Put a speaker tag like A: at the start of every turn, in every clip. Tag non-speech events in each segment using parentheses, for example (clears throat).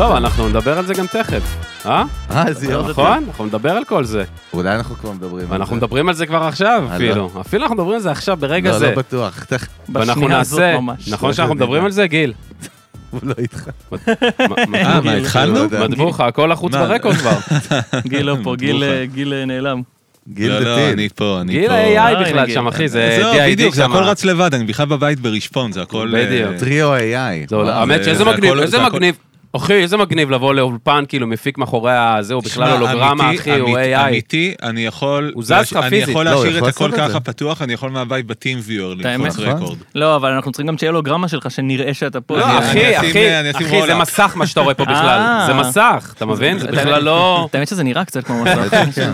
A: אנחנו נדבר על זה גם תכף. אה?
B: אה, זה יום.
A: נכון? אנחנו נדבר על כל זה.
B: אולי אנחנו כבר מדברים על זה.
A: ואנחנו מדברים על זה כבר עכשיו
B: אה,
A: אפילו. אפילו אנחנו מדברים על זה עכשיו, ברגע
B: לא,
A: זה.
B: לא בטוח. תכף,
A: ואנחנו
C: בשנייה הזאת
A: נעשה,
C: ממש.
A: נכון
B: לא
A: שאנחנו
B: יודע.
A: מדברים על זה,
B: (laughs)
A: גיל?
B: הוא לא איתך.
A: מ-
D: אה, מה,
C: גיל,
D: התחלנו?
B: לא יודע.
A: מטבו לך, הכל לחוץ
D: מה?
A: ברקורד כבר.
C: (laughs) גיל לא פה, גיל,
D: ברוכה.
C: אה, גיל אה, נעלם.
B: גיל
D: לא, לא,
B: דתי.
D: אני פה, אני פה.
A: גיל ה-AI
B: לא,
C: אה, הנה
A: בכלל
C: גיל.
A: שם, אחי, זה
D: זהו,
A: DID
D: בדיוק, זה
A: שם.
D: הכל רץ לבד, אני בכלל בבית ברשפון, זה הכל... אה,
A: בדיוק.
B: טריו AI.
A: זה עולה-
D: אה,
A: האמת
D: זה-
A: שאיזה
D: זה
A: מגניב,
D: הכל-
A: איזה
D: זה הכל-
A: מגניב. אחי, איזה מגניב לבוא לאולפן, כאילו מפיק מאחורי הזה, הוא
D: שמע,
A: בכלל הולוגרמה,
D: אמיתי,
A: אחי, הוא
D: אמיתי,
A: AI.
D: אמיתי, אני יכול...
A: הוא זז לך
D: אני
A: פיזית.
D: יכול
B: לא, הוא
D: להשאיר
B: יכול
D: את הכל
B: לעשות את
D: ככה
B: זה.
D: פתוח, אני יכול מהבית בטים ויור
C: האמת?
D: לקפוץ רקורד.
C: לא, אבל אנחנו צריכים גם שיהיה לו גרמה שלך, שנראה שאתה פה.
A: לא,
D: אני-
A: אחי,
D: אני אשים-
A: אחי,
D: אני אשים
A: אחי, זה
D: רולאפ.
A: מסך מה שאתה רואה פה בכלל.
C: אה.
A: זה מסך, אתה מבין? זה
C: אתה-
A: בכלל לא...
C: את האמת שזה נראה קצת כמו מסך. (laughs) שזה-
A: כן.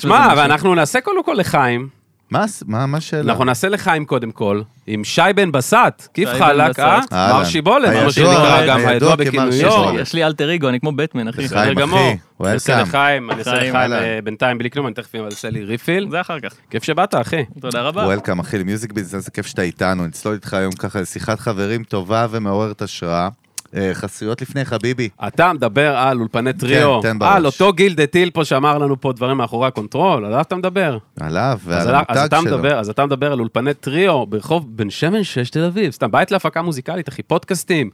A: שמע,
C: שזה-
A: ואנחנו נעשה קודם כל לחיים,
B: מה הס- מה מה השאלה?
A: אנחנו נעשה לחיים קודם כל, עם שי בן בסט, כיף
C: שי בן
A: חלק,
C: בסט.
A: אה?
B: אהלן.
A: מר שיבולת,
B: הידוע,
A: כמו שנקרא גם,
B: הידוע
A: הידוע
B: כמר
A: בכינויו.
B: שיבולת.
C: יש לי אלטר אגו, אני כמו בטמן, אחי.
B: לחיים.
A: בסדר
B: אחי,
A: גמור. אני אעשה
B: welcome.
A: לחיים, אני אעשה
C: לחיים,
A: לחיים
B: אהלן.
A: אה, בינתיים בלי כלום, אני תכף אעשה לי ריפיל.
C: זה אחר כך.
A: כיף שבאת, אחי.
C: תודה רבה.
B: וולקאם, אחי, למיוזיק ביזנס, איזה כיף שאתה איתנו, נצלול איתך היום ככה לשיחת חברים טובה ומעוררת השראה. אה, חסויות לפני חביבי.
A: אתה מדבר על אולפני טריו,
B: כן,
A: אה,
B: תן בראש.
A: על אותו גיל דה טיל פה שאמר לנו פה דברים מאחורי הקונטרול, על זה אתה מדבר.
B: עליו
A: אז,
B: ועל
A: על- אז,
B: המותג
A: אתה
B: שלו.
A: מדבר, אז אתה מדבר על אולפני טריו ברחוב בן שמן 6 תל אביב, סתם בית להפקה מוזיקלית, אחי, פודקאסטים,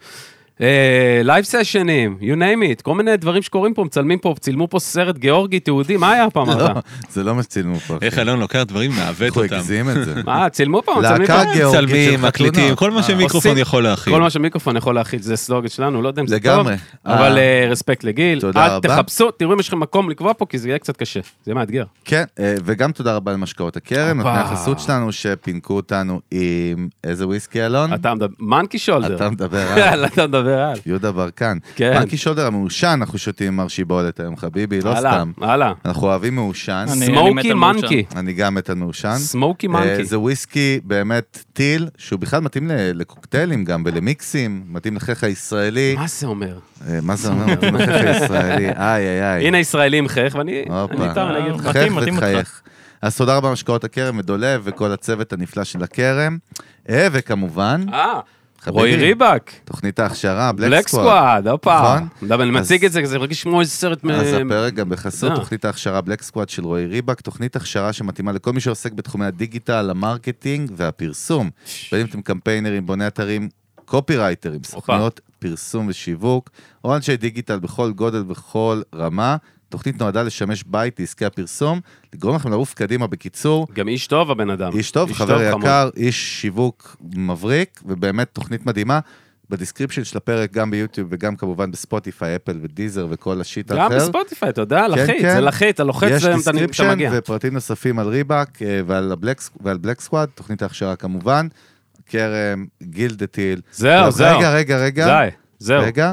A: אה, לייב סשנים, you name it, כל מיני דברים שקורים פה, מצלמים פה, צילמו פה סרט גיאורגי תיעודי, מה היה פעם
B: לא,
A: אתה?
B: זה לא מה שצילמו פה. אחי.
D: איך אלון לוקח דברים, מעוות
B: איך הוא
D: אותם.
B: הגזים את זה.
A: (laughs) מה, צילמו פה, מצלמים
B: להקה
A: פה,
B: גיאורגית של
D: מצלמים,
B: חתונות.
D: מקליטים, כל מה
B: אה,
D: שמיקרופון
A: עושים-
D: יכול להכיל.
A: כל מה שמיקרופון יכול להכיל, זה סלוגן שלנו, לא יודע אם זה טוב,
B: לגמרי.
A: אבל
B: אה.
A: אה, רספקט לגיל,
B: תודה
A: אל
B: רבה.
A: תחפשו, תראו אם יש לכם מקום לקבוע פה, כי זה יהיה קצת קשה, זה מאתגר.
B: כן, אה, וגם תודה רבה למשקאות הקרן,
A: הופה.
B: נותני החסות שלנו, שפינקו אותנו עם איזה וויסקי, אלון?
A: אתה מדבר, לא, מנקי שולדר.
B: כן. אתה
A: (laughs)
B: מדבר אה? על
A: יאללה, אתה מדבר על.
B: יהודה ברקן.
A: כן.
B: בנקי שולדר המעושן, אנחנו שותים עם מר שיבולת היום, חביבי, לא
A: הלאה,
B: סתם.
A: הלאה.
B: אנחנו אוהבים מעושן,
C: אני- מת
A: סמוקי
C: על מורשע.
A: מנקי.
B: אני גם מת על מעושן.
A: סמוקי
B: אה,
A: מנקי.
B: זה וויסקי באמת טיל, שהוא בכלל מתאים ל- לקוקטיילים גם ולמיקסים, מתאים לחך הישראלי.
A: מה זה אומר?
B: אה, מה זה אומר? מתאים לחך
A: (laughs)
B: הישראלי, איי איי איי.
A: הנה ישראלי עם חייך, ואני... אני איתם, אני אגיד לך.
C: מתאים,
B: חייך
C: מתאים אותך.
B: ותחייך. אז תודה רבה משקאות הכרם ודולב וכל הצוות הנפלא של הכרם. אה, וכמובן,
A: אה,
B: חביבי.
A: רועי ריבק,
B: תוכנית ההכשרה, בלק
A: בלק
B: סקוואד.
A: סקוואד, הופה.
B: נכון.
A: מדבר, אני
B: אז-
A: מציג את זה, זה מרגיש כמו איזה סרט מ...
B: אז הפרק גם בחסות
A: אה.
B: תוכנית ההכשרה בלק סקוואד של רועי ריבק, תוכנית הכשרה שמתאימה לכל מי שעוסק בתחומי הדיגיטל, המרקטינג והפרסום. בין אם אתם קמפיינרים, בוני אתרים, קופי רייטרים, סוכנויות פרסום ושיווק, או אנשי דיגיטל בכל גודל ובכל רמה. תוכנית נועדה לשמש בית לעסקי הפרסום, לגרום לכם לעוף קדימה בקיצור.
A: גם איש טוב הבן אדם.
B: איש טוב, חבר
A: חמוד.
B: יקר, איש שיווק מבריק, ובאמת תוכנית מדהימה. בדיסקריפשן של הפרק, גם ביוטיוב וגם כמובן בספוטיפיי, אפל ודיזר וכל השיט האחר.
A: גם בספוטיפיי, אתה יודע, לחיץ,
B: כן.
A: זה לחיץ, אתה לוחץ,
B: יש
A: זה- אתה אתה
B: דיסקריפשן
A: מגיע.
B: ופרטים נוספים על ריבק אה, ועל הבלק, ועל בלק סקוואד, תוכנית ההכשרה כמובן, כרם, גיל דה טיל.
A: זהו,
B: טוב,
A: זהו.
B: לא, רגע, רגע, רגע,
A: די, זהו.
B: רגע,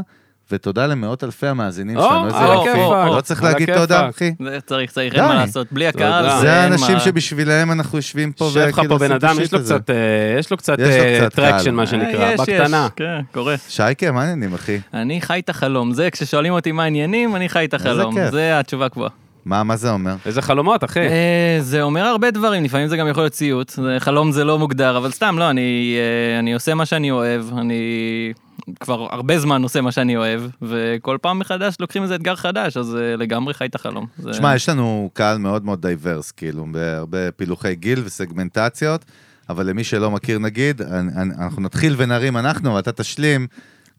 B: ותודה למאות אלפי המאזינים
A: או,
B: שלנו, איזה
A: על
B: יופי.
A: הכיפאק.
B: לא צריך
A: על
B: להגיד
A: הכיפאק.
B: תודה, אחי.
C: זה צריך, צריך,
B: די.
C: אין מה לעשות. בלי הקהל,
A: תודה.
C: אין
B: זה
C: מה-
B: האנשים שבשבילהם אנחנו יושבים פה
A: יושב לך פה בן
B: את
A: אדם,
B: השיט
A: יש לו
B: הזה.
A: קצת, אה, יש לו קצת
B: יש לו קצת
A: טרקשן,
B: קהל.
A: מה
C: אה,
A: שנקרא,
C: יש, יש.
A: בקטנה.
C: כן, קורה.
B: שייקה, מה העניינים, אחי?
C: אני חי את החלום. זה, כששואלים אותי מה העניינים, אני חי את החלום.
B: כיף.
C: זה התשובה הקבועה.
B: מה, מה זה אומר?
A: איזה חלומות,
B: כן.
A: אחי.
C: אה, זה אומר הרבה דברים, לפעמים זה גם יכול להיות ציוט, זה- חלום זה לא מוגדר, אבל סתם, לא, אני, אה, אני עושה מה שאני אוהב, אני כבר הרבה זמן עושה מה שאני אוהב, וכל פעם מחדש לוקחים איזה אתגר חדש, אז אה, לגמרי חי את החלום. זה-
B: תשמע, יש לנו קהל מאוד מאוד דייברס, כאילו, בהרבה פילוחי גיל וסגמנטציות, אבל למי שלא מכיר, נגיד, אנ- אנ- אנחנו נתחיל ונרים אנחנו, ואתה תשלים,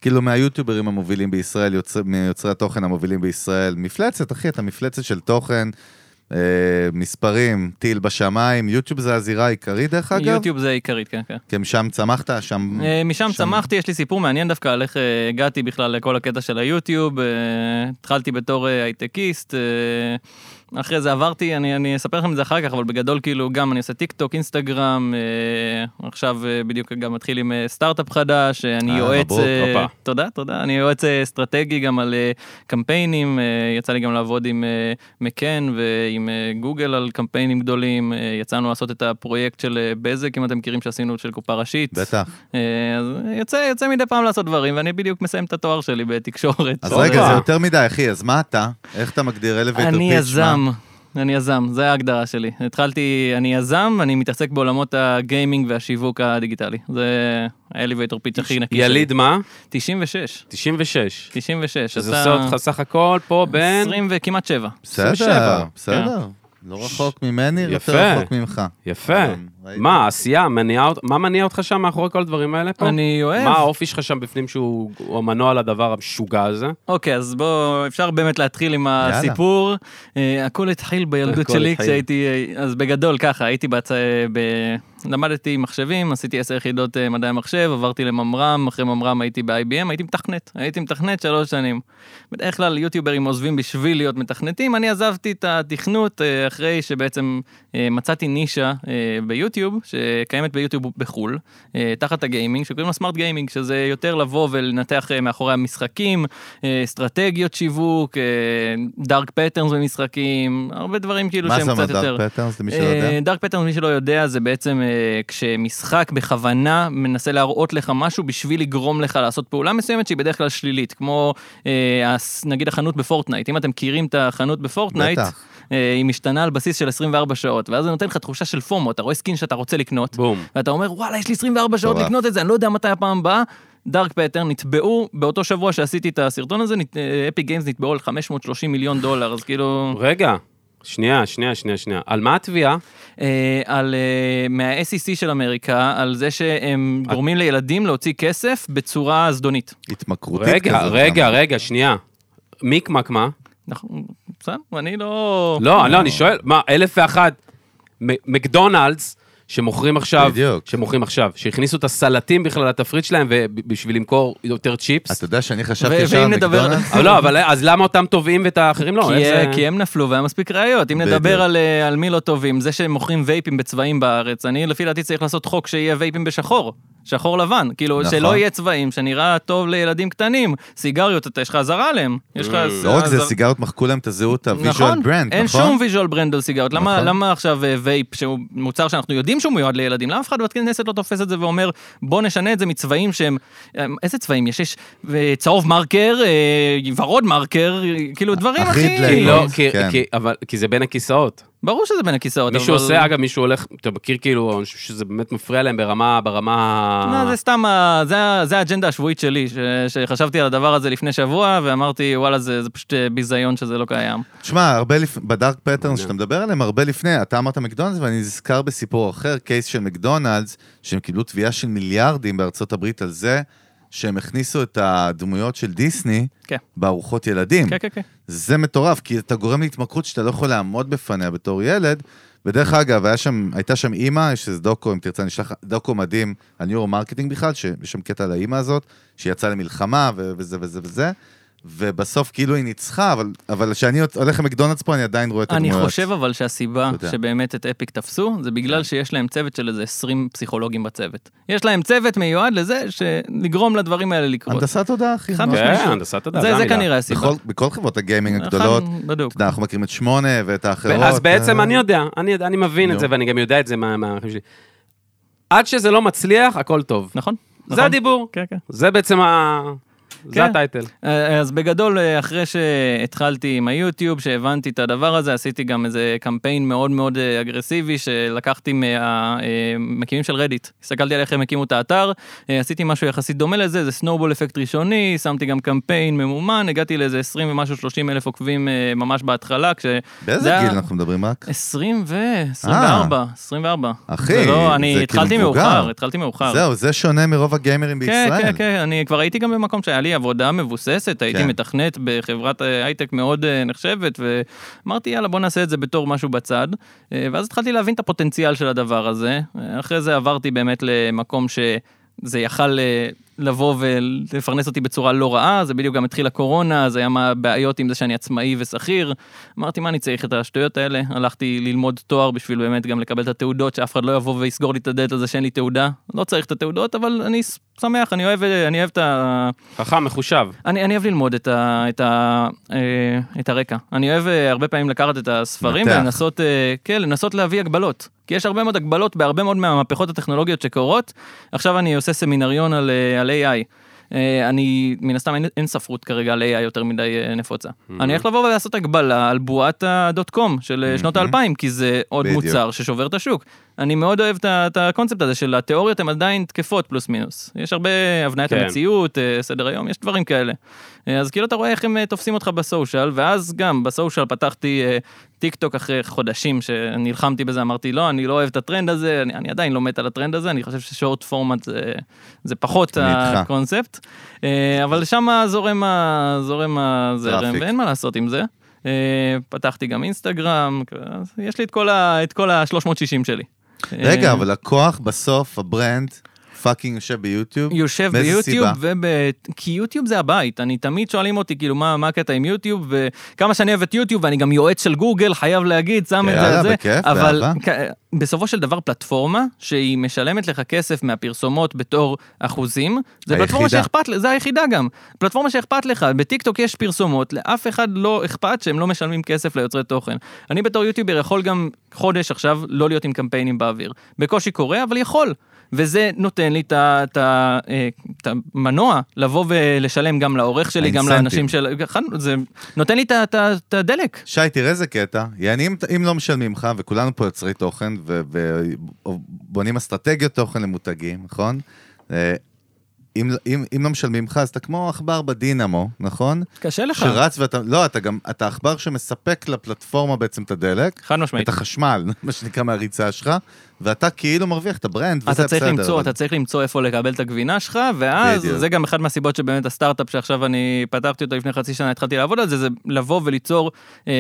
B: כאילו, מהיוטיוברים המובילים בישראל, יוצר, מיוצרי התוכן המובילים בישראל. מפלצת, אחי, אתה מפלצת של תוכן, אה, מספרים, טיל בשמיים, יוטיוב זה הזירה העיקרית, דרך אגב. יוטיוב.
C: יוטיוב זה עיקרית, כן, כן.
B: כן, שם צמחת, שם...
C: אה,
B: שם-
C: משם צמחתי, יש לי סיפור מעניין דווקא על איך אה, הגעתי בכלל לכל הקטע של היוטיוב. אה, התחלתי בתור אה, הייטקיסט, אה, אחרי זה עברתי, אני, אני אספר לכם את זה אחר כך, אבל בגדול כאילו גם אני עושה טיק טוק, אינסטגרם, אה, עכשיו אה, בדיוק גם מתחיל עם אה, סטארט-אפ חדש, אה, אני
B: אה,
C: יועץ...
B: מברוק,
C: אה,
A: הופה.
C: תודה, תודה. אני יועץ אה, אסטרטגי גם על אה, קמפיינים, אה, יצא לי גם לעבוד עם אה, מקן ועם אה, גוגל על קמפיינים גדולים, אה, יצאנו לעשות את הפרויקט של אה, בזק, אם אתם מכירים שעשינו, של קופה ראשית.
B: בטח.
C: אה, אז יוצא, יוצא מדי פעם לעשות דברים, ואני בדיוק מסיים את התואר שלי בתקשורת.
B: אז
A: אוקיי.
B: רגע, זה יותר מדי, אחי, אז מה אתה? איך אתה מגדיר elevator pitch?
C: אני
B: מה?
C: יזם. אני יזם, זו ההגדרה שלי. התחלתי, אני יזם, אני מתעסק בעולמות הגיימינג והשיווק הדיגיטלי. זה האליבייטור פיץ' הכי נקי. שלי.
A: יליד מה?
C: 96.
A: 96.
C: אה, 96.
A: שזה
C: אתה
A: עושה אותך סך הכל פה בין...
C: 20 וכמעט 7.
B: בסדר,
A: 27,
B: בסדר.
C: כן.
B: לא רחוק ממני,
A: יפה.
B: יותר רחוק ממך.
A: יפה.
B: ראיתי.
A: מה, עשייה, מניעה אות- מה מניע אותך שם מאחורי כל הדברים האלה פה?
C: אני אוהב.
A: מה האופי שלך שם בפנים שהוא הוא המנוע לדבר המשוגע הזה?
C: אוקיי, אז בואו, אפשר באמת להתחיל עם
B: יאללה.
C: הסיפור. אה, הכל התחיל בילדות
A: הכל
C: שלי
A: התחיל.
C: כשהייתי, אה, אז בגדול ככה, הייתי בצ... אה, ב... למדתי מחשבים, עשיתי עשר יחידות אה, מדעי המחשב, עברתי לממר"ם, אחרי ממר"ם הייתי ב-IBM, הייתי מתכנת, הייתי מתכנת שלוש שנים. בדרך כלל יוטיוברים עוזבים בשביל להיות מתכנתים, אני עזבתי את התכנות אה, אחרי שבעצם אה, מצאתי נישה אה, ביוטיוב, שקיימת ביוטיוב בחו"ל, אה, תחת הגיימינג, שקוראים לה סמארט גיימינג, שזה יותר לבוא ולנתח אה, מאחורי המשחקים, אה, אסטרטגיות שיווק, דארק פטרנס במשחקים, הרבה דברים כאילו
B: מה
C: שהם
B: זה
C: קצת יותר... אה,
B: המדארק פטרנס, למי שלא יודע?
C: דארק פטרנס, מי שלא יודע, זה בעצם אה, כשמשחק בכוונה מנסה להראות לך משהו בשביל לגרום לך לעשות פעולה מסוימת שהיא בדרך כלל שלילית, כמו אה, הס- נגיד החנות בפורטנייט. אם אתם מכירים את החנות בפורטנייט,
B: בטח.
C: אה, היא משתנה על בסיס של 24 שעות, ואז זה נותן לך תחושה של פומו, אתה רואה סקין שאתה רוצה לקנות,
A: בום.
C: ואתה אומר, וואלה, יש לי 24 שעות
B: מטורף.
C: לקנות את זה, אני לא יודע מתי הפעם הבאה. דארק פטרן נתבעו, באותו שבוע שעשיתי את הסרטון הזה, נת- אה, אפי גיימס נתבעו על 530 מיליון דולר, אז כאילו...
A: רגע, שנייה, שנייה, שנייה, שנייה. על מה התביעה?
C: אה, על, אה, מה-SEC של אמריקה, על זה שהם גורמים לילדים להוציא כסף בצורה זדונית.
B: התמכרותית כזאת.
A: רגע, רגע, רגע, שנייה. מיקמק מה?
C: נכון, בסדר, אני לא...
B: אוקיי.
A: לא, לא, אני שואל, מה, אלף ואחת, מ- מקדונלדס, שמוכרים עכשיו,
B: בדיוק.
A: שמוכרים עכשיו, שהכניסו את הסלטים בכלל לתפריט שלהם וב- בשביל למכור יותר צ'יפס.
B: אתה יודע שאני חשבתי
C: ו-
B: ישר על
C: ואם נדבר- (laughs)
B: מקדונלדס?
A: אבל לא, אבל אז למה אותם תובעים ואת האחרים לא?
C: כי, אה,
A: איך זה-
C: כי הם נפלו והיה מספיק ראיות, אם
B: בדיוק.
C: נדבר על, אה, על מי לא טובים, זה שהם מוכרים וייפים בצבעים בארץ, אני לפי דעתי צריך לעשות חוק שיהיה וייפים בשחור, שחור לבן, כאילו
B: נכון.
C: שלא יהיה צבעים, שנראה טוב לילדים קטנים, סיגריות, אתה- יש לך אזהרה עליהם, יש לך...
B: לא רק זה,
C: אזהרה-
B: סיגרות מחקו להם את הזהות
C: נכון,
B: הוויז'ואל ברנד, נכון?
C: אין שום ויז'ואל ברנד על סיגרות. למה,
B: נכון.
C: למה עכשיו אה, וייפ, שהוא מוצר שאנחנו יודעים שהוא מיועד לילדים, למה אף אחד בבית כנסת לא תופס את זה ואומר, בוא נשנה את זה מצבעים שהם... אה, איזה צבעים יש? יש אה, צהוב מרקר, אה, ורוד מרקר, אה, כאילו דברים
B: אחיד
C: הכי...
A: כי
B: להם.
A: לא, כי-
B: כן.
A: כי- אבל- כי זה בין הכיסאות.
C: ברור שזה בין הכיסאות,
A: מישהו עושה, אגב, מישהו הולך, אתה מכיר כאילו, אני חושב שזה באמת מפריע להם ברמה, ברמה...
C: לא, זה סתם, ה- זה ה- זה האג'נדה השבועית שלי, ש- שחשבתי על הדבר הזה לפני שבוע, ואמרתי, וואלה, זה זה פשוט אה, ביזיון שזה לא קיים.
B: תשמע, הרבה לפ... בדארק
C: כן.
B: פטרנס שאתה מדבר עליהם, הרבה לפני, אתה אמרת מקדונלדס, ואני נזכר בסיפור אחר, קייס של מקדונלדס, שהם קיבלו תביעה של מיליארדים בארצות הברית על זה שהם הכניסו את הדמויות של דיסני
C: כן.
B: בארוחות ילדים.
C: כן, כן, כן.
B: זה מטורף, כי אתה גורם להתמכרות שאתה לא יכול לעמוד בפניה בתור ילד. ודרך אגב, היה שם, הייתה שם אימא, יש איזה דוקו, אם תרצה, נשלח דוקו מדהים על ניורו מרקטינג בכלל, שיש שם קטע על האימא הזאת, שיצאה למלחמה ו- וזה וזה וזה, ובסוף כאילו היא ניצחה, אבל, אבל כשאני הולך למקדונלדס פה, אני עדיין רואה את
C: אני
B: הדמויות.
C: חושב אבל שהסיבה
B: תודה.
C: שבאמת את אפיק תפסו, זה בגלל שיש להם צוות של איזה 20 פסיכולוגים בצוות. יש להם צוות מיועד לזה שלגרום לדברים האלה לקרות.
B: הנדסת תודעה, אחי.
C: חד
B: מה?
C: משמעית.
A: כן, הנדסת הדעת,
C: זה זה
A: המילה.
C: כנראה הסיבה. נכון,
B: בכל, בכל חברות הגיימינג הגדולות, אתה
C: אחד, בדיוק.
B: יודע, אנחנו מכירים את שמונה ואת האחרות.
A: אז בעצם
B: אה,
A: אני יודע, אני יודע, אני מבין
B: נו.
A: את זה ואני גם יודע את זה מה- מהערכים שלי. עד שזה לא מצליח, הכל טוב.
C: נכון? נכון.
A: זה הדיבור.
C: כן, כן.
A: זה בעצם ה... זה
C: כן.
A: הטייטל.
C: אה, אז בגדול, אה, אחרי שהתחלתי עם היוטיוב, שהבנתי את הדבר הזה, עשיתי גם איזה קמפיין מאוד מאוד אה, אגרסיבי, שלקחתי מהמקימים של רדיט. הסתכלתי על איך הם הקימו את האתר, אה, עשיתי משהו יחסית דומה לזה, זה סנובול אפקט ראשוני, שמתי גם קמפיין ממומן, הגעתי לאיזה 20 ומשהו 30 אלף עוקבים אה, ממש בהתחלה, כש...
B: באיזה
C: זה
B: גיל
C: היה-
B: אנחנו מדברים רק?
C: 20 ו... 24, 24.
B: אחי,
C: זה
B: זה
C: לא, אני
B: כאילו
C: התחלתי
B: מבוגר.
C: מאוחר, התחלתי מאוחר.
B: זהו, זה שונה מרוב הגיימרים
C: כן,
B: בישראל.
C: כן, כן, אני כבר הייתי גם במקום שהיה לי עבודה מבוססת, הייתי
B: כן.
C: מתכנת בחברת אה, הייטק מאוד אה, נחשבת, ואמרתי, יאללה, בוא נעשה את זה בתור משהו בצד. אה, ואז התחלתי להבין את הפוטנציאל של הדבר הזה. אה, אחרי זה עברתי באמת למקום שזה יכל אה, לבוא ולפרנס אותי בצורה לא רעה, זה בדיוק גם התחיל הקורונה, אז היה מה בעיות עם זה שאני עצמאי ושכיר. אמרתי, מה אני צריך את השטויות האלה? הלכתי ללמוד תואר בשביל באמת גם לקבל את התעודות, שאף אחד לא יבוא ויסגור לי את הדלת על זה שאין לי תעודה. לא צריך את התעודות, אבל אני ס- שמח, אני אוהב, אה, אני אוהב את ה...
A: חכם, מחושב.
C: אני, אני אוהב ללמוד את, ה, את, ה, אה, את הרקע. אני אוהב אה, הרבה פעמים לקחת את הספרים
B: נתח.
C: ולנסות, אה, כן, לנסות להביא הגבלות. כי יש הרבה מאוד הגבלות בהרבה מאוד מהמהפכות הטכנולוגיות שקורות. עכשיו אני עושה סמינריון על, אה, על AI. אה, אני, מן הסתם אין, אין ספרות כרגע על AI יותר מדי אה, נפוצה. אני הולך לבוא ולעשות הגבלה על בועת ה.com של אה, שנות האלפיים, כי זה עוד
B: בדיוק.
C: מוצר ששובר את השוק. אני מאוד אוהב את ה- את הקונספט הזה של התיאוריות הן עדיין תקפות פלוס מינוס. יש הרבה הבניית
A: כן.
C: המציאות, אה, סדר היום, יש דברים כאלה. אה, אז כאילו אתה רואה איך הם אה, תופסים אותך בסושיאל, ואז גם בסושיאל פתחתי אה, טיק טוק אחרי חודשים שנלחמתי בזה, אמרתי לא, אני לא אוהב את הטרנד הזה, אני, אני עדיין לא מת על הטרנד הזה, אני חושב ששורט פורמט זה, זה פחות
B: אני איתך.
C: הקונספט, אה, אבל שם זורם, ה- זורם הזרם,
B: טראפיק.
C: ואין מה לעשות עם זה. אה, פתחתי גם אינסטגרם, אז יש לי את כל ה- את כל ה-360 שלי.
B: רגע,
C: אה,
B: אבל הכוח בסוף, הברנד, פאקינג יושב ביוטיוב.
C: יושב
B: מאיזה
C: ביוטיוב,
B: סיבה?
C: וב... כי יוטיוב זה הבית, אני תמיד שואלים אותי כאילו מה מה הקטע עם יוטיוב, וכמה שאני אוהב את יוטיוב ואני גם יועץ של גוגל, חייב להגיד, שם את זה,
B: יאללה,
C: על זה,
B: בכיף,
C: אבל
B: באהבה.
C: כ- בסופו של דבר פלטפורמה שהיא משלמת לך כסף מהפרסומות בתור אחוזים, זה פלטפורמה
B: היחידה.
C: שאכפת, ל- זה היחידה גם, פלטפורמה שאכפת לך, בטיקטוק יש פרסומות, לאף אחד לא אכפת שהם לא משלמים כסף ליוצרי תוכן. אני בתור יוטיובר יכול גם חודש עכשיו לא להיות עם קמפיינים באוויר, בקושי קורה, אבל יכול. וזה נותן לי את ה- את ה- אה, את המנוע לבוא ולשלם גם לעורך שלי, גם
B: האינסנטיב.
C: לאנשים של... חד- זה נותן לי את ה- את ה- את הדלק.
B: שי, תראה איזה קטע. יעני, אם, אם לא משלמים לך, וכולנו פה יוצרי תוכן, ובונים אסטרטגיות תוכן למותגים, נכון? אה, אם, אם, אם לא משלמים לך, אז אתה כמו עכבר בדינמו, נכון?
C: קשה לך.
B: שרץ ואתה, לא, אתה גם, אתה עכבר שמספק לפלטפורמה בעצם את הדלק,
C: חד משמעית.
B: את החשמל, (laughs) מה שנקרא, מהריצה שלך, ואתה כאילו מרוויח את הברנד, וזה בסדר.
C: אתה צריך למצוא,
B: אבל-
C: אתה צריך למצוא איפה לקבל את הגבינה שלך, ואז
B: בדיוק.
C: זה גם אחת מהסיבות שבאמת הסטארט-אפ שעכשיו אני פתחתי אותו לפני חצי שנה, התחלתי לעבוד על זה, זה לבוא וליצור אה,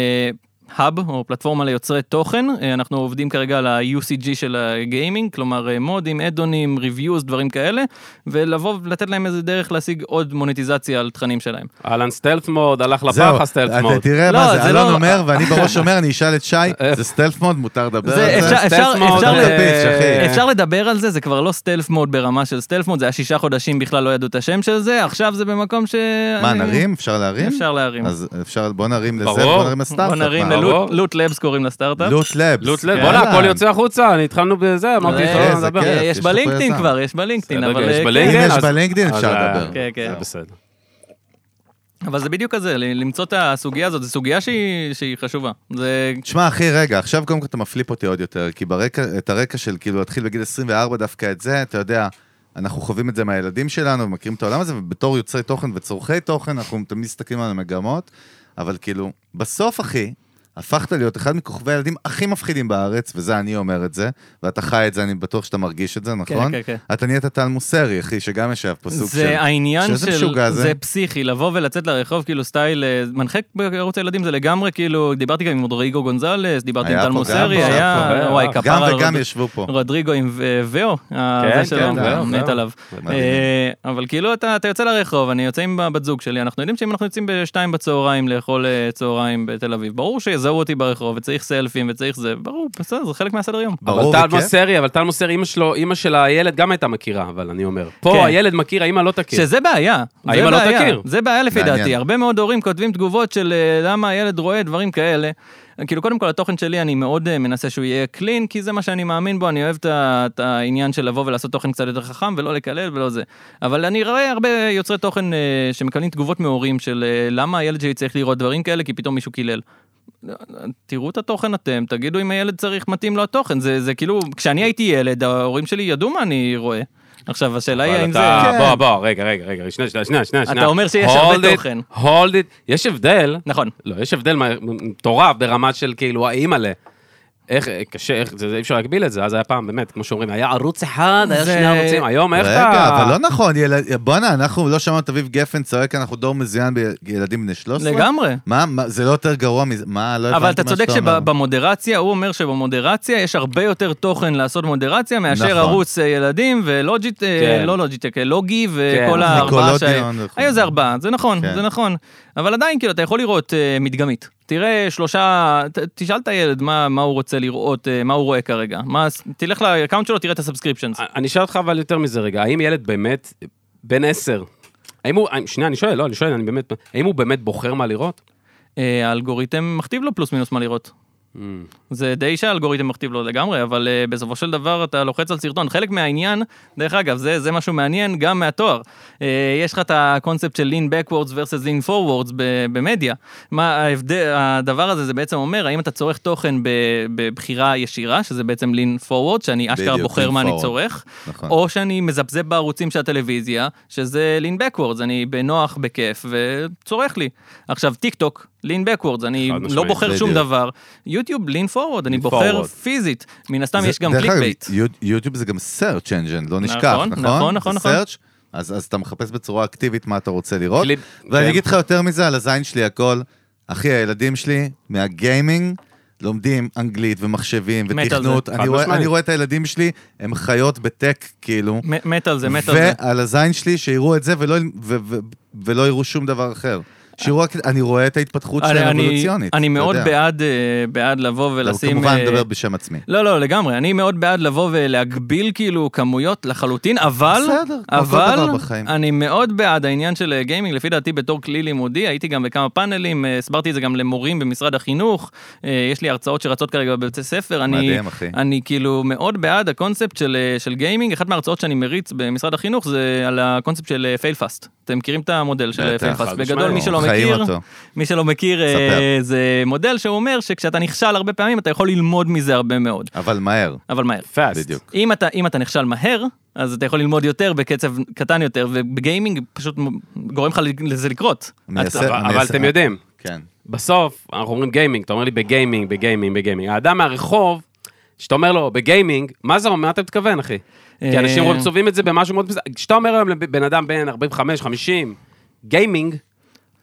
C: האב או פלטפורמה ליוצרי תוכן. אה, אנחנו עובדים כרגע על ה-UCG של הגיימינג, כלומר אה, מודים, אדונים, ריוויוז, דברים כאלה, ולבוא ולתת להם איזה דרך להשיג עוד מוניטיזציה על תכנים שלהם.
A: אהלן סטלף מוד, הלך
B: זהו,
A: לפח הסטלף
B: אתה
A: מוד.
B: תראה
C: לא,
B: מה זה,
C: זה
B: אלון
C: לא-
B: אומר, ואני בראש אומר, אני אשאל את שי, זה סטלף מוד, מותר לדבר על
C: זה
B: זה?
C: אפשר- אפשר-
A: stealth mode,
C: אפשר
A: don't
C: ל-
B: the pitch, אחי.
C: אפשר לדבר על זה, זה כבר לא סטלף מוד ברמה של סטלף מוד, זה היה שישה חודשים בכלל לא ידעו את השם של זה, עכשיו זה במקום ש...
B: מה, נרים? אפשר להרים?
C: אפשר להרים.
B: אז אפשר, בוא נרים לזה,
A: ברור.
B: בוא נרים לסטארט-אפ.
C: בוא נרים
B: מה?
A: ברור.
C: ללוט לבס קוראים לסטארט-אפ.
B: לוט לבס.
A: לוט לב,
B: כן.
A: בואנה, הכל
B: אהלן.
A: יוצא החוצה, אני התחלנו בזה, אמרתי לך,
B: איזה
A: לא נדבר.
B: כיף.
C: יש
B: יש לך פה
C: בלינקדאין
B: יזם.
C: כבר, יש בלינקדאין,
A: בסדר,
C: כן. אבל...
A: יש
C: אה,
A: בלינקדאין?
B: כן. אם יש
A: אז-
B: בלינקדאין,
A: אז
B: אפשר
A: אה,
B: לדבר.
C: כן, כן.
A: זה בסדר.
C: אבל זה בדיוק כזה, ל- למצוא את הסוגיה הזאת, זו סוגיה שהיא שהיא חשובה. זה...
B: תשמע אחי רגע עכשיו קודם כל אתה מפליפ אותי עוד יותר כי ברקע את הרקע של כאילו להתחיל בגיל 24 דווקא את זה אתה יודע אנחנו חווים את זה מהילדים שלנו מכירים את העולם הזה ובתור יוצרי תוכן וצורכי תוכן אנחנו תמיד מסתכלים על המגמות אבל כאילו בסוף אחי הפכת להיות אחד מכוכבי הילדים הכי מפחידים בארץ וזה אני אומר את זה ואתה חי את זה אני בטוח שאתה מרגיש את זה נכון
C: כן, כן.
B: אתה נהיית טל מוסרי אחי שגם ישב פה סוג של
C: זה העניין
B: שאיזה
C: של,
B: משוגע זה.
C: זה פסיכי, לבוא ולצאת לרחוב כאילו סטייל, אה, מנחה בערוץ הילדים זה לגמרי כאילו, דיברתי גם עם רודריגו גונזלס, דיברתי עם
B: היה
C: טל
B: פה,
C: מוסרי,
B: גם פה,
A: היה
C: היה,
A: פה,
C: וואי,
A: גם
B: גם
C: כפרה על
B: וגם
C: רוד-
B: ישבו פה
C: רודריגו עם ו- ואו,
A: כן,
C: זה שלו,
A: כן, ואו,
C: מת
A: ואו.
C: עליו. אה, אבל כאילו אתה, אתה יוצא לרחוב, אני יוצא עם הבת זוג שלי, אנחנו יודעים שאם אנחנו יוצאים בשתיים בצהריים לאכול אה, צהריים בתל אביב, ברור שיזהו אותי ברחוב וצריך סלפים וצריך זה, ברור, בסדר, זה חלק מהסדר יום.
A: אבל
B: ברור
A: טל
B: וכיף.
A: מוסרי, אבל טל מוסרי, אימא שלו, אימא של הילד גם הייתה מכירה, אבל אני אומר.
C: כן.
A: פה הילד מכיר, האימא לא תכיר.
C: שזה בעיה, זה
A: האמא לא
C: בעיה,
A: תכיר.
C: זה בעיה לפי
B: מעניין.
C: דעתי, הרבה מאוד הורים כותבים תגובות של אה, למה הילד רואה דברים כאלה. כאילו קודם כל התוכן שלי אני מאוד אה, מנסה שהוא יהיה קלין כי זה מה שאני מאמין בו אני אוהב את ה- את העניין של לבוא ולעשות תוכן קצת יותר חכם ולא לקלל ולא זה. אבל אני רואה הרבה יוצרי תוכן אה, שמקבלים תגובות מהורים של אה, למה הילד שלי צריך לראות דברים כאלה כי פתאום מישהו קילל. לא, תראו את התוכן אתם, תגידו אם הילד צריך, מתאים לו התוכן, זה, זה כאילו, כשאני הייתי ילד, ההורים שלי ידעו מה אני רואה. עכשיו, השאלה היא
A: אבל
C: האם זה...
A: אתה,
B: כן.
A: בוא, בוא, רגע, רגע, רגע, שנייה, שנייה, שנייה, שנייה.
C: אתה
A: שנייה.
C: אומר שיש הרבה
A: Hold it,
C: תוכן.
A: hold it, יש הבדל,
C: נכון.
A: לא, יש הבדל מה- מטורף ברמה של כאילו, האימא'לה. איך, אה, קשה, איך, זה, זה אי אפשר להגביל את זה, אז היה פעם, באמת, כמו שאומרים, היה ערוץ אחד, היה
C: זה-
A: שני ערוצים, היום איך אתה...
B: רגע, אבל לא נכון, ילד- בואנה, אנחנו לא שמענו את אביב גפן צועק, אנחנו דור מזוין בילדים בני 13?
C: לגמרי.
B: מה, מה, זה לא יותר גרוע מזה, מה, לא הבנתי
C: אבל
B: מה
C: אתה צודק
B: שאתה אומר.
C: שבמודרציה, הוא אומר שבמודרציה יש הרבה יותר תוכן לעשות מודרציה מאשר
B: נכון.
C: ערוץ אה, ילדים ולוג'יט, אה,
A: כן.
C: לא לוג'יטק, אה, לוגי
A: כן.
C: וכל הארבעה שהיה.
B: ניקולודיאון וכו'.
C: היו איזה ארבעה, זה נכון,
B: כן.
C: זה נכון. אבל עדיין, כאילו, אתה יכול לראות אה, מדגמית. תראה שלושה, ת- תשאל את הילד מה מה הוא רוצה לראות, אה, מה הוא רואה כרגע. מה- תלך לאקאונט שלו, תראה את הסאבסקריפשנס.
A: אני אשאל אותך אבל יותר מזה רגע, האם ילד באמת בן עשר, האם הוא, האם- שנייה, אני שואל, לא, אני שואל, אני באמת, האם הוא באמת בוחר מה לראות?
C: אה, האלגוריתם מכתיב לו פלוס מינוס מה לראות.
B: Mm.
C: זה די שהאלגוריתם מכתיב לו לגמרי, אבל uh, בסופו של דבר אתה לוחץ על סרטון. חלק מהעניין, דרך אגב, זה, זה משהו מעניין גם מהתואר. Uh, יש לך את הקונספט של lean backwards versus lean forwards ב- במדיה. מה ההבדל, הדבר הזה, זה בעצם אומר, האם אתה צורך תוכן ב- בבחירה ישירה, שזה בעצם lean forward, שאני אשכרה
B: בדיוק,
C: בוחר
B: lean
C: מה אני
B: forward.
C: צורך,
B: נכון.
C: או שאני מזפזפ בערוצים של הטלוויזיה, שזה lean backwards, אני בנוח, בכיף, וצורך לי. עכשיו, טיק טוק, lean backwards, אני
A: חד
C: לא
A: משמעית,
C: בוחר שום
B: בדיוק.
C: דבר. יוטיוב, lean forward, אני
A: lean
C: בוחר
A: forward.
C: פיזית. מן הסתם יש גם
B: דרך
C: קליק
B: אגב,
C: בייט.
B: יו- יוטיוב זה גם search engine, לא נשכח,
C: נכון,
B: נכון?
C: נכון, נכון,
B: זה
C: נכון.
B: search, אז אז אתה מחפש בצורה אקטיבית מה אתה רוצה לראות.
A: קליפ, כן.
B: ואני אגיד לך יותר מזה, על הזין שלי הכל. אחי, הילדים שלי מהגיימינג לומדים אנגלית ומחשבים
C: מת על זה,
B: ותכנות.
A: חד
B: אני רואה-
A: משמעית.
B: אני רואה את הילדים שלי, הם חיות בטק, כאילו.
C: מ- מת על זה, מת על זה.
B: ועל הזין שלי, שיראו את זה ולא- ו- ו- ולא יראו שום דבר אחר. שיראו, רק- אני רואה את ההתפתחות
C: אני-
B: שלהם
C: אני-
B: אבולוציונית.
C: אני
B: אתה
C: מאוד
B: יודע.
C: בעד, אה, בעד לבוא
B: אבל
C: ולשים...
B: כמובן,
C: אה,
B: אני מדבר בשם עצמי.
C: לא, לא, לגמרי. אני מאוד בעד לבוא ולהגביל כאילו כמויות לחלוטין, אבל...
B: בסדר, כמו כל
C: אבל
B: דבר בחיים.
C: אני מאוד בעד העניין של אה, גיימינג. לפי דעתי, בתור כלי לימודי, הייתי גם בכמה פאנלים, אה, הסברתי את זה גם למורים במשרד החינוך. אה, יש לי הרצאות שרצות כרגע בבתי ספר. אני-
B: מדהים, אחי.
C: אני כאילו מאוד בעד הקונספט של, אה, של גיימינג. אחת מההרצאות שאני מריץ במשרד החינוך זה על הקונספט של פייל פאסט. אתם מכירים את המודל של
B: בטח,
C: פייל פאסט.
A: חד
C: בגדול,
A: משמעית.
C: מי שלא
B: חיים
C: מכיר...
B: אותו.
C: מי שלא מכיר, אה,
B: ספר.
C: זה מודל שהוא אומר שכשאתה נכשל הרבה פעמים, אתה יכול ללמוד מזה הרבה מאוד,
B: אבל מהר.
C: אבל מהר.
A: פאסט.
B: בדיוק.
C: אם אתה, אם אתה נכשל מהר, אז אתה יכול ללמוד יותר בקצב קטן יותר, ובגיימינג פשוט מ- גורם לך לזה לקרות.
B: מייסד-
A: אבל- אבל
B: מייסד-
A: אתם יודעים,
B: כן.
A: בסוף אנחנו אומרים גיימינג, אתה אומר לי בגיימינג, בגיימינג, בגיימינג. האדם מהרחוב, שאתה אומר לו בגיימינג, מה זה אומר? מה אתה מתכוון, אחי? כי אנשים
C: אה.
A: רק צובעים את זה במשהו מאוד... מסוים. כשאתה אומר היום לבן אדם בן 45, 50, גיימינג,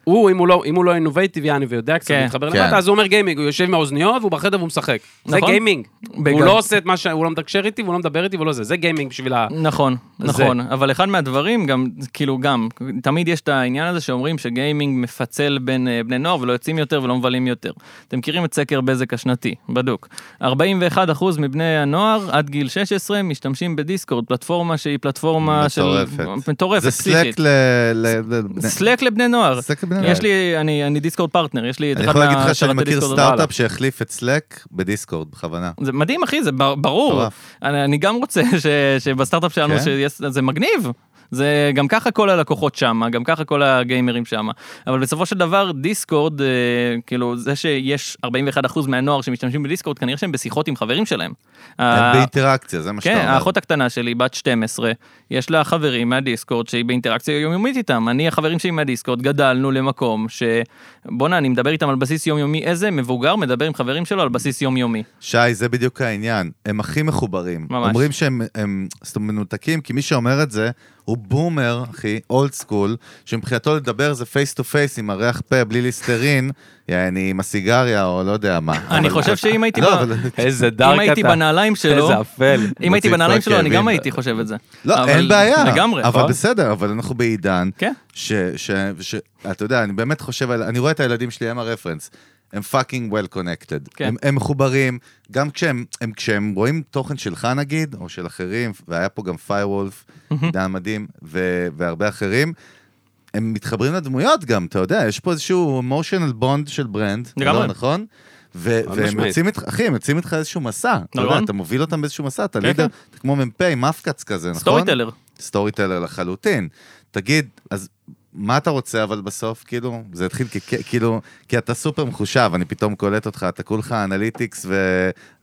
A: הוא, אם הוא לא- אם הוא לא אינובייטיב, יעני, ויודע קצת
C: כן.
A: להתחבר
B: כן.
A: למטה, אז הוא אומר גיימינג, הוא יושב עם האוזניות והוא בחדר והוא משחק. זה
C: נכון.
A: גיימינג. הוא
C: בגדול.
A: לא עושה את מה ש... הוא לא מתקשר איתי, והוא לא מדבר איתי, והוא לא זה. זה גיימינג בשביל ה...
C: נכון,
A: זה.
C: נכון, אבל אחד מהדברים גם, כאילו גם, תמיד יש את העניין הזה שאומרים שגיימינג מפצל בין אה, בני נוער ולא יוצאים יותר ולא מבלים יותר. אתם מכירים את סקר בזק השנתי, בדוק. 41% מבני הנוער עד גיל 16 משתמשים בדיסקורד, פלטפורמה שהיא פלטפורמה של...
B: מטורפת.
C: מטורפת,
B: זה
C: פסיכית.
B: סלק ל- ל... ל-
C: סלק לבני נוער.
B: סלק לבני
C: יש
B: נוער.
C: לי, אני אני דיסקורד פרטנר, יש לי את
B: אני
C: אחד
B: יכול להגיד לך שאני
C: מהשרתי
B: מכיר
C: דיסקורד הלאה.
B: סטארט-אפ שהחליף את סלק בדיסקורד, בכוונה.
C: זה מדהים אחי, זה בר- ברור.
B: מטורף.
C: אני, אני גם רוצה (laughs) ש, שבסטארט-אפ שלנו,
B: כן.
C: שיש, זה מגניב. זה גם ככה כל הלקוחות שם, גם ככה כל הגיימרים שם. אבל בסופו של דבר דיסקורד, אה, כאילו זה שיש 41% מהנוער שמשתמשים בדיסקורד, כנראה שהם בשיחות עם חברים שלהם.
B: הם
C: ה-
B: באינטראקציה, זה מה
C: אה, כן,
B: שאתה אומר.
C: האחות הקטנה שלי, בת 12, יש לה חברים מהדיסקורד שהיא באינטראקציה יומיומית איתם. אני, החברים שלי מהדיסקורד, גדלנו למקום ש... בואנה, אני מדבר איתם על בסיס יומיומי. איזה מבוגר מדבר עם חברים שלו על בסיס יומיומי?
B: שי, זה בדיוק העניין. הם הכי מחוברים.
C: ממש.
B: אומרים שהם הם- זאת אומרת, מנותקים, כי מי שאומר את זה הוא בומר, אחי, אולד סקול, שמבחינתו לדבר זה פייס טו פייס עם הריח פה, בלי ליסטרין, יעני עם הסיגריה או לא יודע מה.
C: אני
B: אבל-
C: חושב שאם
B: (laughs)
C: הייתי...
B: לא,
C: ב-
B: אבל-
A: איזה דארק
C: אם
A: אתה.
C: הייתי בנעליים שלו,
A: איזה אפל.
C: אם הייתי
B: מוציא את
C: בנעליים
B: כל
C: שלו, אני גם
B: הכאבים.
C: הייתי חושב את זה.
B: לא,
C: אבל-
B: אין בעיה.
C: לגמרי.
B: אבל
C: נכון?
B: בסדר, אבל אנחנו בעידן,
C: כן.
B: ש... ש... ש... אתה יודע, אני באמת חושב על... אני רואה את הילדים שלי, הם הרפרנס. הם פאקינג well connected.
C: כן.
B: הם, הם מחוברים, גם כשהם, הם, כשהם רואים תוכן שלך נגיד, או של אחרים, והיה פה גם פיירוולף, עידן מדהים, ו, והרבה אחרים, הם מתחברים לדמויות גם, אתה יודע, יש פה איזשהו אמושיונל בונד של ברנד,
C: לגמרי.
B: לא נכון? ו-
A: חד
B: והם
A: משמעית.
B: יוצאים איתך, אחי, הם יוצאים איתך איזשהו מסע. אתה יודע,
C: נכון.
B: אתה מוביל אותם באיזשהו מסע, אתה
C: כן,
B: לידר,
C: כן.
B: אתה כמו מ"פ, מפקץ כזה, נכון?
C: סטורי טלר.
B: סטורי טלר לחלוטין. תגיד, אז מה אתה רוצה אבל בסוף, כאילו? זה התחיל כ- כאילו, כי אתה סופר מחושב, אני פתאום קולט אותך, אתה כולך אנליטיקס ו...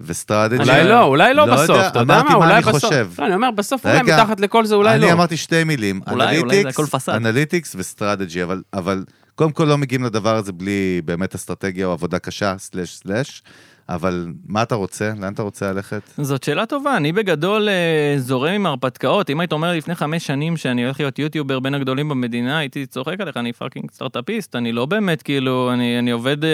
B: וסטרטג'י.
A: אולי לא, אולי לא
B: לא יודע,
A: בסוף, אתה יודע
B: אמרתי
A: מה,
B: מה
A: אולי
B: אני
A: בסוף.
B: חושב.
A: לא, אני אומר, בסוף אולי
B: רגע,
A: מתחת לכל זה אולי לא.
B: אני אמרתי שתי מילים,
C: אולי, אולי זה
B: אנליטיקס,
C: הכל פסאד.
B: אנליטיקס וסטרטג'י, אבל, אבל קודם כל לא מגיעים לדבר הזה בלי באמת אסטרטגיה או עבודה קשה, סלאש סלאש, אבל מה אתה רוצה? לאן אתה רוצה ללכת?
C: זאת שאלה טובה, אני בגדול אה, זורם עם הרפתקאות. אם היית אומר לי לפני חמש שנים שאני הולך להיות יוטיובר בין הגדולים במדינה, הייתי צוחק עליך, אני פאקינג סטארט-אפיסט, אני לא באמת, כאילו, אני, אני עובד אה,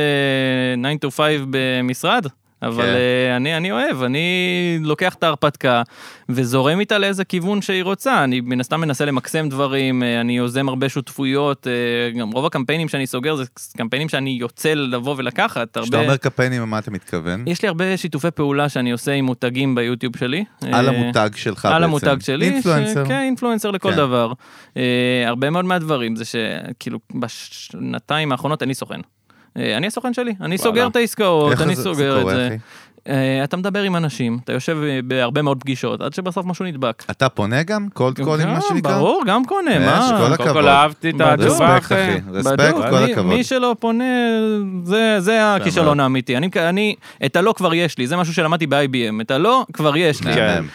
C: 9 to 5 במשרד. אבל
B: כן.
C: אה, אני, אני אוהב, אני לוקח את ההרפתקה וזורם איתה לאיזה כיוון שהיא רוצה. אני מן הסתם מנסה למקסם דברים, אה, אני יוזם הרבה שותפויות, אה, גם רוב הקמפיינים שאני סוגר זה קמפיינים שאני יוצא לבוא ולקחת.
B: כשאתה
C: הרבה-
B: אומר קמפיינים, למה אתה מתכוון?
C: יש לי הרבה שיתופי פעולה שאני עושה עם מותגים ביוטיוב שלי.
B: על
C: אה,
B: המותג שלך בעצם.
C: על המותג שלי.
B: אינפלואנסר.
C: ש- כן, אינפלואנסר לכל
B: כן.
C: דבר. אה, הרבה מאוד מהדברים זה שכאילו בשנתיים האחרונות אין לי סוכן. אה, אני הסוכן שלי, אני סוגר את העסקאות,
B: איך
C: אני
B: זה- זה
C: סוגר את
B: קורה,
C: זה.
B: אחי?
C: אה, אתה מדבר עם אנשים, אתה יושב אה, בהרבה מאוד פגישות, עד שבסוף משהו נדבק.
B: אתה פונה גם? קולד קולינג,
C: גם,
B: מה שנקרא? אה,
C: ברור, גם קונה, מה?
B: כל
A: קודם כל
B: הכבוד.
A: אהבתי את כן,
C: בדיוק.
A: התשובה
B: לא רספקט,
A: אחרי.
B: אחי. רספקט,
C: בדוק,
B: כל
C: מי-
B: הכבוד.
C: מי שלא פונה, זה, זה הכישלון האמיתי. אני, אני, את הלא כבר יש לי, זה משהו שלמדתי ב-IBM, את הלא כבר יש לי.
B: מהמם.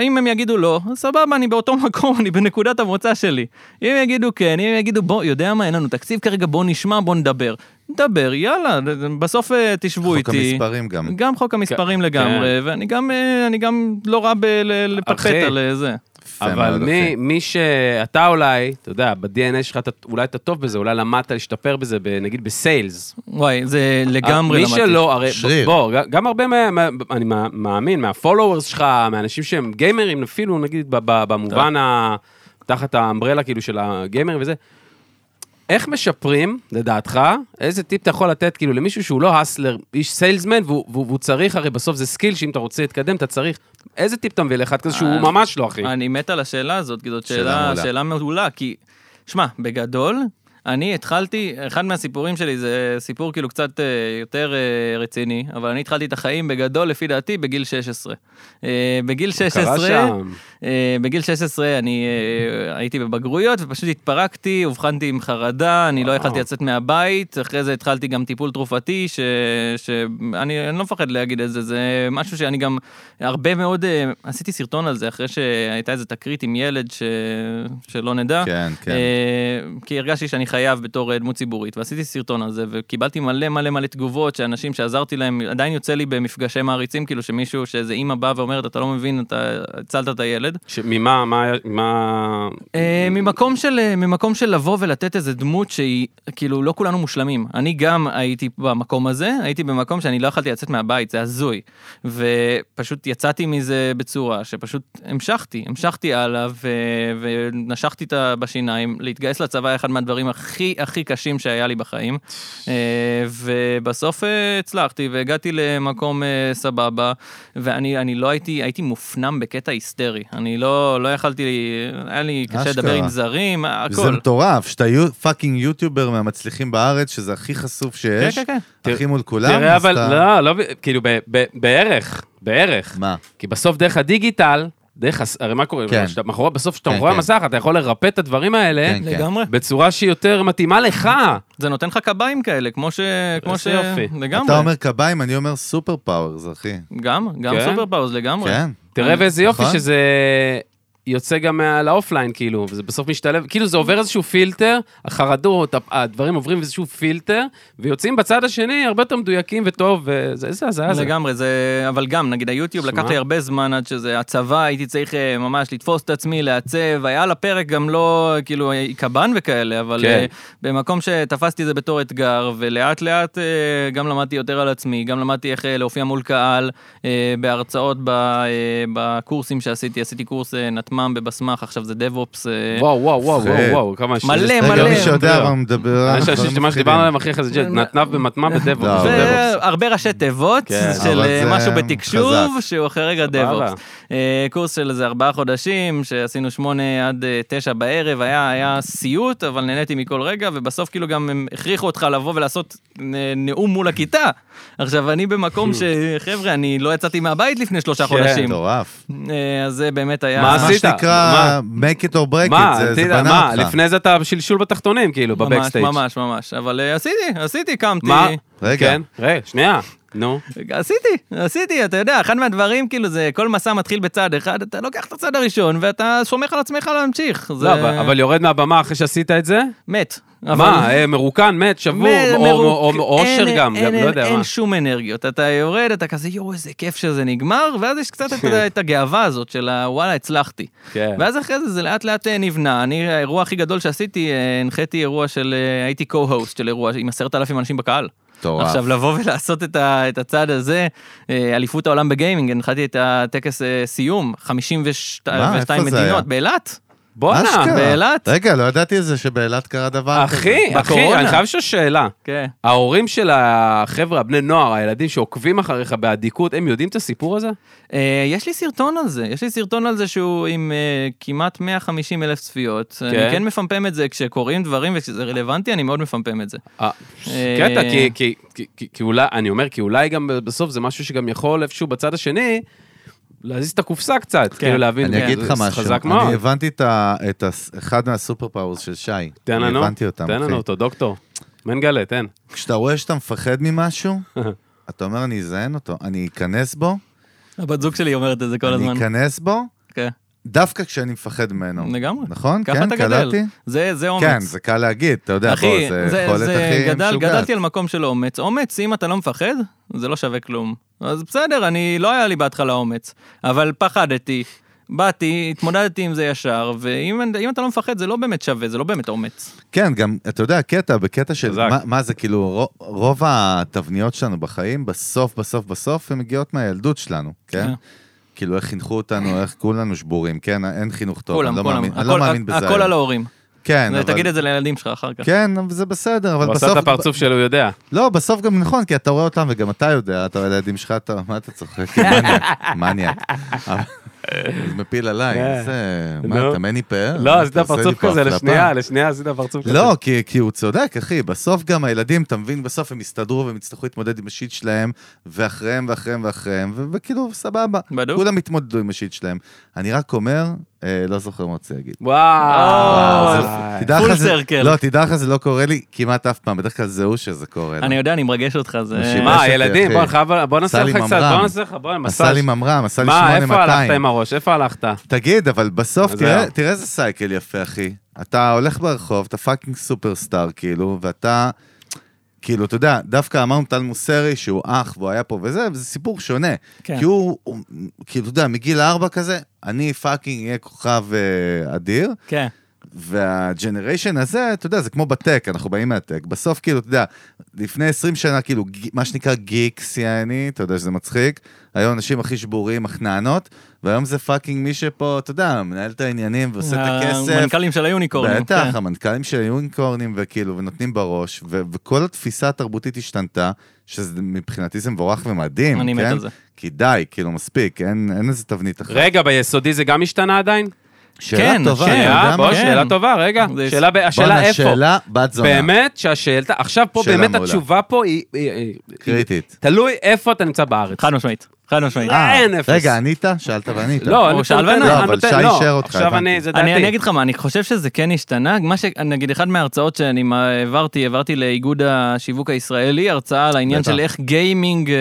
C: אם הם יגידו לא, אז סבבה, אני באותו (laughs) מקום, אני בנקודת המוצא שלי. אם יגידו כן, אם יגידו בוא, יודע מה, אין לנו תקציב כרגע, בוא נשמע, בוא נדבר. נדבר, יאללה, בסוף אה, תשבו
B: חוק
C: איתי.
B: המספרים גם.
C: גם חוק המספרים
A: כן.
C: לגמרי, ואני גם, אה, אני גם לא רע בלפטפט
A: אחי.
C: על אה, זה.
B: יפה
A: אבל
B: מאוד,
A: מי,
B: אחי.
A: מי שאתה אולי, אתה יודע, ב-DNA שלך אתה אולי אתה טוב בזה, אולי למדת להשתפר בזה, ב- נגיד בסיילס.
C: וואי, זה לגמרי
A: אה,
C: לא
A: מי
C: למדתי.
A: שלא, הרי,
B: שריר.
A: בוא, ג- גם הרבה, מה, מה, אני מה- מאמין, מהפולוורס שלך, מאנשים שהם גיימרים, אפילו נגיד ב- ב- במובן ה... תחת האמברלה כאילו של הגיימר וזה. איך משפרים, לדעתך, איזה טיפ אתה יכול לתת כאילו למישהו שהוא לא הסלר, איש סיילסמן, והוא, והוא, והוא צריך, הרי בסוף זה סקיל שאם אתה רוצה להתקדם, אתה צריך. איזה טיפ אתה מביא לאחד כזה שהוא
C: אני-
A: ממש לא, אחי?
C: אה, אני מת על השאלה הזאת, כי זאת
B: שאלה
C: שאלה,
B: מעולה.
C: שאלה מעולה, כי, שמע, בגדול, אני התחלתי, אחד מהסיפורים שלי זה סיפור כאילו קצת אה, יותר אה, רציני, אבל אני התחלתי את החיים בגדול, לפי דעתי, בגיל 16. אה, בגיל 16...
A: קרה שם.
C: אה, בגיל 16 אני אה, הייתי בבגרויות ופשוט התפרקתי, אובחנתי עם חרדה, אני לא
A: וואו.
C: יכלתי לצאת מהבית, אחרי זה התחלתי גם טיפול תרופתי, שאני לא מפחד להגיד את זה, זה משהו שאני גם הרבה מאוד, אה, עשיתי סרטון על זה אחרי שהייתה איזה תקרית עם ילד ש- שלא נדע.
B: כן, כן.
C: אה, כי הרגשתי שאני חייב בתור אה, דמות ציבורית, ועשיתי סרטון על זה, וקיבלתי מלא מלא מלא תגובות שאנשים שעזרתי להם, עדיין יוצא לי במפגשי מעריצים, כאילו שמישהו, שאיזה אימא באה ואומרת, אתה לא מבין, אתה הצלת את הילד.
A: ש- ממה, מה, מה...
C: אה, ממקום של, אה, ממקום של לבוא ולתת איזה דמות שהיא, כאילו, לא כולנו מושלמים. אני גם הייתי במקום הזה, הייתי במקום שאני לא יכלתי לצאת מהבית, זה הזוי. ופשוט יצאתי מזה בצורה שפשוט המשכתי, המשכתי הלאה, ו... ונשכתי את ה... בשיניים. להתגייס לצבא היה אחד מהדברים הכי הכי קשים שהיה לי בחיים. אה, ובסוף אה, הצלחתי והגעתי למקום אה, סבבה, ואני אני לא הייתי, הייתי מופנם בקטע היסטרי. אני לא, לא יכלתי, היה לי קשה
B: אשכרה.
C: לדבר עם זרים,
B: זה
C: הכל.
B: מטורף, שאתה פאקינג יוטיובר מהמצליחים בארץ, שזה הכי חשוף
C: כן,
B: שיש,
C: כן, כן.
B: הכי מול כולם,
A: תראה,
B: אז
A: אבל, לא,
B: אתה-
A: לא, ב- כאילו, ב- ב- בערך, בערך.
B: מה?
A: כי בסוף דרך הדיגיטל, דרך, הס- הרי מה קורה?
B: כן.
A: שאתה מאחורי- בסוף כשאתה
B: כן,
A: מאחורי
B: כן.
A: המסך, אתה יכול לרפא את הדברים האלה
B: כן, כן.
C: לגמרי.
A: בצורה שהיא יותר מתאימה לך.
C: זה נותן לך קביים כאלה, כמו ש... כמו ש...
A: איזה יופי.
C: לגמרי.
B: אתה אומר קביים, אני אומר סופר פאוורס, אחי.
C: גם, גם
A: כן?
C: סופר פאוז, לגמרי.
B: כן.
A: תראה ואיזה יופי
B: נכון.
A: שזה יוצא גם על האופליין, כאילו, וזה בסוף משתלב, כאילו זה עובר איזשהו פילטר, החרדות, הפ- הדברים עוברים איזשהו פילטר, ויוצאים בצד השני הרבה יותר מדויקים וטוב, וזה איזה הזיה זה.
C: לגמרי, זה... אבל גם, נגיד היוטיוב,
A: שמע.
C: לקח לי הרבה זמן עד שזה... הצבא, הייתי צריך אה, ממש לתפוס את עצמי, לעצב, היה על הפרק גם לא, כאילו, אה, קב"ן וכאלה, אבל
A: כן.
C: אה, במקום שתפסתי את זה בתור אתגר, ולאט לאט אה, גם למדתי יותר על עצמי, גם למדתי איך אה, להופיע מול קהל, אה, בהרצאות, ב- אה, בקורסים שעשיתי, עשיתי קורס אה, נתמ"ם בבסמך, עכשיו זה דב-אופס. אה,
A: וואו, וואו, וואו,
B: זה-
A: וואו, וואו, כמה ש...
C: מלא,
B: רגע,
C: מלא.
B: מי שיודע
A: לא.
B: מה מדבר,
A: אני
B: אנחנו
A: חושב
B: לא
A: שמה
B: מתחילים.
A: שדיברנו עליהם אחרי כן זה ג'ט, נתנב במטמה בדבו.
B: לא,
A: זה-
B: דב-אופס.
C: זה הרבה ראשי תיבות
A: כן.
C: של
B: אבל
C: אה,
B: זה
C: משהו בתקשוב,
B: חזק.
C: שהוא אחרי רגע
A: סבבה.
C: דב-אופס. אה, קורס של איזה ארבעה חודשים, שעשינו שמונה עד אה, תשע בערב, היה היה סיוט, אבל נהניתי מכל רגע, ובסוף כאילו גם הם הכריחו אותך לבוא ולעשות אה, נאום מול הכיתה. עכשיו, אני במקום שחבר'ה, אני לא יצאתי מהבית לפני שלושה
A: כן,
C: חודשים.
B: מטורף.
C: אה, אז זה באמת היה...
A: מה
B: מה
A: עשית?
B: שנקרא, make it or break
A: מה,
B: it, זה- זה
A: תדע,
B: בנה
A: מה,
B: אותך.
A: לפני זה אתה שלשול בתחתונים, כאילו,
C: ממש,
A: בבקסטייג'.
C: ממש, ממש. אבל אה, עשיתי, עשיתי, קמתי.
A: מה?
B: רגע.
A: כן, רגע, שנייה, נו.
C: עשיתי, עשיתי, אתה יודע, אחד מהדברים, כאילו, זה כל מסע מתחיל בצעד אחד, אתה לוקח את הצעד הראשון, ואתה סומך על עצמך להמשיך. זה
A: לא, אבל- אבל יורד מהבמה אחרי שעשית את זה?
C: מת.
A: מה, אה, מרוקן, מת, שבור,
C: מ-
A: או- או-
C: מרוק-
A: או- או אושר
C: אין-
A: גם,
C: אין-
A: גם, לא יודע
C: אין
A: מה.
C: שום אנרגיות, אתה יורד, אתה כזה, יואו, איזה כיף שזה נגמר, ואז יש קצת את ה- את הגאווה הזאת של ה- וואלה, הצלחתי.
A: כן.
C: ואז אחרי זה זה לאט לאט אה, נבנה. אני, האירוע הכי גדול שעשיתי, אה, הנחיתי אירוע של, אה, הייתי co-host של אירוע עם עשרת אלפים אנשים בקהל.
B: מטורף.
C: עכשיו לבוא ולעשות את, ה, את הצעד הזה, אה, אליפות העולם בגיימינג, הנחתי את הטקס אה, סיום, 52
B: מה? איפה זה היה?
C: מדינות, באילת.
A: בואנה,
B: אשכרה.
C: באילת?
B: רגע, לא ידעתי את זה שבאילת קרה דבר כזה.
A: אחי, אחי,
C: בקורונה.
A: אני חייב לשאול שאלה.
C: כן.
A: ההורים של החבר'ה, הבני נוער, הילדים שעוקבים אחריך באדיקות, הם יודעים את הסיפור הזה?
C: אה, יש לי סרטון על זה, יש לי סרטון על זה שהוא עם אה, כמעט 150 אלף צפיות. אני כן מפמפם את זה כשקוראים דברים וכשזה רלוונטי, אני מאוד מפמפם את זה.
A: אה, קטע, כי- כי- כי- כי- כי אולי, אני אומר, כי אולי גם בסוף זה משהו שגם יכול איפשהו בצד השני להזיז את הקופסה קצת, כאילו להבין.
B: אני אגיד
A: זה
B: לך משהו,
A: חזק
B: אני
A: מאוד.
B: הבנתי את ה- את הס- אחד מהסופר פאוורס של שי.
A: תן
B: אני
A: לנו,
B: הבנתי אותם,
A: תן
B: אחי.
A: לנו אותו, דוקטור. מנגלה, תן.
B: כשאתה רואה שאתה מפחד
A: (laughs)
B: ממשהו, אתה אומר, אני אזיין אותו, אני אכנס בו,
C: הבת זוג שלי אומרת את זה כל
B: אני
C: הזמן.
B: אכנס בו,
C: כן,
B: דווקא כשאני מפחד ממנו.
C: לגמרי.
B: נכון?
C: ככה
B: כן,
C: אתה גדל.
B: קלטתי?
C: זה זה אומץ.
B: כן, זה קל להגיד, אתה יודע, בוא,
C: אחי,
B: זה יכולת
C: זה
B: הכי
C: גדל,
B: משוגעת.
C: גדלתי על מקום של אומץ. אומץ, אם אתה לא מפחד, זה לא שווה כלום. אז בסדר, אני, לא היה לי בהתחלה אומץ, אבל פחדתי, באתי, התמודדתי עם זה ישר, ואם אם אתה לא מפחד, זה לא באמת שווה, זה לא באמת אומץ.
B: כן, גם, אתה יודע, הקטע, בקטע של
A: חזק.
B: מה, מה זה, כאילו, רוב, רוב התבניות שלנו בחיים, בסוף, בסוף, בסוף, הן מגיעות מהילדות שלנו, כן?
C: כן.
B: כאילו, איך חינכו אותנו, איך כולנו שבורים, כן? אין חינוך טוב,
C: כולם,
B: אני לא
C: כולם.
B: מאמין, אני
C: הכל-
B: לא מאמין בזה.
C: הכל
B: היום.
C: על ההורים.
B: כן,
C: זה-
B: אבל...
C: תגיד את זה לילדים שלך אחר כך.
B: כן, אבל זה בסדר, אבל
A: הוא
B: בסוף...
A: עשה את הפרצוף שלו, הוא יודע.
B: לא, בסוף גם נכון, כי אתה רואה אותם וגם אתה יודע, אתה רואה לילדים שלך, אתה, מה אתה
A: (laughs)
B: צוחק? מניאק, מניאק. אבל- אז מפיל עליי,
A: כן.
B: איזה... מה,
A: נו.
B: אתה מני פאר?
A: לא, עשית
B: אתה עושה לי
A: פרצוף
B: פה
A: כזה
B: החלפה.
A: לשנייה, לשנייה עשית פרצוף כזה.
B: לא, כי, כי הוא צודק, אחי, בסוף גם הילדים, אתה מבין, בסוף הם יסתדרו והם יצטרכו להתמודד עם השיט שלהם, ואחריהם ואחריהם ואחריהם, ו- וכאילו, סבבה.
C: בדיוק.
B: כולם יתמודדו עם השיט שלהם. אני רק אומר, אה, לא זוכר מה רציתי להגיד.
A: וואו.
B: אה, זה- תדע לך
C: full
B: זה-
C: circle.
B: לא, תדע לך, זה לא קורה לי כמעט אף פעם, בדרך כלל זה הוא שזה קורה לו.
C: אני יודע, אני מרגש אותך, זה...
B: אנשים-
A: מה,
B: יש את
A: ילדים,
B: אחי.
A: בוא, חייב- בוא נעשה לך
B: סלים
A: קצת,
B: עמרם.
A: בוא נעשה לך, בוא,
B: עשה
A: מסאז'.
B: לי ממר"ם, עשה לי
A: מה, איפה הלכת
B: 8200.
A: עם הראש? איפה הלכת?
B: תגיד, אבל בסוף,
A: אז
B: תראה,
A: זהו.
B: תראה איזה סייקל יפה, אחי. אתה הולך ברחוב, אתה פאקינג סופרסטאר, כאילו, ואתה... כאילו, אתה יודע, דווקא אמרנו טל מוסרי שהוא אח והוא היה פה וזה, וזה סיפור שונה.
C: כן.
B: כי הוא, הוא, כאילו, אתה יודע, מגיל ארבע כזה, אני פאקינג אהיה כוכב אה, אדיר,
C: כן.
B: והג'נריישן הזה, אתה יודע, זה כמו בטק, אנחנו באים מהטק. בסוף, כאילו, אתה יודע, לפני 20 שנה, כאילו, ג- מה שנקרא גיקס, יעני, אתה יודע שזה מצחיק, היו אנשים הכי שבורים, מחננות, והיום זה פאקינג מי שפה, אתה יודע, מנהל את העניינים ועושה את הכסף.
C: המנכ"לים אה, של היוניקורנים.
B: בטח,
C: כן.
B: המנכ"לים של היוניקורנים וכאילו, ונותנים בראש, ו- וכל התפיסה התרבותית השתנתה, שמבחינתי זה מבורך ומדהים,
C: אני
B: כן?
C: מת על זה.
B: כי די, כאילו, מספיק, אין, אין איזה תבנית אחרת.
A: רגע, ביסודי זה גם השתנה עדיין?
B: שאלה
C: כן,
B: טובה,
C: כן,
B: אתה יודע
A: שאלה,
B: מה?
A: אה, בוא,
C: כן.
A: שאלה טובה, רגע.
C: זה-
A: שאלה ב- השאלה
B: בואנה,
A: איפה.
B: שאלה בת זונה.
A: באמת שהשאלה, עכשיו פה
B: שאלה
A: באמת
B: מעולה.
A: התשובה פה היא... היא- היא-
B: קריטית.
A: תלוי איפה אתה נמצא בארץ.
C: חד משמעית, חד משמעית.
A: אה, אין אפס.
B: רגע, ענית? שאלת וענית.
A: לא, אני
C: הוא שאל
A: נותן-
C: ואני-
A: אני
B: לא, אבל
A: נותן-
B: שי
A: לא,
B: אישר אותך,
A: עכשיו
B: הבנתי.
A: אני, זה דעתי.
C: אני, אני אגיד לך מה, אני חושב שזה כן השתנה, מה ש... נגיד, אחת מההרצאות שאני מה- העברתי, העברתי לאיגוד השיווק הישראלי, הרצאה על העניין
B: בטח.
C: של איך גיימינג אה,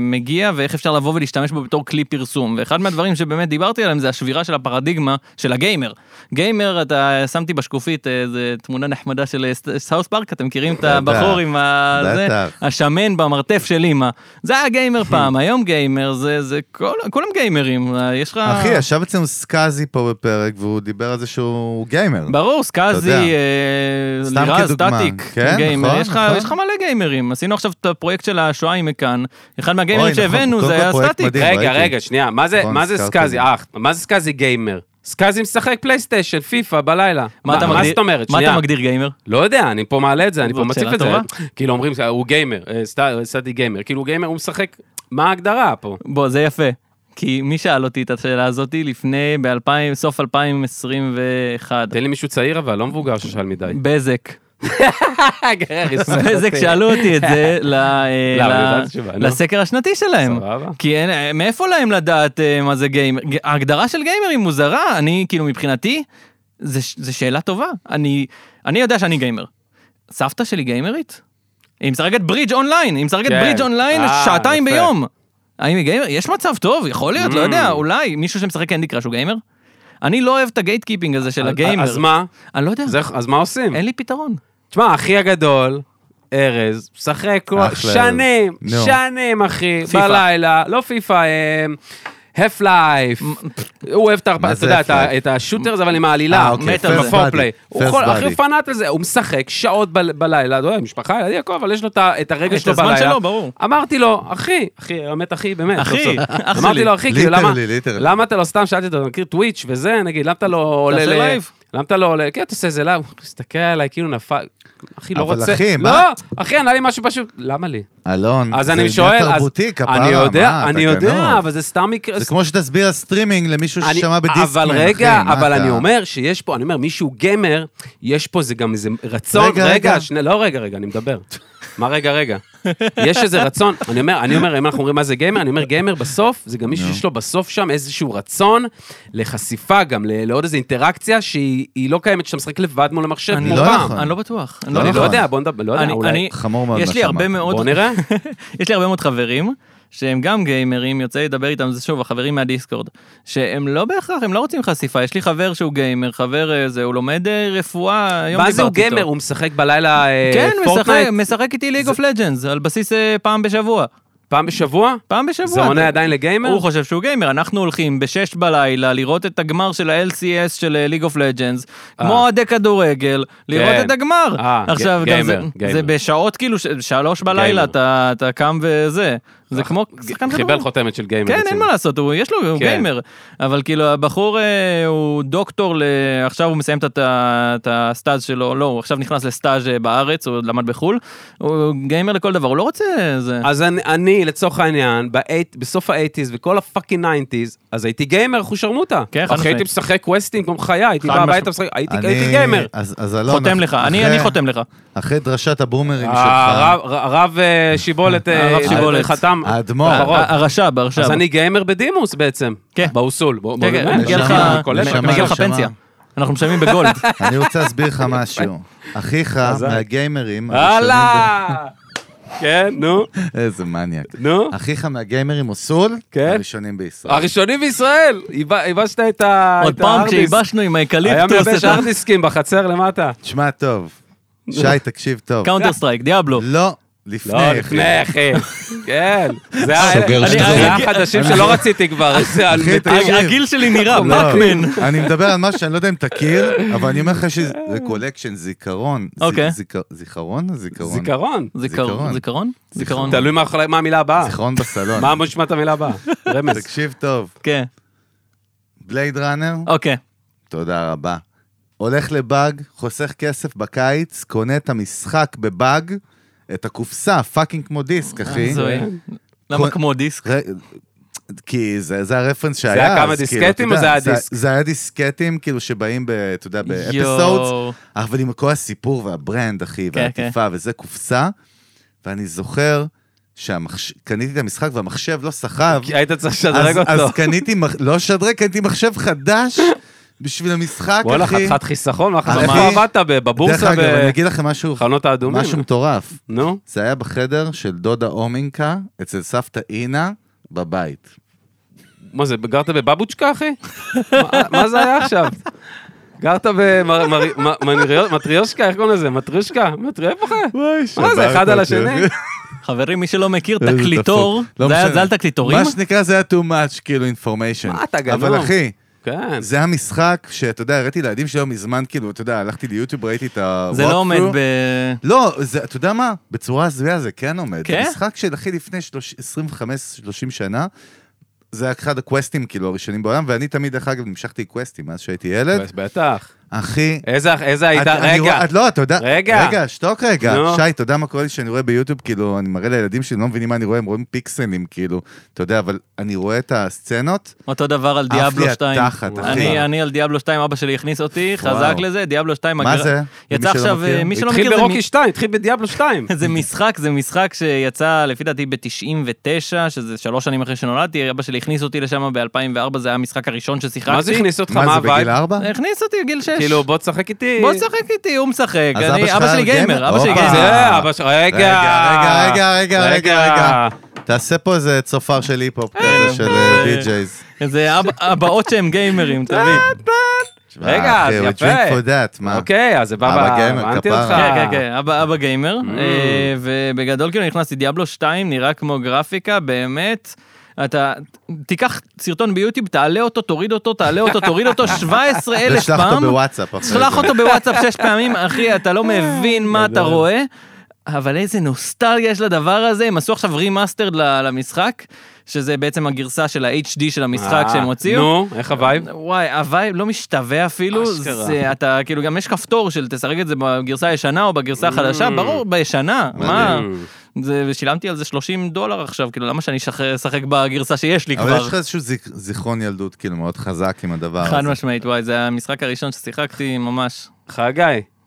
C: מגיע ואיך אפשר לבוא ולהשתמש בו בתור כלי פרסום. ואחד מהדברים שבאמת דיברתי עליהם זה השבירה של הפרדיגמה של הגיימר. גיימר, אתה שמתי בשקופית איזו תמונה נחמדה של אה, סאוס פארק, אתם מכירים את
B: בטח.
C: הבחור עם ה... זה?
B: בטח.
C: השמן במרתף של אימא. זה היה
B: (laughs)
C: גיימר פעם, היום גיימר זה... זה כל... כולם גיימרים, אה, יש לך...
B: אחי, ישב אצלנו סקאזי פה בפרק, והוא דיבר על זה שהוא גיימר.
C: ברור, סקאזי,
B: יודע.
C: אה,
B: סתם
C: לירז,
B: כדוגמה.
C: סטטיק,
B: כן,
C: גיימר,
B: נכון,
C: יש לך-
B: נכון.
C: יש לך מלא גיימרים, עשינו עכשיו את הפרויקט של השואה עם מכאן, אחד מהגיימרים
B: אוי, נכון,
C: שהבאנו
B: קודם
C: זה
B: כל
C: היה
B: פרויקט
C: סטטיק,
B: מדהים.
A: רגע,
B: ראיתי.
A: רגע, שנייה, מה זה-
B: נכון,
A: מה זה
B: הזכרת
A: סקאזי?
B: לי.
A: אה, מה זה סקאזי גיימר? סקאזי משחק פלייסטיישן, פיפא, בלילה.
C: מה אתה
A: מה
C: מגדיר-
A: זאת אומרת?
C: מה
A: שנייה.
C: אתה מגדיר גיימר?
A: לא יודע, אני פה מעלה את זה, אני פה
C: זאת
A: מציף
C: שאלה
A: את זה.
C: טובה.
A: כאילו אומרים, הוא גיימר, אה, סט- סטי גיימר. כאילו הוא גיימר, הוא משחק, מה ההגדרה פה?
C: בוא, זה יפה. כי מי שאל אותי את השאלה הזאתי לפני, ב-2000, סוף 2021.
A: תן לי מישהו צעיר אבל, לא מבוגר ששאל מדי. (laughs)
C: בזק. (laughs)
A: בזק
C: בזק
A: שאל.
C: שאלו אותי את
A: (laughs)
C: זה ל- אה,
A: לא, אבל
C: ל-
A: יודעת התשובה, נו.
C: לסקר השנתי שלהם.
A: סבבה.
C: כי אין, אה, מאיפה להם לדעת אה, מה זה גיימר? ג- ההגדרה של גיימר היא מוזרה, אני כאילו מבחינתי, זה ש- זה שאלה טובה. אני אני יודע שאני גיימר. סבתא שלי גיימרית? היא משחקת ברידג' אונליין, היא משחקת
A: כן.
C: ברידג' אונליין
A: אה,
C: שעתיים
A: יפה. Mm.
C: ביום. האם היא גיימר? יש מצב טוב, יכול להיות, לא יודע, אולי מישהו שמשחק קנדי קראש הוא גיימר? אני לא אוהב את הגייט קיפינג הזה של הגיימר.
A: אז מה?
C: אני לא יודע,
A: אז איך- אז מה עושים?
C: אין לי פתרון.
A: תשמע, אחי הגדול, ארז, משחק כל-
B: אחלה, ארז.
A: שנים,
B: נו.
A: שנים, אחי,
C: פיפא.
A: בלילה, לא פיפא, אה, האף לייף, הוא אוהב את הרפ-
B: מה
A: אתה
B: זה
A: יודע,
B: Half-Life?
A: את ה- את השוטר הזה, אבל עם העלילה,
B: אה, אוקיי,
C: מת על
A: עם
C: זה.
A: הפורפליי.
B: First
A: הוא
B: body.
A: יכול-
B: First
A: הכי
B: body.
A: פנאט על זה, הוא משחק שעות ב- בלילה, אתה יודע, משפחה, ילדים, הכל, אבל יש לו את ה- את הרגע
C: אה, את
A: שלו
C: הזמן
A: בלילה.
C: שלו, ברור.
A: אמרתי לו, אחי, אחי, באמת אחי, באמת.
C: אחי,
A: סוף סוף.
C: אח
A: אמרתי
C: שלי.
A: לו, אחי, כאילו,
B: ליטרלי,
A: למה-
B: ליטרלי.
A: למה אתה לא סתם שאלתי אותו, אתה מכיר טוויץ' וזה, נגיד, למה אתה לא עולה
C: תעשה
A: ל-
C: לייב.
A: למה אתה לא עולה? כן, תעשה איזה לייב. הוא מסתכל עליי, כאילו נפל. אחי, לא
B: אבל
A: רוצה.
B: אחי,
A: לא,
B: מה?
A: אחי, ענה לי משהו פשוט. למה לי?
B: אלון,
A: אז
B: זה
A: אני
B: עניין
A: שואל, אז...
B: תרבותי, כפרה,
A: אני יודע,
B: מה,
A: אני
B: אתה
A: יודע,
B: גנוב.
A: אבל זה סתם מקרה...
B: זה כמו שתסביר על סטרימינג למישהו
A: אני-
B: ששמע בדיסקמן,
A: אבל
B: אחי,
A: רגע,
B: מה
A: אבל
B: אתה-
A: אני אומר שיש פה, אני אומר, מישהו גמר, יש פה איזה גם איזה רצון,
B: רגע,
A: רגע,
B: רגע.
A: שני- לא רגע, רגע, אני מדבר. מה רגע, רגע? יש איזה רצון, אני אומר, אני אומר, אם אנחנו אומרים מה זה גיימר, אני אומר גיימר בסוף, זה גם מישהו שיש לו בסוף שם איזשהו רצון לחשיפה גם, ל- לעוד איזו אינטראקציה שהיא היא לא קיימת כשאתה משחק לבד מול המחשב,
C: אני
A: כמו
B: לא
A: פעם.
B: נכון.
C: אני לא בטוח. אני
B: לא
A: אני לא
B: נכון.
A: יודע, בוא נדבר, לא יודע,
C: אני-
A: אולי.
C: אני-
B: חמור מאוד
C: יש
B: מה
C: לי הרבה
B: שאמרת.
C: מאוד...
A: בוא נראה.
C: (laughs) יש לי הרבה מאוד חברים שהם גם גיימרים, יוצא לי לדבר איתם, זה שוב, החברים מהדיסקורד, שהם לא בהכרח, הם לא רוצים חשיפה, יש לי חבר שהוא גיימר, חבר אה, זה, הוא לומד אה, רפואה, היום
A: מה זה הוא
C: דיברתי
A: גיימר?
C: איתו.
A: הוא משחק בלילה אה,
C: כן, משחק,
A: פורטנייט?
C: משחק איתי ליג אוף לג'אנס, על בסיס אה, פעם בשבוע.
A: פעם בשבוע?
C: פעם בשבוע.
A: זה עונה עדיין לגיימר?
C: הוא חושב שהוא גיימר, אנחנו הולכים בשש בלילה לראות את הגמר של ה-LCS של אה, ליג אוף לג'אנס, כמו אוהדי כדורגל, לראות את הגמר.
A: אה,
C: עכשיו,
A: ג-
C: גם זה-
A: גיימר, גיימר.
C: זה בשעות כאילו, ש- שלוש בלילה
A: גיימר. אה,
C: אתה אתה קם וזה. זה כמו שחקן
A: חיבל חותמת של גיימר.
C: כן, אין
A: רציני.
C: מה לעשות, הוא, יש לו, הוא
A: כן.
C: גיימר. אבל כאילו, הבחור אה, הוא דוקטור, ל... עכשיו הוא מסיים את ה- את הסטאז' שלו, לא, הוא עכשיו נכנס לסטאז' אה, בארץ, הוא למד בחו"ל, הוא גיימר לכל דבר, הוא לא רוצה זה.
A: אז אני, אני לצורך העניין, ב-eight- בסוף ה-80's וכל הפאקינג 90's, אז הייתי גיימר אחושרמוטה.
C: כן, חד
A: אחי, הייתי
C: משמעית.
A: משחק קווסטים כמו בחיי, הייתי
C: חד
A: בא
C: משמעית.
A: הביתה משחק, הייתי
B: אני-
A: הייתי גיימר.
B: אז אז
A: לא,
B: אלון,
A: נכון.
C: חותם לך,
B: אחרי-
C: אני אני חותם לך.
B: אחרי דרשת הבומרים
A: אה,
B: שלך,
A: הרב- הרב אה, שיבולת, אה,
C: הרב שיבולת.
A: חתם.
B: האדמו"ר.
A: ברור.
C: ה- הרש"ב, הרש"ב.
A: אז אני גיימר בדימוס בעצם,
C: כן.
A: באוסול. בוא- בוא
C: כן, כן,
A: באמת,
C: מגיע לך-
B: נשמה,
A: קולט,
B: נשמה.
A: מגיע
C: מגיע
A: לך-
C: לך
B: נשמה.
C: פנסיה. אנחנו משלמים בגולד.
B: אני רוצה להסביר לך משהו.
A: (laughs)
B: אחיך מהגיימרים, הראשונים
A: הלאה! כן, נו,
B: ב- איזה מניאק.
A: נו.
B: אחיך מהגיימרים אוסול,
A: כן.
B: הראשונים בישראל.
A: הראשונים בישראל! ייב- ייבשת את ה...
C: עוד
A: את
C: פעם
A: ההארדיסק.
C: כשייבשנו עם
A: היה
C: האקליפטוס
A: מייבש
C: את
A: ארדיסקים בחצר למטה.
B: תשמע טוב, שי, תקשיב טוב.
C: הקאונטר סטרייק, דיאבלו.
B: לא, לפני.
A: לא,
B: אחי.
A: לפני אחי. כן. זה
D: סוגר
A: ה- אני-
D: שטחים.
A: זה החדשים שלא רציתי כבר. זה על-
B: אחי,
A: אני-
B: תקשיב. (laughs)
C: הגיל שלי נראה,
B: לא,
C: פאקמן.
B: אני מדבר על משהו שאני לא יודע אם תכיר, אבל אני אומר לך שזה קולקשן, זיכרון. ז-
C: אוקיי.
B: זיכר- זיכרון או זיכרון?
A: זיכרון.
C: זיכרון,
B: זיכרון.
C: זיכרון? זיכרון.
A: תלוי מה מה המילה הבאה.
B: זיכרון בסלון.
A: מה מושמעת המילה הבאה? רמז.
B: תקשיב טוב,
C: כן.
B: בלייד ראנר,
C: אוקיי.
B: תודה רבה. הולך לבאג, חוסך כסף בקיץ, קונה את המשחק בבאג, את הקופסה, פאקינג כמו דיסק, אחי.
A: אה,
C: הזוי. למה כמו דיסק?
B: ר- כי זה, זה הרפרנס שהיה.
A: היה כמה
B: אז כאילו,
A: דיסקטים
B: אתה
A: או זה
B: יודע,
A: היה דיסק?
B: זה היה דיסקטים, כאילו, שבאים, ב- אתה יודע, באפיסודס,
C: יואו.
B: אבל עם כל הסיפור והברנד, אחי,
C: כן,
B: והעטיפה, וזה קופסה, ואני זוכר שקניתי את המשחק והמחשב לא סחב.
A: כי היית צריך לשדרג
B: אז, אז
A: כן, אותו.
B: קניתי, מח- לא שדרג, קניתי מחשב חדש בשביל המשחק,
A: וואלה,
B: אחי.
A: חתיכת חיסכון, מה
B: אחי,
A: חשבת? מה עבדת ב-
B: דרך
A: בבורסה
B: אגב, אני אגיד לכם משהו,
A: בחנות האדומים?
B: משהו מטורף.
A: נו.
B: זה היה בחדר של דודה הומינקה, אצל סבתא אינה, בבית.
A: מה זה, גרת בבבוצ'קה, אחי? מה- מה זה היה עכשיו? גרת במטריושקה, איך קוראים לזה? מטריושקה? מטרי- איפה זה? מה זה, אחד על השני?
C: חברים, מי שלא מכיר,
B: איזה
C: תקליטור,
B: דפוק. לא
C: זה היה
B: משנה.
C: זה על תקליטורים?
B: מה שנקרא זה היה too much, כאילו, information.
A: מה, אתה גנוב?
B: אבל אחי,
A: כן.
B: זה המשחק שאתה יודע, הראיתי לילדים שלי לא מזמן, כאילו, אתה יודע, הלכתי ליוטיוב, ראיתי את ה...
C: זה לא עומד ב...
B: לא, זה, אתה יודע מה? בצורה הזויה זה כן עומד.
C: כן?
B: כן? משחק של אחי לפני 25-30 שנה, זה היה אחד הקווסטים כאילו הראשונים בעולם, ואני תמיד, דרך אגב, נמשכתי עם קווסטים מאז שהייתי ילד.
A: בטח.
B: אחי...
C: אה,
A: איזה איזה
B: את-
A: הייתה,
B: אני
A: רגע,
B: רואה- את לא, אתה יודע,
A: רגע.
B: רגע, שתוק רגע,
A: נו.
B: שי, אתה יודע מה קורה לי שאני רואה ביוטיוב, כאילו, אני מראה לילדים שלי, לא מבינים מה אני רואה, הם רואים פיקסלים, כאילו, אתה יודע, אבל אני רואה את הסצנות,
C: אותו דבר על
B: עף לי
C: דיאבלו 2.
B: התחת, אחי.
C: אני אני על דיאבלו 2, אבא שלי הכניס אותי,
B: וואו.
C: חזק לזה, דיאבלו 2.
B: מה
C: הגר-
B: זה? למי
C: יצא
B: שלא
C: עכשיו,
B: מכיר.
C: אה, מי שלא מכיר,
A: התחיל
C: זה מ-
A: ברוקי 2, התחיל בדיאבלו
B: (laughs)
A: 2.
C: (laughs) זה משחק, זה משחק שיצא לפי דעתי ב-99, שזה שלוש שנים אחרי שנולדתי, אבא שלי הכניס אותי לשם ב-2004, זה היה המשחק הראשון ששיחקתי.
A: מה זה הכניס אותך?
B: מה
A: מה
B: זה, בגיל
A: הווייב?
B: ארבע?
C: הכניס אותי בגיל שש.
A: כאילו, בוא תשחק איתי. אה,
C: בוא תשחק איתי, הוא משחק.
B: אז
C: אני-
B: אבא שלך
C: אבא שלי
B: היה
C: גיימר,
B: גיימר? אוקיי.
C: אבא שלי
B: הופה.
C: גיימר.
A: זה, אבא שלך, רגע.
B: רגע, רגע, רגע, רגע, רגע. תעשה פה איזה צופר של היפ-הופ כזה, של
C: אה.
B: די-ג'ייז.
C: זה אבא- הבאות שהם גיימרים, אתה מבין?
B: אה,
A: רגע, אז
B: אוקיי, We drink
A: יפה.
B: for that, מה?
A: אוקיי, אז זה בא,
B: אבא
A: ב-
B: גיימר,
A: הבנתי
B: כפרה.
A: אותך.
C: כן, כן, כן, אבא, אבא
A: Mm.
C: גיימר, אה, ובגדול כאילו נכנסתי דיאבלו 2, נראה כמו גרפיקה, באמת. אתה תיקח סרטון ביוטיוב, תעלה אותו, תוריד אותו, תעלה אותו, תוריד
B: (laughs)
C: אותו 17 אלף
B: ושלח אותו
C: פעם.
B: בוואטסאפ. אחרי
C: שלח
B: זה.
C: אותו בוואטסאפ שש פעמים, אחי, אתה לא מבין מה אתה רואה, אבל איזה נוסטלגיה יש לדבר הזה, הם עשו עכשיו רימאסטרד ל- למשחק, שזה בעצם הגרסה של ה-HD של המשחק
A: אה,
C: שהם הוציאו.
A: נו, איך הווייב?
C: וואי, הווייב לא משתווה אפילו,
A: אשכרה.
C: זה אתה, כאילו גם יש כפתור של תסרג את זה בגרסה הישנה או בגרסה החדשה,
A: Mm.
C: ברור, בישנה, מה?
A: מדהים.
C: זה, ושילמתי על זה 30 דולר עכשיו, כאילו למה שאני אשחק- אשחק בגרסה שיש לי
B: אבל יש
C: כבר?
B: לך איזשהו זיכ- זיכרון ילדות כאילו מאוד חזק עם הדבר הזה.
C: חד משמעית, וואי, זה המשחק הראשון ששיחקתי ממש.
A: חגי,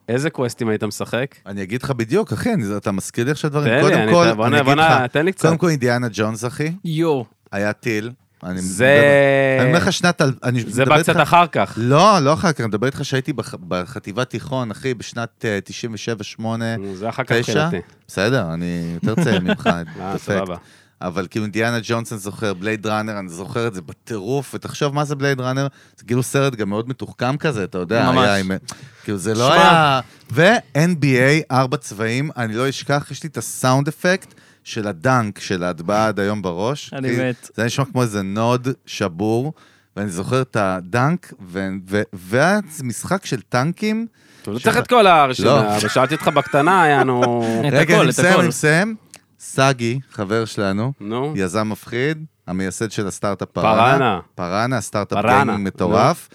A: איזה קווסטים היית משחק?
B: אני אגיד לך בדיוק, אחי, אני- אתה מזכיר לי עכשיו דברים.
A: תן לי,
B: קודם
A: אני-
B: כל,
A: בוא
B: אני
A: נ- בוא
B: אגיד
A: נ-
B: לך,
A: תן לי קצת.
B: קודם כל אינדיאנה גונס, אחי,
C: יואו.
B: היה טיל. אני
A: זה...
B: מדבר- אני אומר לך שנת... אל- אני
A: זה
B: מדבר
A: בא קצת
B: איתך-
A: אחר כך.
B: לא, לא אחר כך, אני מדבר איתך שהייתי בח- בחטיבת תיכון, אחי, בשנת אה, 97-8,
A: נו, זה אחר כך
B: 9.
A: מבחינתי.
B: בסדר, אני יותר צעיר
A: (laughs)
B: ממך,
A: אה,
B: דפקט.
A: סבבה.
B: אבל כאילו דיאנה ג'ונסון זוכר, בלייד ראנר, אני זוכר את זה בטירוף, ותחשוב מה זה בלייד ראנר, זה כאילו סרט גם מאוד מתוחכם כזה, אתה יודע,
C: ממש.
B: היה עם... כאילו זה לא
A: שמע.
B: היה... ו-NBA, ארבע צבעים, אני לא אשכח, יש לי את הסאונד אפקט של הדנק, של ההטבעה עד היום בראש.
C: אני
B: כי
C: מת.
B: זה היה נשמע כמו איזה נוד שבור, ואני זוכר את הדנק, ו- ו- והמשחק של טנקים.
A: אתה לא צריך את כל הרשימה,
B: לא.
A: אבל שאלתי אותך בקטנה,
B: (laughs)
A: יענו...
C: את
B: רגע, אני
C: הכל, את
B: מסיים, אני
C: הכל.
B: מסיים. סגי, חבר שלנו,
A: נו,
B: יזם מפחיד, המייסד של הסטארט-אפ
A: פארנה.
B: פארנה. פארנה, סטארט-אפ
A: פארנה,
B: גיימינג מטורף.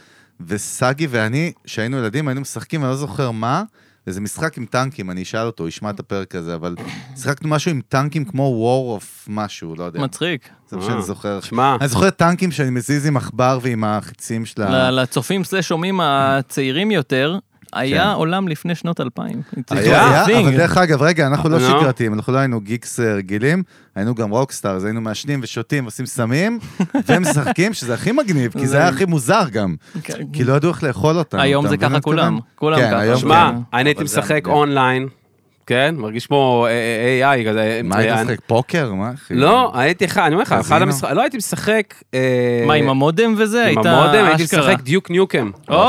B: וסגי ואני, כשהיינו ילדים, היינו משחקים, אני לא זוכר מה, איזה משחק עם טנקים, אני אשאל אותו, הוא ישמע את הפרק הזה, אבל שיחקנו משהו עם טנקים כמו וור אוף משהו, לא יודע.
C: מצחיק.
B: זה מה שאני זוכר.
A: אה. שמע,
B: אני זוכר טנקים שאני מזיז עם עכבר ועם החיצים של ה...
C: ל- לצופים סלש שומעים הצעירים יותר,
B: כן.
C: היה עולם לפני שנות 2000. It was
B: היה,
C: a
B: היה,
C: thing.
B: אבל דרך אגב, רגע, אנחנו לא
A: נו.
B: שגרתיים, אנחנו לא היינו גיקס אה, רגילים, היינו גם רוקסטארס, היינו מעשנים ושותים, עושים
C: (laughs)
B: סמים, ומשחקים, שזה הכי מגניב, כי זה
C: זה-
B: היה הכי מוזר גם,
C: כן.
B: כי לא ידעו איך לאכול אותנו.
C: היום
B: אתה
C: זה
B: מבין
C: ככה
B: מה אני
C: כולם,
B: מתכוון?
C: כולם
B: כן,
C: ככה.
B: היום
A: שמע,
B: כן.
A: אני הייתי
B: אבל זה
A: משחק
B: המגניב.
A: אונליין, כן? מרגיש כמו אה, AI כזה.
B: מה,
A: אה,
B: היית
A: אני-
B: משחק פוקר? מה, אחי?
A: לא, הייתי אחד, אני אומר לך, אחד
B: קזינו?
A: המשחק, לא הייתי משחק... אה,
C: מה, עם המודם וזה?
A: עם
C: הייתה
A: המודם, הייתי
C: אשכרה.
A: משחק דיוק ניוקם.
C: או!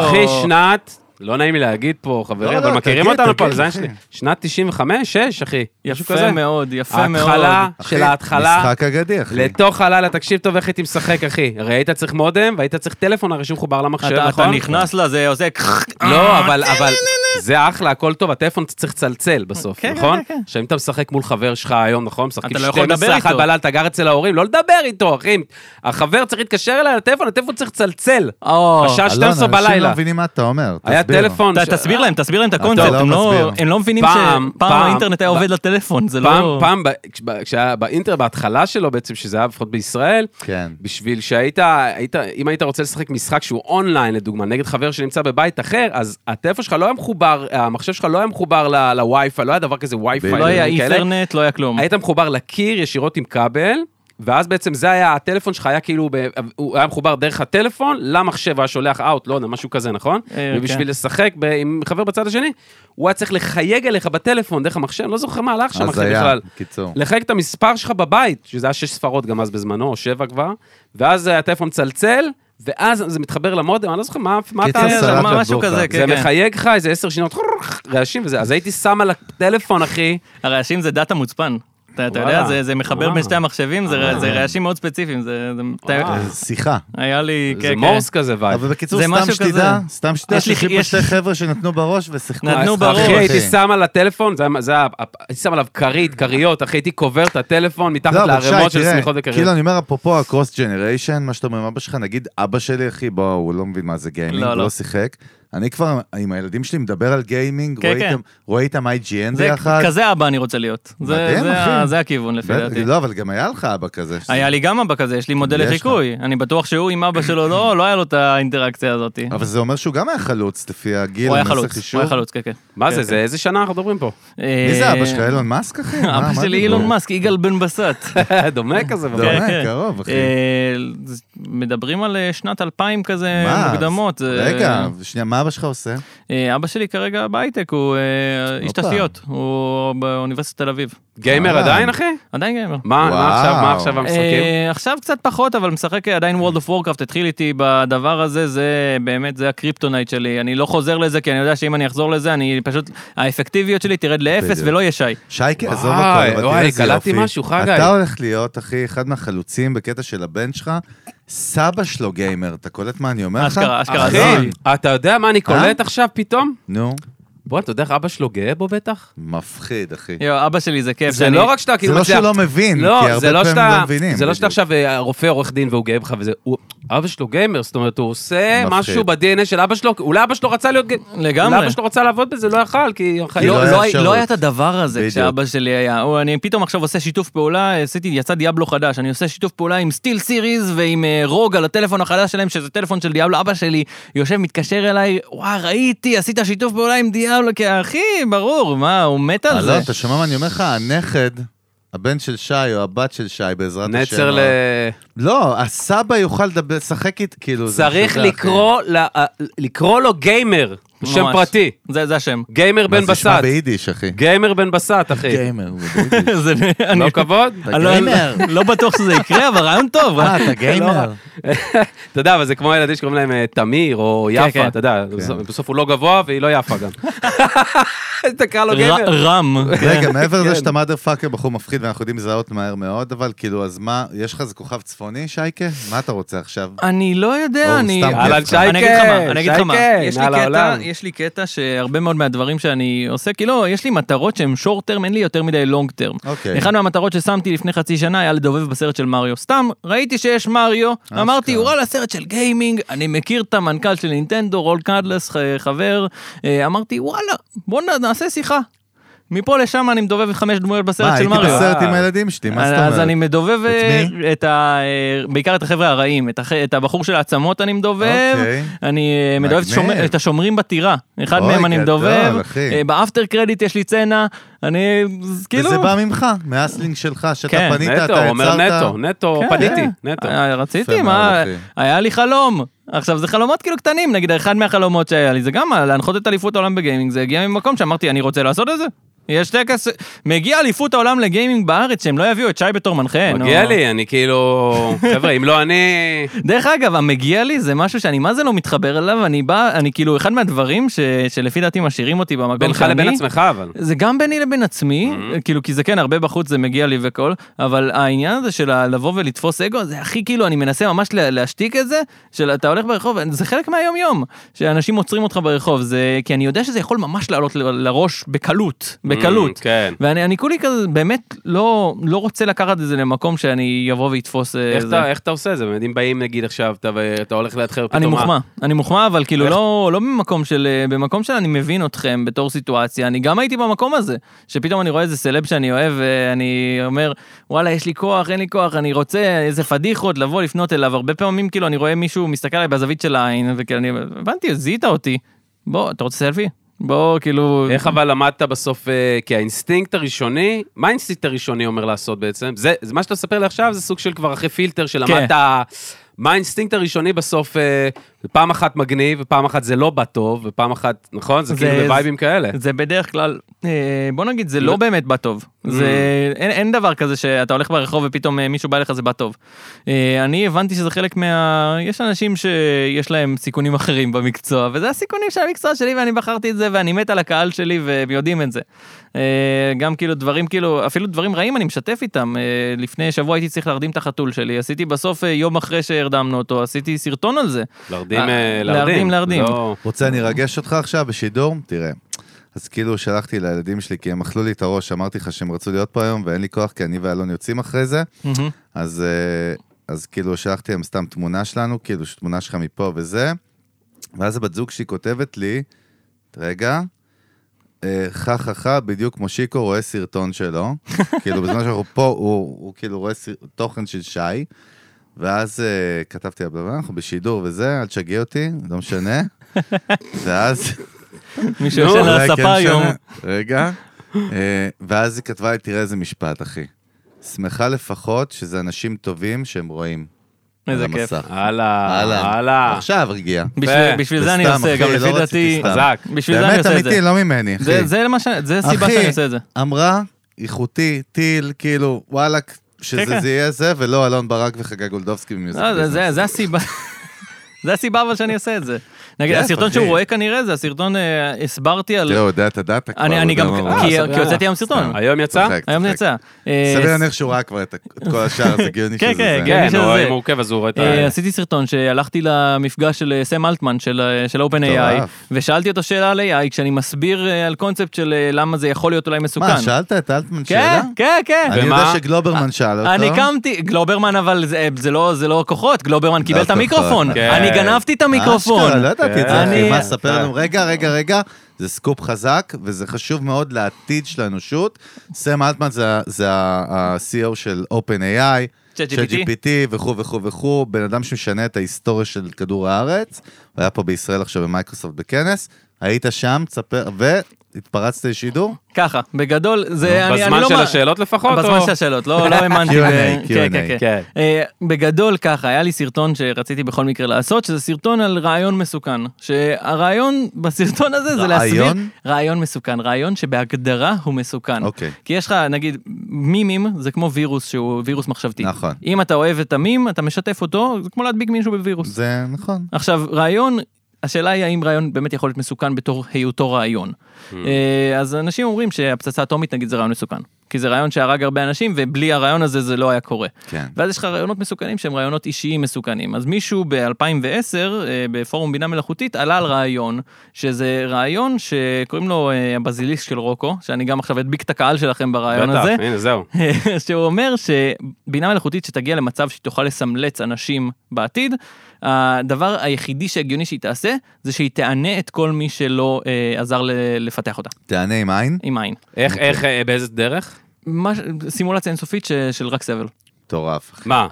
A: אחרי שנת, לא נעים לי להגיד פה, חברים,
B: לא,
A: אבל
B: לא,
A: מכירים
B: תגיד,
A: אותנו פה על
B: תגיד,
A: זין שלי.
B: אחי.
A: שנת 95, 6, אחי. משהו
C: יפה
A: כזה.
C: מאוד, יפה מאוד.
A: ההתחלה
B: אחי,
A: של ההתחלה,
B: משחק אגדי, אחי.
A: לתוך הלילה, תקשיב טוב איך הייתי משחק, אחי. הרי היית צריך מודם והיית צריך טלפון, הרי שהוא מחובר למחשב,
C: אתה-
A: נכון?
C: אתה נכנס לזה, עושה אה, קרק.
A: לא, אבל,
C: כן,
A: אבל, זה אחלה, הכל טוב, הטלפון אתה צריך לצלצל בסוף,
C: כן,
A: נכון?
C: כן, כן.
A: עכשיו, אם אתה משחק מול חבר שלך היום, נכון? משחקים
C: אתה לא יכול לדבר
A: 12, אחת
C: איתו.
A: בלילה, אתה גר אצל ההורים, לא לדבר איתו, אחי. החבר צריך להתקשר אליי לטלפון, הטלפון צריך לצלצל.
C: או,
A: בשעה
B: אלון,
A: 12
B: אנשים לא
A: בלילה.
B: מבינים מה אתה אומר,
A: היה
B: תסביר.
A: טלפון...
C: אתה-
A: ש-
C: תסביר להם, תסביר להם את
B: אתה
C: הקונספט,
B: לא
C: הם לא-
B: מסביר.
C: הם לא מבינים
A: פעם,
C: שפעם
A: פעם,
C: האינטרנט היה
A: פעם.
C: עובד לטלפון, זה
A: פעם,
C: לא...
A: פעם, ב- כש- כשהיה באינטר, בהתחלה שלו בעצם, שזה היה לפחות בישראל,
B: כן.
A: בשביל שהיית, היית, אם היית רוצה לשחק משחק שהוא אונליין, לדוגמה, נגד חבר שנמצא בבית אחר, אז הטלפון שלך לא היה מחובר, המחשב שלך לא היה מחובר ל- לווי-פיי, לא היה דבר כזה ווי-פיי.
C: לא היה
A: דברים כאלה.
C: אינטרנט, לא היה כלום.
A: היית מחובר לקיר ישירות עם כבל, ואז בעצם זה היה, הטלפון שלך היה כאילו, ב- הוא היה מחובר דרך הטלפון למחשב, היה שולח אאוט, לא יודע, משהו כזה, נכון?
C: אה, כן.
A: ובשביל לשחק ב- עם חבר בצד השני, הוא היה צריך לחייג אליך בטלפון, דרך המחשב, לא זוכר מה הלך שם
B: אז
A: אחי
B: היה,
A: בכלל.
B: קיצור.
A: לחייג את המספר שלך בבית, שזה היה שש ספרות גם אז בזמנו, או שבע כבר, ואז אה, הטלפון מצלצל, ואז זה מתחבר למודם, אני לא זוכר מה מה אתה...
B: קיצור,
C: זה
B: סלט
C: כן, משהו
B: לבורקה.
C: כזה, כן.
A: זה מחייג לך איזה עשר שניות רעשים וזה, אז הייתי שם על הטלפון, אחי,
C: הרעשים זה דאטה מוצפן. אתה, אתה יודע,
A: וואלה.
C: זה, זה מחבר
A: וואלה.
C: בין שתי המחשבים, זה,
B: אה.
A: וואלה.
C: זה רעשים מאוד ספציפיים, זה... זה
A: וואלה.
B: זה שיחה.
C: היה לי... כן,
A: זה מורס כזה וייב.
B: אבל בקיצור,
C: זה
B: סתם
C: משהו
B: שתדע,
C: כזה.
B: סתם שתדע,
C: יש לי-
B: שיושבים פה
C: יש-
B: שתי חבר'ה שנתנו בראש ושיחקו.
C: נתנו
B: משחק,
C: בראש.
A: אחי,
B: אחי.
A: הייתי שם על הטלפון, זה היה- זה היה, הייתי שם עליו כרית, כריות, אחי, הייתי קובר את הטלפון
B: לא,
A: מתחת
B: אבל שי,
A: לערימות של
B: תראה,
A: שמיכות
B: כאילו,
A: וכריות.
B: אני אומר, אפרופו הקרוס ג'נריישן, מה שאתה אומר עם אבא שלך, נגיד, אבא שלי, אחי, בוא, הוא לא מבין מה זה גיימינג,
C: לא,
B: הוא לא
C: לא.
B: שיחק. אני כבר עם הילדים שלי מדבר על גיימינג,
C: כן,
B: רואה
C: כן.
B: איתם- רואה איתם IGN
C: זה
B: ביחד.
C: כזה אבא אני רוצה להיות. זה,
B: מדהים,
C: זה,
B: אחי.
C: ה- זה הכיוון לפי
B: בטח,
C: דעתי.
B: לא, אבל גם היה לך אבא כזה.
C: היה לי גם אבא כזה, יש לי מודל
B: יש
C: לחיקוי. אני בטוח שהוא עם אבא שלו, לא, לא היה לו את האינטראקציה הזאת.
B: אבל זה אומר שהוא גם היה חלוץ, לפי הגיל,
C: הוא היה
B: אני עושה
C: חלוץ,
B: חישוב.
C: הוא היה חלוץ, כן, כן.
A: מה
C: כן, אה,
A: זה, זה איזה שנה אנחנו מדברים
C: (laughs)
A: פה?
B: מי זה אבא שלך, אילון מאסק, אחי? מה-
C: אבא
B: מה
C: שלי
B: זה?
C: אילון מאסק, יגאל בן בסט.
B: (laughs)
A: דומה כזה. אבל.
B: דומה,
C: כן, כן.
B: קרוב, אחי.
C: אה, מדברים על אה, שנת 2000 כזה
B: מה?
C: מוקדמות. אה, זה-
B: רגע, שנייה, מה מה אבא שלך עושה?
C: אה, אבא שלי כרגע בהייטק, הוא אה, איש
B: הופה.
C: תעשיות, הוא באוניברסיטת תל אביב.
A: גיימר
B: אה.
A: עדיין, אחי?
C: עדיין גיימר.
A: מה
B: וואו.
A: מה עכשיו, מה עכשיו המשחקים?
C: אה, עכשיו קצת פחות, אבל משחק אה, עדיין World of Warcraft התחיל איתי בדבר הזה, זה באמת, זה הקריפטונייט שלי. אני לא חוזר לזה, כי אני יודע שאם אני אחזור לזה, אני פשוט, האפקטיביות שלי תרד לאפס
B: בדיוק.
C: ולא יהיה שי.
B: שייקה, עזוב
A: וואי,
B: הכל, אבל תראה
A: וואי,
B: איזה
A: קלטתי
B: יופי.
A: משהו, חגי.
B: אתה הולך להיות, אחי, אחד מהחלוצים בקטע של הבן שלך, סבא שלו גיימר, אתה קולט מה אני אומר לך?
C: אשכרה, אשכרה.
A: אחי,
C: זה-
A: לא? אתה יודע
B: אה?
A: מה אני קולט עכשיו פתאום?
B: נו,
A: בוא, אתה יודע איך אבא שלו גאה בו בטח?
B: מפחיד, אחי.
C: יו, אבא שלי זה כיף.
A: זה
C: שאני-
A: לא רק שאתה
B: זה
A: כאילו
B: לא
A: מצליח...
B: שהוא לא מבין, כי
A: לא, זה
B: הרבה
A: לא
B: פעמים
A: שאתה,
B: לא מבינים.
A: זה לא שאתה
B: בדיוק.
A: עכשיו אה, רופא עורך דין והוא גאה בך וזה, הוא- אבא שלו גיימר, זאת אומרת, הוא עושה
B: מפחיד.
A: משהו ב-DNA של אבא שלו, אולי אבא שלו רצה להיות גיימר,
C: לגמרי.
A: אולי אבא שלו רצה לעבוד בזה, לא יכל, כי החיים,
B: לא
C: לא,
B: היה
C: לא, היה-
B: אפשרות.
C: לא היה את הדבר הזה
B: בדיוק.
C: כשאבא שלי היה. או, אני פתאום עכשיו עושה שיתוף פעולה, עשיתי, יצא דיאבלו חדש, אני עושה שיתוף פעולה עם סטיל סיריז ועם אה, רוג על הטלפון החדש שלהם, שזה טלפון של דיאבלו, אבא שלי יושב, מתקשר אליי, וואי, ראיתי, עשית שיתוף פעולה עם דיאבלו, כי אחי, ברור, מה, הוא מת על
B: אה, לא,
C: זה.
B: אתה שומע מה אני אומר לך? הנכד, הבן של שי או הבת של שי, בעזרת השם.
A: נצר ל...
B: לא, הסבא יוכל לדבר, לשחק איתי, כאילו. זה
A: צריך
B: משוגע, אחי.
A: לקרוא ל- אה, לקרוא לו גיימר, שם
C: ממש.
A: פרטי,
C: זה זה השם.
A: גיימר
B: מה,
A: בן
B: זה נשמע
A: בסט,
B: ביידיש, אחי.
A: גיימר בן בסט, אחי,
B: גיימר, הוא
A: (laughs)
B: ביידיש.
C: זה- אני-
A: לא כבוד?
C: אני לא-
B: גיימר.
C: לא בטוח שזה יקרה, אבל רעיון
A: לא,
C: טוב. לא,
B: אה, אתה גיימר.
A: אתה יודע, אבל זה כמו הילדים שקוראים להם אה, תמיר או יפה,
C: כן.
A: אתה יודע, בסוף הוא לא גבוה והיא לא יפה
C: (laughs)
A: גם. תקרא לו
C: ר-
A: גיימר.
C: רם.
B: רגע, מעבר
A: כן.
B: לזה שאתה מאדר פאקר בחור מפחיד ואנחנו יודעים לזהות מהר מאוד, אבל כאילו, אז מה, יש לך איזה כוכב צפוני, שייקה? מה אתה רוצה
A: אה,
B: עכשיו?
C: אני לא יודע,
B: או,
C: אני...
B: סתם
A: אהלן
B: כיף לך.
A: שייקה,
C: אני אגיד לך מה, אני אגיד לך מה,
A: שייקה,
C: יש לי
A: נעל
C: קטע,
A: העולם.
C: יש לי קטע שהרבה מאוד מהדברים שאני עושה, כי לא, יש לי מטרות שהן שורט טרם, אין לי יותר מדי לונג טרם.
B: אוקיי.
C: אחד מהמטרות ששמתי לפני חצי שנה היה לדובב בסרט של מריו. סתם, ראיתי שיש מריו, אמרתי, וואלה, סרט של גיימינג, אני מכיר את המנכ"ל של נינטנדו, רול קדלס, ח- חבר, אה, אמרתי, וואלה, בוא נ- נעשה שיחה. מפה לשם אני מדובב חמש דמויות
B: מה,
C: בסרט של
B: הייתי
C: מריו.
B: בסרט עם
A: אה.
B: הילדים שלי, אוקיי, מה
C: אז-
B: זאת אומרת?
C: אז אני מדובב
B: את
C: אה, את ה... אה, בעיקר את החבר'ה הרעים, את הח- את הבחור של העצמות אני מדובב,
B: אוקיי.
C: אני אה, מדובב את
B: מגניב.
C: שומר- את השומרים בטירה, אחד
B: אוי,
C: מהם אני
B: גדול,
C: מדובב,
B: אחי.
C: אה, באפטר קרדיט יש לי צנה, אני אז כאילו...
B: וזה בא ממך, מהאסלינג שלך, שאתה
C: כן,
B: פנית, אתה
A: נטו, הוא אומר
B: יצרת.
A: נטו, נטו,
C: כן,
A: פניתי,
C: כן.
A: נטו.
C: אה, רציתי,
B: יפה
C: מה,
B: מאוד, אחי.
C: היה לי חלום. עכשיו זה חלומות כאילו קטנים, נגיד אחד מהחלומות שהיה לי, זה גם אה, להנחות את אליפות העולם בגיימינג, זה הגיע ממקום שאמרתי, אני רוצה לעשות את זה. יש טקס, מגיע אליפות העולם לגיימינג בארץ, שהם לא יביאו את שי בתור מנחה. נו.
A: מגיע לי, אני כאילו... חבר'ה, אם לא אני...
C: דרך אגב, המגיע לי זה משהו שאני מה זה לא מתחבר אליו, אני בא, אני כאילו, אחד מהדברים ש, שלפי דעתי משאירים אותי במקום
A: בינך
C: שאני-
A: לבין עצמך, Mm-hmm. אבל.
C: זה גם ביני לבין עצמי, כאילו, כי זה כן, הרבה בחוץ זה מגיע לי וכל, אבל העניין הזה של ה- לבוא ולתפוס אגו, זה הכי כאילו, אני מנסה ממש לה- להשתיק את זה, של אתה הולך ברחוב, זה חלק מהיום-יום, שאנשים עוצרים אותך ברחוב, זה, כי אני יודע שזה יכול ממש לעלות ל- לראש בקלות, בקלות.
A: Mm, כן.
C: ואני אני כולי כזה, באמת לא, לא רוצה לקחת את זה למקום שאני אבוא ויתפוס... אה,
A: איך
C: זה.
A: אתה- איך אתה עושה את זה? באמת, אם באים, נגיד, עכשיו, אתה אתה הולך לידך אה, ופתאום...
C: אני
A: מה?
C: מוחמא, אני מוחמא, אבל כאילו
A: איך-
C: לא, לא במקום של, במקום של אני מבין אתכם בתור סיטואציה, אני גם הייתי במקום הזה, שפתאום אני רואה איזה סלב שאני אוהב, ואני אומר, וואלה, יש לי כוח, אין לי כוח, אני רוצה איזה פדיחות לבוא לפנות אליו, הרבה פעמים כאילו אני רואה מישהו מסתכל עליי בזווית של העין, וכאילו אני, הבנתי, זיהית אותי, בוא, אתה רוצה סלפי? בוא, כאילו...
A: איך אבל למדת בסוף, אה, כי האינסטינקט הראשוני, מה האינסטינקט הראשוני אומר לעשות בעצם? זה, זה מה שאתה מספר לי עכשיו, זה סוג של כבר אחרי פילטר שלמדת,
C: כן.
A: מה האינסטינקט הראשוני בסוף, אה, זה פעם אחת מגניב, ופעם אחת זה לא בא טוב, ופעם אחת, נכון? זה,
C: זה-
A: כאילו
C: זה-
A: בווייבים כאלה.
C: זה בדרך כלל, אה, בוא נגיד, זה לא באמת בא טוב. זה, אין, אין דבר כזה שאתה הולך ברחוב ופתאום אה, מישהו בא לך זה בא טוב. אה, אני הבנתי שזה חלק מה... יש אנשים שיש להם סיכונים אחרים במקצוע, וזה הסיכונים של המקצוע שלי ואני בחרתי את זה ואני מת על הקהל שלי והם יודעים את זה. אה, גם כאילו דברים כאילו, אפילו דברים רעים אני משתף איתם. אה, לפני שבוע הייתי צריך להרדים את החתול שלי, עשיתי בסוף אה, יום אחרי שהרדמנו אותו, עשיתי סרטון על זה.
A: להרדים,
C: אה,
A: אה,
C: להרדים,
A: להרדים.
C: להרדים.
A: לא-
B: רוצה אני ארגש אותך עכשיו בשידור? תראה. אז כאילו שלחתי לילדים שלי, כי הם אכלו לי את הראש, אמרתי לך שהם רצו להיות פה היום, ואין לי כוח, כי אני ואלון יוצאים אחרי זה.
C: מהמם.
B: אז, אה, אז כאילו שלחתי להם סתם תמונה שלנו, כאילו תמונה שלך מפה וזה, ואז הבת זוג שלי כותבת לי, רגע, אה, חה חה חה, בדיוק כמו שיקו רואה סרטון שלו, כאילו בזמן שאנחנו פה, הוא, הוא כאילו רואה סר... תוכן של שי, ואז אה, כתבתי לה, "בלה, אנחנו בשידור וזה, אל תשגעי אותי, לא משנה, ואז...
C: מישהו
A: נו,
C: יושב על
B: אולי כן
C: הספה היום.
B: משנה. רגע. אה, ואז היא כתבה לי, תראה איזה משפט, אחי. שמחה לפחות שזה אנשים טובים שהם רואים.
C: איזה
B: על
C: כיף.
B: המסך.
A: הלאה, הלאה.
B: עכשיו רגיע.
C: בשביל- בשביל זה אני
B: בסתם,
C: עושה,
B: אחי,
C: גם
B: לא
C: לפי
B: רציתי
C: דעתי,
B: סתם.
A: חזק.
C: בשביל זה אני
B: באמת
C: עושה את
B: אמיתי,
C: זה.
B: לא ממני, אחי.
C: זה- זה מה ש... זה הסיבה
B: אחי,
C: שאני עושה את זה.
B: אמרה, איכותי, טיל, כאילו, וואלכ,
C: כן,
B: שזה
C: כן.
B: זה יהיה זה, ולא אלון ברק וחגג גולדובסקי במיוזיק.
C: לא, זה-
B: ביזנס.
C: זה- זה הסיבה. (laughs) זה הסיבה אבל שאני עושה את זה. נגיד,
B: כיף,
C: הסרטון
B: אחי.
C: שהוא רואה כנראה זה הסרטון אה, הסברתי על...
B: תראה, הוא יודע את הדאטה כבר.
C: אני
B: הוא
C: אני
B: יודע
C: גם...
B: מה הוא
C: כי-
B: אומר.
A: אה, סבבה.
C: כי הוצאתי היום סרטון.
A: היום יצא?
B: צוחק,
C: היום
B: צוחק.
C: יצא. אה,
B: סביר להניח שהוא ראה כבר את את כל השאר, זה הגיוני
C: כן,
B: שזה
C: כן,
B: זה.
C: כן.
A: כן,
C: שזה
A: או
C: זה.
A: אם הוא עוקב אז הוא רואה את
C: אה,
A: ה...
C: עשיתי סרטון שהלכתי למפגש של אה, סם אלטמן של, אה, של OpenAI
B: מטורף.
C: ושאלתי אותו שאלה על AI כשאני מסביר אה, על קונספט של אה, למה זה יכול להיות אולי
A: כן,
C: מסוכן.
B: מה, שאלת את אלטמן
C: כן,
B: שאלה?
C: כן, כן.
B: אני יודע
A: ומה?
B: שגלוברמן שאל אותו.
C: אני קמתי, גלוברמן אבל זה, זה, לא, זה לא כוחות, גלוברמן קיבל את
B: כוחות,
C: המיקרופון,
A: כן.
C: אני גנבתי את המיקרופון.
B: אשכרה, לא ידעתי את זה,
C: אני-
B: אחי. מה, ספר
A: כן.
B: לנו, רגע, רגע, רגע, זה סקופ חזק, וזה חשוב מאוד לעתיד של האנושות. סם אלטמן זה- זה ה-CEO של OpenAI.
C: ChatGPT.
B: ChatGPT וכו' וכו' וכו', בן אדם שמשנה את ההיסטוריה של כדור הארץ, הוא היה פה בישראל עכשיו במייקרוסופט בכנס, היית שם, תספר, והתפרצת לשידור?
C: ככה, בגדול, זה... אני- אני
A: בזמן
C: לא
A: של
C: מה-
A: השאלות לפחות?
C: בזמן
A: או-
C: של השאלות, לא לא האמנתי.
B: Q&A,
C: ב-
B: Q&A.
C: כן, כן, כן.
A: כן.
C: אה, בגדול ככה, היה לי סרטון שרציתי בכל מקרה לעשות, שזה סרטון על רעיון מסוכן. שהרעיון בסרטון הזה זה להסביר...
B: רעיון?
C: רעיון מסוכן, רעיון שבהגדרה הוא מסוכן.
B: אוקיי.
C: כי יש לך, נגיד, מימים זה כמו וירוס שהוא וירוס מחשבתי.
B: נכון.
C: אם אתה אוהב את המים, אתה משתף אותו, זה כמו להדביק מישהו בווירוס.
B: זה נכון.
C: עכשיו, רעיון, השאלה היא האם רעיון באמת יכול להיות מסוכן בתור היותו רעיון. אה, אז אנשים אומרים שהפצצה האטומית נגיד זה רעיון מסוכן. כי זה רעיון שהרג הרבה אנשים, ובלי הרעיון הזה זה לא היה קורה.
B: כן.
C: ואז יש לך רעיונות מסוכנים שהם רעיונות אישיים מסוכנים. אז מישהו ב-2010, בפורום בינה מלאכותית, עלה על רעיון, שזה רעיון שקוראים לו אה, הבזיליסק של רוקו, שאני גם עכשיו אדביק את הקהל שלכם ברעיון
A: בטח,
C: הזה.
A: הנה זהו.
C: (laughs) שהוא אומר שבינה מלאכותית שתגיע למצב שהיא תוכל לסמלץ אנשים בעתיד, הדבר היחידי שהגיוני שהיא תעשה, זה שהיא תענה את כל מי שלא אה, עזר ל- לפתח אותה,
B: תענה עם עין,
C: עם עין.
A: איך, איך, אה, באיזה דרך?
C: מה, ש- סימולציה אינסופית ש, של רק סבל.
B: מטורף. אחי.
A: מה?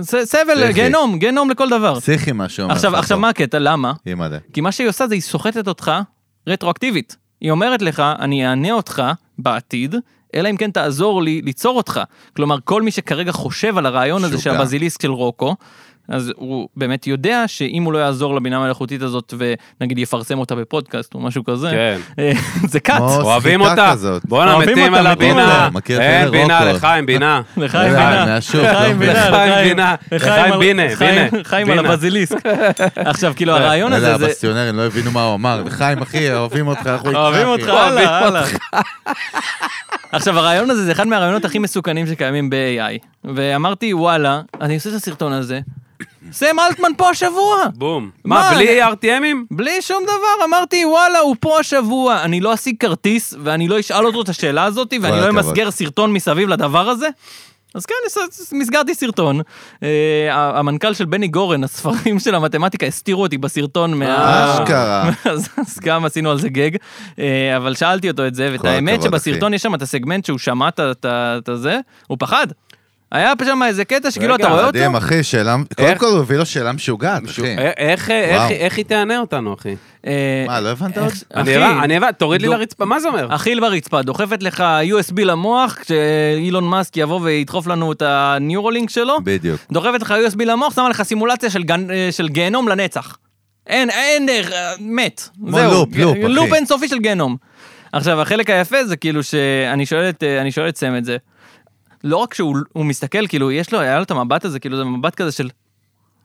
C: ס, סבל,
B: פסיכי.
C: גיהנום, גיהנום לכל דבר.
B: פסיכי מה שאומר לך
C: עכשיו,
B: פה.
C: עכשיו מה הקטע, למה?
B: אימא'לה.
C: כי מה שהיא עושה זה היא סוחטת אותך רטרואקטיבית. היא אומרת לך, אני אענה אותך בעתיד, אלא אם כן תעזור לי ליצור אותך. כלומר, כל מי שכרגע חושב על הרעיון הזה של
B: שוגע.
C: הבזיליסק של רוקו, אז הוא באמת יודע שאם הוא לא יעזור לבינה המלאכותית הזאת ונגיד יפרסם אותה בפודקאסט או משהו כזה, אה,
A: כן.
C: (laughs) זה קאט.
B: כמו-
A: אוהבים
B: סחיטה
A: אותה?
B: כזאת.
A: בואנה,
C: אוהבים
A: מתים
C: אותה,
A: על
C: מתים
A: הבינה.
B: עליה. מכיר את
A: אין
B: אלה
A: בינה,
B: רוקו.
A: לחיים בינה.
C: לחיים
B: אלה,
C: בינה,
B: מהשוק,
C: לחיים
B: לא מבין.
C: בינה,
A: לחיים בינה, לחיים
C: על-
A: בינה,
C: חיים-
A: בינה,
C: חיים על
A: בינה.
C: הבזיליסק. עכשיו, כאילו, הרעיון
B: אלה
C: הזה, זה-
B: הבסטיונרים לא הבינו מה הוא אמר. (laughs) חיים, אחי, אוהבים אותך, אנחנו איתך,
C: אוהבים
B: אחי.
C: אותך, הלאה, הלאה. עכשיו, הרעיון הזה זה אחד מהרעיונות הכי מסוכנים שקיימים ב-AI. ואמרתי, וואלה, אני עושה את הסרטון הזה, סם אלטמן פה השבוע!
A: בום.
C: מה,
A: מה, בלי
C: אני-
A: RTMים?
C: בלי שום דבר, אמרתי, וואלה, הוא פה השבוע. אני לא אשיג כרטיס, ואני לא אשאל אותו את השאלה הזאת, ואני
B: כל
C: לא
B: הכבוד.
C: אמסגר סרטון מסביב לדבר הזה? אז כן, הס- מסגרתי סרטון. אה, ה- המנכ"ל של בני גורן, הספרים של המתמטיקה הסתירו אותי בסרטון מה...
B: אשכרה.
C: (laughs) אז אז גם עשינו על זה גג, אה, אבל שאלתי אותו את זה, ואת
B: כל
C: האמת
B: הכבוד,
C: שבסרטון
B: אחי.
C: יש שם את הסגמנט שהוא שמע את ה- את ה- את הזה, הוא פחד. היה שם איזה קטע שכאילו
A: רגע,
C: אתה רואה אותו,
B: מדהים, אחי, שאלה... קודם
A: איך?
B: כל הוא הביא לו שאלה משוגעת, אחי.
A: אה, איך, אה,
B: וואו.
A: איך- איך היא תענה אותנו, אחי?
C: אה,
B: מה, לא הבנת עוד?
C: איך-
A: אני
C: אחי,
A: הבנתי, אני הבנתי, תוריד לי
C: דו-
A: לרצפה, מה זה אומר?
C: אכיל ברצפה, דוחפת לך USB למוח, כשאילון מאסק יבוא וידחוף לנו את הניורולינק שלו,
B: בדיוק.
C: דוחפת לך USB למוח, שמה לך סימולציה של גן- אה, של גיהנום לנצח. אין, אין דרך, אה, מת.
B: כמו לופ, לופ, אחי.
C: לופ אינסופי של גיהנום. עכשיו, החלק היפה זה כאילו שאני שואל את, אה, אני שואל את סם את זה. לא רק שהוא הוא מסתכל, כאילו, יש לו, היה לו את המבט הזה, כאילו, זה מבט כזה של...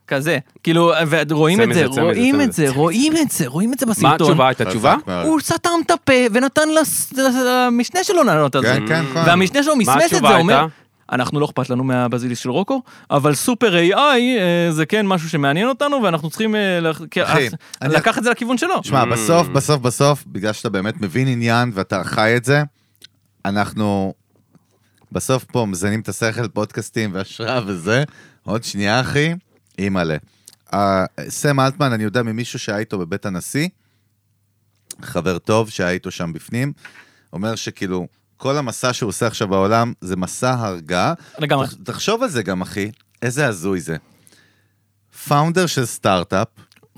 C: כזה. כאילו, ורואים
A: סם
C: את זה,
A: מזה, סם מזה,
C: רואים
A: סם
C: את
A: מזה.
C: זה, רואים את זה, רואים את זה
A: מה
C: בסרטון.
A: התשובה? הייתה תשובה?
B: חזק מאוד.
C: הוא סתם את הפה ונתן לס- למשנה שלו לענות על זה.
B: כן, כן, כן.
C: והמשנה שלו מסמס את
A: התשובה
C: זה, אומר,
A: הייתה?
C: אנחנו לא אכפת לנו מהבזיליס של רוקו, אבל סופר AI אה, זה כן משהו שמעניין אותנו, ואנחנו צריכים אה, לח- כ-
B: אחי,
C: אה,
B: אני-
C: לקח את זה לכיוון שלו.
B: שמע, בסוף, בסוף, בסוף, בגלל שאתה באמת מבין עניין ואתה חי את זה, אנחנו בסוף פה מזיינים את השכל, פודקאסטים והשראה וזה. עוד שנייה, אחי, אימא'לה. אה, סם אלטמן, אני יודע ממישהו שהיה איתו בבית הנשיא, חבר טוב שהיה איתו שם בפנים, אומר שכאילו, כל המסע שהוא עושה עכשיו בעולם זה מסע הרגעה.
C: לגמרי.
B: תח- תחשוב על זה גם, אחי, איזה הזוי זה. פאונדר של סטארט-אפ,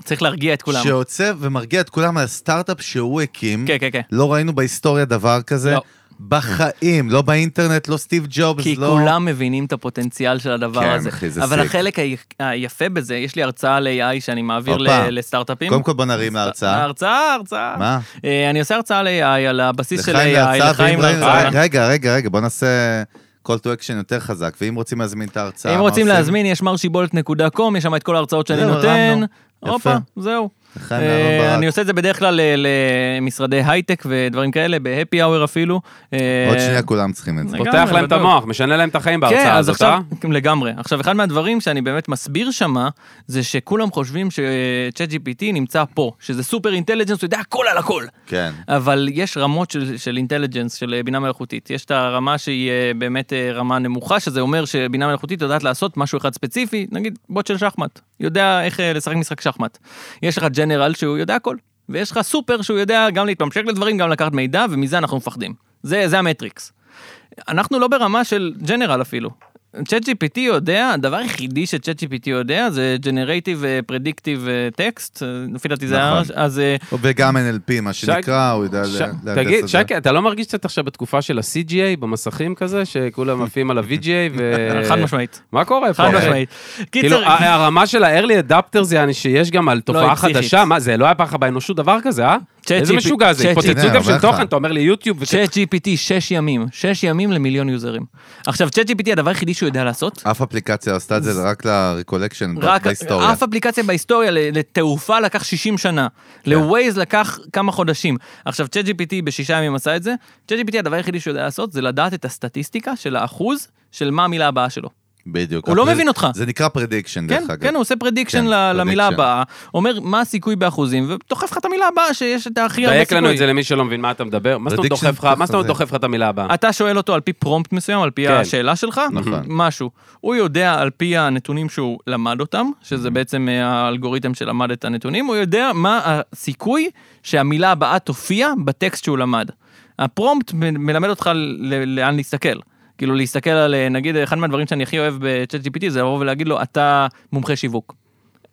C: צריך להרגיע את כולם.
B: שיוצא ומרגיע את כולם על הסטארט-אפ שהוא הקים.
C: כן, כן, כן.
B: לא ראינו בהיסטוריה דבר כזה.
C: לא.
B: בחיים, לא באינטרנט, לא סטיב ג'ובס,
C: כי
B: לא...
C: כולם מבינים את הפוטנציאל של הדבר
B: כן,
C: הזה.
B: אחי, זה
C: אבל
B: sick.
C: החלק ה- היפה בזה, יש לי הרצאה על AI שאני מעביר
B: הופה.
C: ל- לסטארט-אפים.
B: קודם כל בוא נרים להרצאה.
C: הרצאה, הרצאה.
B: מה?
C: אה, אני עושה הרצאה על AI, על הבסיס של
B: לחיים
C: AI,
B: להרצאה,
C: לחיים
B: ואם- לא, אה,
C: להרצאה.
B: רגע, רגע, רגע, בוא נעשה call to action יותר חזק, ואם רוצים להזמין את ההרצאה,
C: אם
B: מה
C: רוצים
B: עושים?
C: להזמין, יש מרשיבולת.com, יש שם את כל ההרצאות שאני
B: זהו,
C: נותן.
B: הרמנו. יפה.
C: הופה, זהו.
B: לחיים
C: אה,
B: להרון
C: אני
B: ברק.
C: עושה את זה בדרך כלל ל- למשרדי הייטק ודברים כאלה, בהפי אאואר אפילו. אה,
B: עוד שנייה כולם צריכים את זה.
C: לגמרי,
A: פותח להם את
C: בטוח.
A: המוח, משנה להם את החיים
C: כן,
A: בהרצאה
C: אז
A: הזאת,
C: עכשיו,
A: אה?
C: לגמרי. עכשיו, אחד מהדברים שאני באמת מסביר שמה, זה שכולם חושבים אה, ש-Chat GPT נמצא פה, שזה סופר אינטליג'נס, הוא יודע הכל על הכל.
B: כן.
C: אבל יש רמות של, של אינטליג'נס, של אה, בינה מלאכותית. יש את הרמה שהיא אה, באמת אה, רמה נמוכה, שזה אומר שבינה מלאכותית יודעת לעשות משהו אחד ספציפי, נגיד בוט של שחמט, יודע איך אה, לשחק משחק שחמט. יש לך ג'נרל שהוא יודע הכל, ויש לך סופר שהוא יודע גם להתממשק לדברים, גם לקחת מידע, ומזה אנחנו מפחדים. זה, זה המטריקס. אנחנו לא ברמה של ג'נרל אפילו. צ'אט GPT יודע, הדבר היחידי שצ'אט GPT יודע זה Generative אה, Predictive Text, אה, לפי דעתי זה היה,
B: נכון.
C: אז אה,
B: וגם NLP, מה שנקרא, הוא יודע...
A: ש-
B: ל- להנדס
A: תגיד,
B: את זה.
A: שקי, אתה לא מרגיש קצת עכשיו בתקופה של ה-CGA במסכים כזה, שכולם עפים על ה-VGA ו...
C: חד משמעית.
A: מה קורה פה?
C: חד משמעית.
A: כאילו,
C: קיצר,
A: (laughs) ה- הרמה של ה-early adapter זה אני- שיש גם על
C: היא
A: תופעה
C: פסיכית.
A: חדשה, מה זה לא היה ככה באנושות דבר כזה, אה?
C: Chat
A: איזה
C: GPT,
A: משוגע זה,
C: Chat
A: התפוצצות
B: GPT.
A: גם
B: אומר
A: של
B: לך.
A: תוכן, אתה אומר לי יוטיוב, וכן.
C: צ'אט GPT, שש ימים, שש ימים למיליון יוזרים. עכשיו, צ'אט GPT, הדבר היחידי שהוא יודע לעשות,
B: אף אפליקציה עשתה את זה רק ל-recollection
C: רק
B: אה, בהיסטוריה.
C: אף אפליקציה בהיסטוריה ל- לתעופה לקח 60 שנה,
B: כן.
C: ל-Waze לקח כמה חודשים. עכשיו, צ'אט GPT בשישה ימים עשה את זה, צ'אט GPT, הדבר היחידי שהוא יודע לעשות זה לדעת את הסטטיסטיקה של האחוז של מה המילה הבאה שלו.
B: בדיוק.
C: הוא לא
B: הפר-
C: מבין אותך.
B: זה נקרא prediction,
C: כן,
B: דרך אגב.
C: כן, הוא עושה
B: כן,
C: פרדיקשן למילה
B: prediction.
C: הבאה, אומר מה הסיכוי באחוזים, ודוחף לך את המילה הבאה שיש את הכי הרבה סיכוי.
A: דייק לנו את זה למי שלא מבין מה אתה מדבר. מה זאת אומרת
B: Prediction
A: דוחף לך- מה זאת אומרת
B: כזה.
A: דוחף לך את המילה הבאה?
C: אתה שואל אותו על פי פרומפט מסוים, על פי
A: כן.
C: השאלה שלך,
B: נכון.
C: משהו. הוא יודע על פי הנתונים שהוא למד אותם, שזה בעצם אה, האלגוריתם שלמד את הנתונים, הוא יודע מה הסיכוי שהמילה הבאה תופיע בטקסט שהוא למד. הפרומפט מ- מלמד אותך ל- לאן להסתכל. כאילו להסתכל על, אה, נגיד, אחד מהדברים שאני הכי אוהב בצ'אט GPT זה לבוא ולהגיד לו, אתה מומחה שיווק.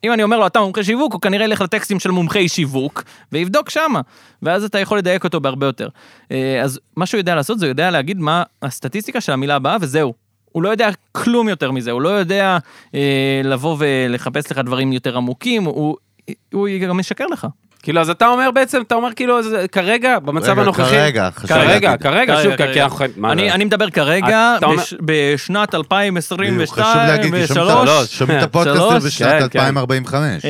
C: אם אני אומר לו, אתה מומחה שיווק, הוא כנראה ילך לטקסטים של מומחי שיווק, ויבדוק שמה, ואז אתה יכול לדייק אותו בהרבה יותר. אה, אז מה שהוא יודע לעשות, זה יודע להגיד מה הסטטיסטיקה של המילה הבאה, וזהו. הוא לא יודע כלום יותר מזה, הוא לא יודע אה, לבוא ולחפש לך דברים יותר עמוקים, הוא, הוא גם ישקר לך.
A: כאילו, אז אתה אומר בעצם, אתה אומר כאילו, אז כרגע, במצב
B: רגע,
A: הנוכחי...
B: כרגע, חשוב
A: כרגע,
B: להגיד.
A: כרגע, שוב,
C: כרגע,
A: כי אנחנו... מה
C: אני,
A: זה?
C: אני מדבר כרגע,
A: אתה אומר-
C: בש, בשנת
B: בדיוק,
C: 2022,
B: חשוב להגיד, כי שומעים את ה- לא, שומעים את הפודקאסט
C: שלוש,
B: הזה בשנת
A: כן, כן.
B: 2045.